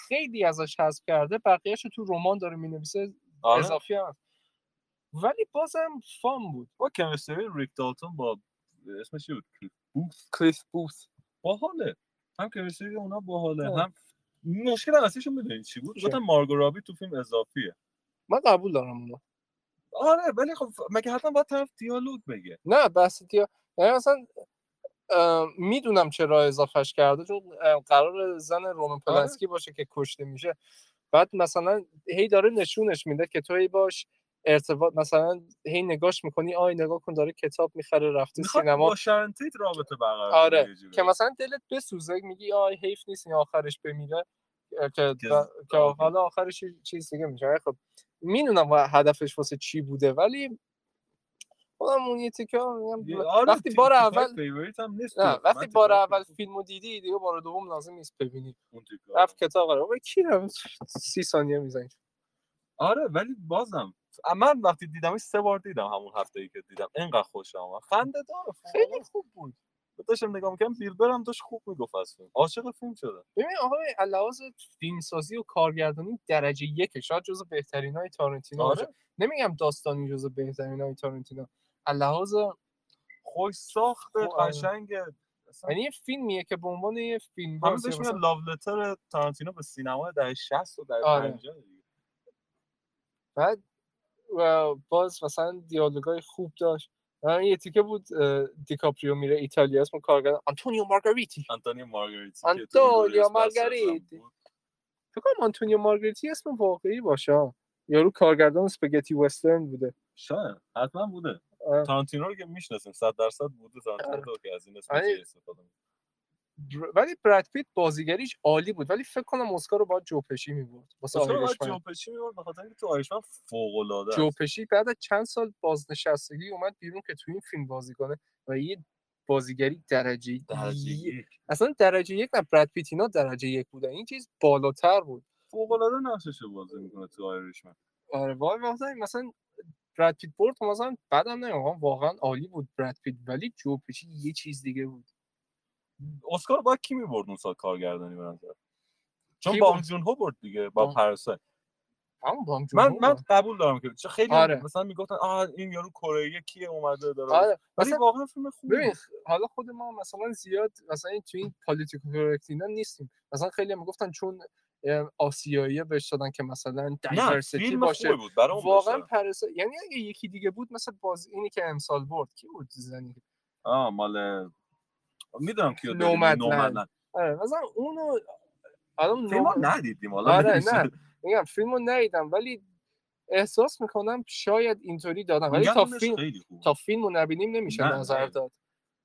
Speaker 1: خیلی ازش حذف کرده بقیه‌اشو تو رمان داره مینویسه
Speaker 2: آره
Speaker 1: اضافی هم هست. ولی بازم فان بود
Speaker 2: با کمستری ریک دالتون با اسمش چی بود بوث
Speaker 1: کلیف بوث
Speaker 2: باحاله هم کمستری اونا باحاله
Speaker 1: آره.
Speaker 2: هم مشکل اصلیشون میدونید چی بود
Speaker 1: چی؟
Speaker 2: گفتم مارگو رابی تو فیلم اضافیه
Speaker 1: من قبول دارم اونو
Speaker 2: آره ولی خب مگه حتما باید طرف دیالوگ بگه
Speaker 1: نه بحث دیا یعنی مثلا میدونم چرا اضافهش کرده چون قرار زن رومن پلنسکی باشه که کشته میشه بعد مثلا هی داره نشونش میده که توی باش ارتباط مثلا هی نگاش میکنی آی نگاه کن داره کتاب میخره رفته
Speaker 2: میخواد
Speaker 1: سینما
Speaker 2: با شرنتیت رابطه برقرار کنه
Speaker 1: آره،
Speaker 2: یه جورایی.
Speaker 1: که مثلا دلت بسوزه میگی آی حیف نیست این آخرش بمیره اه، که,
Speaker 2: که
Speaker 1: دا-
Speaker 2: ز-
Speaker 1: که
Speaker 2: آره.
Speaker 1: حالا آخرش یه چیز دیگه میشه خب میدونم هدفش واسه چی بوده ولی خودم اون یه تیکه رو میگم،
Speaker 2: یه- آره
Speaker 1: وقتی بار اول
Speaker 2: فیوریت هم نیست
Speaker 1: نه
Speaker 2: تو. من
Speaker 1: وقتی
Speaker 2: تکرار
Speaker 1: بار
Speaker 2: کنم.
Speaker 1: اول فیلمو دیدی دیگه بار دوم لازم نیست ببینی
Speaker 2: اون تکرار.
Speaker 1: رفت کتاب رو بابا کی رو سی ثانیه میزنی
Speaker 2: آره ولی بازم من وقتی دیدمش سه بار دیدم همون هفته ای که دیدم اینقدر خوشم اومد خنده آره. داره
Speaker 1: <laughs> خیلی خوب بود
Speaker 2: داشتم نگاه میکنم بیلبرم داشت خوب میگفت از فیلم عاشق فیلم شده
Speaker 1: ببین آقا از لحاظ فیلمسازی و کارگردانی درجه یکه شاید جزو بهترین های تارنتینو باشه
Speaker 2: آره
Speaker 1: نمیگم داستانی جزو بهترین های تارنتینو از لحاظ
Speaker 2: خوش ساخته
Speaker 1: خب، آره.
Speaker 2: قشنگ
Speaker 1: یعنی یه فیلمیه که به عنوان یه فیلم
Speaker 2: همه
Speaker 1: باز یا
Speaker 2: بهش میگن
Speaker 1: مثلا
Speaker 2: لاو لتر تارانتینو به سینما در 60 و در
Speaker 1: آره.
Speaker 2: 50 دیگه.
Speaker 1: بعد و باز مثلا دیالوگای خوب داشت و یه تیکه بود اه، دیکاپریو میره ایتالیا اسم کارگردان آنتونیو مارگاریتی
Speaker 2: آنتونیو مارگریتی که تو
Speaker 1: آنتونیو
Speaker 2: اینگلوریوس باستردز هم
Speaker 1: مارگریتی.
Speaker 2: بود.
Speaker 1: فکر کنم آنتونیو مارگریتی اسم واقعی باشه ها. یارو کارگردان اسپگتی وسترن بوده
Speaker 2: شاید حتما بوده
Speaker 1: آره.
Speaker 2: تارانتینو رو که میشناسیم 100 درصد بوده
Speaker 1: آره.
Speaker 2: تارانتینو تو که از این اسم
Speaker 1: آره.
Speaker 2: جی استفاده می‌کنه.
Speaker 1: بر- ولی براد پیت بازیگریش عالی بود ولی فکر کنم اسکار رو باید جوپشی میبرد واسه
Speaker 2: اصلا باید
Speaker 1: آیرشمن
Speaker 2: جوپچی میبرد به خاطر اینکه تو آیرشمن فوق العاده
Speaker 1: جوپشی بعد از چند سال بازنشستگی اومد بیرون که تو این فیلم بازی کنه و یه بازیگری درجه,
Speaker 2: درجه
Speaker 1: یک.
Speaker 2: یک
Speaker 1: اصلا درجه یک نه براد پیت اینا درجه یک بودن این چیز بالاتر بود
Speaker 2: فوق العاده نقشش بازی میکنه تو آیرشمن
Speaker 1: آره وای مثلا مثلا براد پیت برد خب مثلا بعدم نه واقعا عالی بود براد پیت ولی جوپشی یه چیز دیگه بود
Speaker 2: اسکار باید کی میبرد اون سال کارگردانی به نظر چون
Speaker 1: کی
Speaker 2: با
Speaker 1: برد؟
Speaker 2: جون هو برد دیگه با
Speaker 1: بام-
Speaker 2: پرسای
Speaker 1: همون بام
Speaker 2: من
Speaker 1: جون-ho
Speaker 2: من
Speaker 1: بود.
Speaker 2: قبول دارم که چه خیلی
Speaker 1: آره.
Speaker 2: مثلا میگفتن آه این یارو کره کیه اومده داره
Speaker 1: آره
Speaker 2: ولی
Speaker 1: مثلا
Speaker 2: واقعا فیلم خوبی
Speaker 1: ببین
Speaker 2: بود
Speaker 1: خ- حالا خود ما مثلا زیاد مثلا این تو این پالیتیکو کرکت اینا نیستیم مثلا خیلی هم گفتن چون اه، آسیایی بهش دادن که مثلا
Speaker 2: نه
Speaker 1: دایورسیتی
Speaker 2: فیلم خوبی
Speaker 1: باشه
Speaker 2: بود برای اون
Speaker 1: واقعا
Speaker 2: واقعا
Speaker 1: پرسه یعنی اگه یکی دیگه بود مثل باز اینی که امسال برد کی بود زنی
Speaker 2: آه مال میدونم کیو داری
Speaker 1: نومدلند.
Speaker 2: نومدلند
Speaker 1: آره مثلا اونو الان
Speaker 2: فیلم
Speaker 1: نوع-
Speaker 2: ندیدیم حالا
Speaker 1: آره
Speaker 2: نمی‌شه.
Speaker 1: نه میگم فیلم رو ندیدم ولی احساس میکنم شاید اینطوری دادم ولی تا
Speaker 2: گندش
Speaker 1: فیلم
Speaker 2: خیلی خوبه.
Speaker 1: تا فیلم رو نبینیم نمیشه
Speaker 2: نه،
Speaker 1: نظر
Speaker 2: نه.
Speaker 1: داد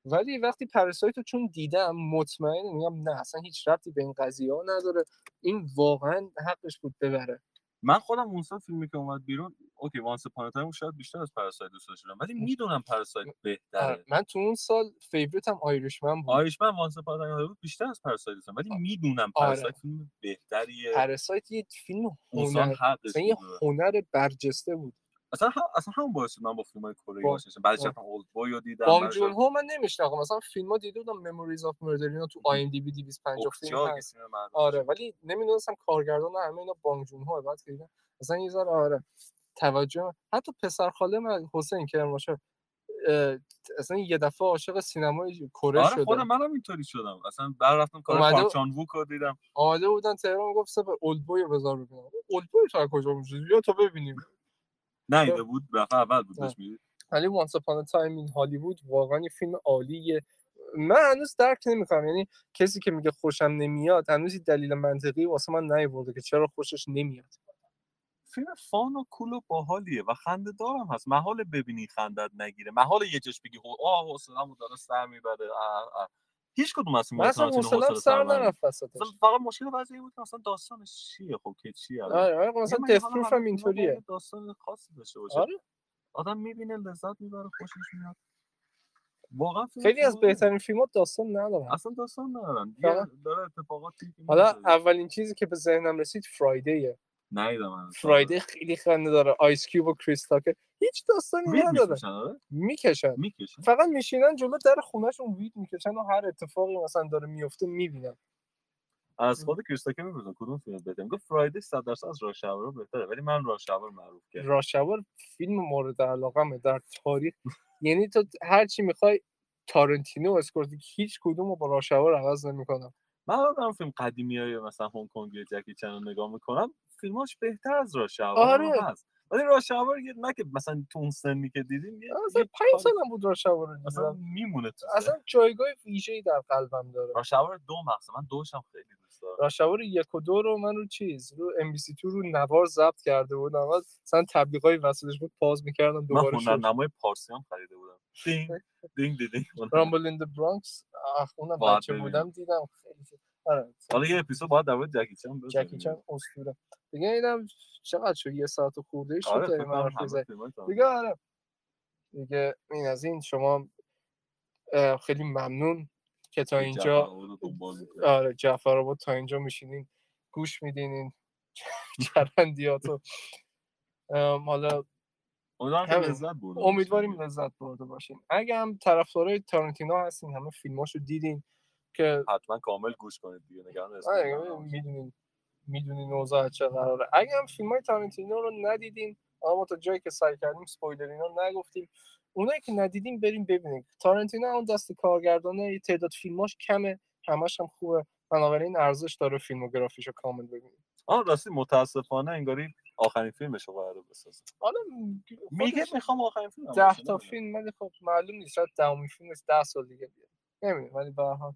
Speaker 1: ولی وقتی پرسایت رو چون دیدم مطمئن میگم نه اصلا هیچ ربطی به این قضیه ها نداره این واقعا حقش بود ببره
Speaker 2: من خودم اون سال فیلمی که اومد بیرون اوکی وانس اپان تایم شاید بیشتر از پرسایت دوست داشتم ولی میدونم
Speaker 1: آره.
Speaker 2: پرسایت بهتره
Speaker 1: من تو اون سال فیوریتم آیریشمن بود
Speaker 2: آیش من وانس اپان تایم بود بیشتر از پرسایت دوست داشتم ولی
Speaker 1: آ-
Speaker 2: میدونم
Speaker 1: آره.
Speaker 2: پرسایت فیلم بهتریه
Speaker 1: پرسایت یه فیلم
Speaker 2: اون سال
Speaker 1: هنر
Speaker 2: حقش
Speaker 1: اصلا یه
Speaker 2: بوده.
Speaker 1: هنر برجسته بود
Speaker 2: اصلا هم اصلا همون باعث شد من با فیلم های کره
Speaker 1: با-
Speaker 2: آشنا شدم بعد
Speaker 1: با-
Speaker 2: رفتم اولد بوی رو دیدم
Speaker 1: بام
Speaker 2: بعدش
Speaker 1: جون
Speaker 2: رفتم
Speaker 1: هو من نمیشناخم مثلا فیلم ها دیده بودم مموریز آف مردر اینا
Speaker 2: خب،
Speaker 1: تو آی ام دی بی 250 فیلم
Speaker 2: اوکجا که
Speaker 1: هست
Speaker 2: سینما مردم
Speaker 1: آره
Speaker 2: شد.
Speaker 1: ولی نمیدونستم کارگردان همه اینا بام جون هو بعد که دیدم مثلا یه ذره آره توجه حتی پسر خاله من حسین کرمانشاه اه، اصلا یه دفعه عاشق سینمای کره
Speaker 2: آره
Speaker 1: شده
Speaker 2: خودم منم اینطوری شدم اصلا بعد رفتم کار
Speaker 1: اومده-
Speaker 2: پارک چان ووک رو دیدم
Speaker 1: آمده بودن تهران گفت سپر اولدبوی رو بذار ببینم اولدبوی تا کجا میشه یا تو ببینیم خب.
Speaker 2: نیده بود دفعه اول بود
Speaker 1: نه.
Speaker 2: داشت می‌دید.
Speaker 1: ولی وانس اپان تایم این هالیوود واقعا یه فیلم عالیه من هنوز درک نمیکنم یعنی کسی که میگه خوشم نمیاد هنوز یه دلیل منطقی واسه من نیورده که چرا خوشش نمیاد
Speaker 2: فیلم فان و کول و باحالیه و خنده دارم هست محال ببینی خندت نگیره محال یه چش بگی خب آه حوصله‌مو داره سر میبره هیچ کدوم از این
Speaker 1: من اصلا
Speaker 2: مونتانا
Speaker 1: حوصله‌ام
Speaker 2: حوصله
Speaker 1: سر
Speaker 2: نبره.
Speaker 1: نرفت وسطش
Speaker 2: اصلا فقط مشکل بعضی این بود که مثلا داستانش چیه خب که چیه الان؟
Speaker 1: آره آره
Speaker 2: یه
Speaker 1: مثلا
Speaker 2: من یه
Speaker 1: دث
Speaker 2: حالا
Speaker 1: پروف
Speaker 2: همه
Speaker 1: هم
Speaker 2: فیلم‌ها باید
Speaker 1: اینطوریه
Speaker 2: یه داستان خاصی داشته باشه
Speaker 1: آره
Speaker 2: آدم میبینه لذت میبره خوشش میاد واقعا فیلم
Speaker 1: خیلی از
Speaker 2: خوبه.
Speaker 1: بهترین فیلم‌ها داستان ندارن
Speaker 2: اصلا داستان ندارن
Speaker 1: فقط-
Speaker 2: یه داره اتفاقاتی که
Speaker 1: حالا
Speaker 2: می‌افته.
Speaker 1: اولین چیزی که به ذهنم رسید فرایدیه
Speaker 2: ندیدم من اصلا.
Speaker 1: فرایدی خیلی خنده داره آیس کیوب و کریس تاکر هیچ داستانی
Speaker 2: وید
Speaker 1: نداره
Speaker 2: می‌فروشن، آره؟
Speaker 1: میکشن
Speaker 2: می‌کشن.
Speaker 1: فقط میشینن جلو در خونهشون وید میکشن و هر اتفاقی مثلا داره میفته میبینن
Speaker 2: از خود کریستاکر میپرسن کدوم فیلم بهتره میگه فرایدی 100 درصد از راش رو بهتره ولی من راش معروف کردم
Speaker 1: راشاور فیلم مورد علاقمه در تاریخ یعنی تو هر چی میخوای تارنتینو و اسکورتی هیچ کدوم رو با راشاور عوض نمیکنم
Speaker 2: من الان دارم فیلم قدیمی های مثلا هنگ کنگ یا جکی چن رو نگاه میکنم فیلماش بهتر از راش
Speaker 1: آره.
Speaker 2: هست ولی راش یه نه که مثلا تو اون سنی که دیدیم یه,
Speaker 1: اصلا
Speaker 2: یه
Speaker 1: پنج
Speaker 2: کار-
Speaker 1: سالم بود راشاور رو
Speaker 2: اصلا
Speaker 1: دیدم
Speaker 2: میمونه تو
Speaker 1: اصلا جایگاه ویژه‌ای در قلبم داره
Speaker 2: راش دو مخصوصا من دوش هم خیلی دوست دارم
Speaker 1: راشاور یک و دو رو من رو چیز رو ام بی سی تو رو نوار ضبط کرده بودم و مثلا تبلیغای وسطش بود پاز میکردم
Speaker 2: من
Speaker 1: دوباره شروع
Speaker 2: هنرنمای پارسی هم خریده بودم
Speaker 1: <laughs>
Speaker 2: دینگ دینگ دی دینگ
Speaker 1: رامبل این برانکس آخ اونم
Speaker 2: باید
Speaker 1: بچه
Speaker 2: ببینیم.
Speaker 1: بودم دیدم خیلی آره
Speaker 2: حالا یه اپیزود باید در مورد جکی چن بزنیم
Speaker 1: جکی چن اسطوره دیگه اینم چقدر شد یه ساعت و خورده شد
Speaker 2: آره
Speaker 1: داریم
Speaker 2: فکر کنم
Speaker 1: حرف
Speaker 2: همه
Speaker 1: می‌زنیم.
Speaker 2: فیلم‌های تام
Speaker 1: دیگه آره دیگه این از این شما اه، خیلی ممنون که تا
Speaker 2: که
Speaker 1: اینجا
Speaker 2: جعفرآباد رو دنبال می‌کنه.
Speaker 1: آره جعفرآباد تا اینجا میشینین گوش میدین این چرندیاتو ام، حالا
Speaker 2: امیدوارم که
Speaker 1: همین.
Speaker 2: لذت برده باشین.
Speaker 1: امیدواریم لذت برده باشین اگه هم طرفدارای تارانتینو هستین همه فیلماشو دیدین که
Speaker 2: حتما کامل گوش کنید دیگه نگران
Speaker 1: آره،
Speaker 2: اسپویلر
Speaker 1: یعنی
Speaker 2: نباشید.
Speaker 1: میدونین میدونین اوضاع از چه قراره اگه هم فیلم های تارنتینو رو ندیدین حالا ما تا جایی که سعی کردیم سپویلر اینا نگفتیم اونایی که ندیدیم بریم ببینیم تارنتینو اون دست کارگردانه یه تعداد فیلماش کمه همش هم خوبه بنابراین ارزش داره فیلموگرافیش رو کامل ببینیم
Speaker 2: آه راستی متاسفانه انگاری آخرین فیلمش رو قراره بسازه
Speaker 1: حالا م-
Speaker 2: میگه
Speaker 1: خودش
Speaker 2: میخوام آخرین فیلم
Speaker 1: ده تا فیلم ولی خب معلوم نیست شاید دهمین فیلمش ده سال دیگه بیاد نمیدونم ولی به هر حال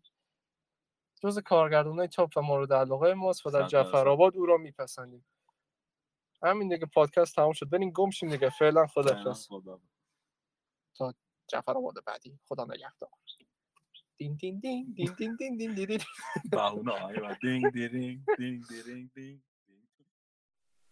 Speaker 1: جز کارگردانای تاپ و مورد علاقه ماست و در
Speaker 2: صد درصد.
Speaker 1: جعفرآباد او را میپسندیم همین دیگه پادکست تموم شد بریم گم شیم دیگه فعلا خداحافظ جعفرآباد بعدی خدا نگهدار دین دین دین دین دین دین دین دین دین.
Speaker 2: دینگ دیرینگ دینگ دیرینگ دینگ دینگ.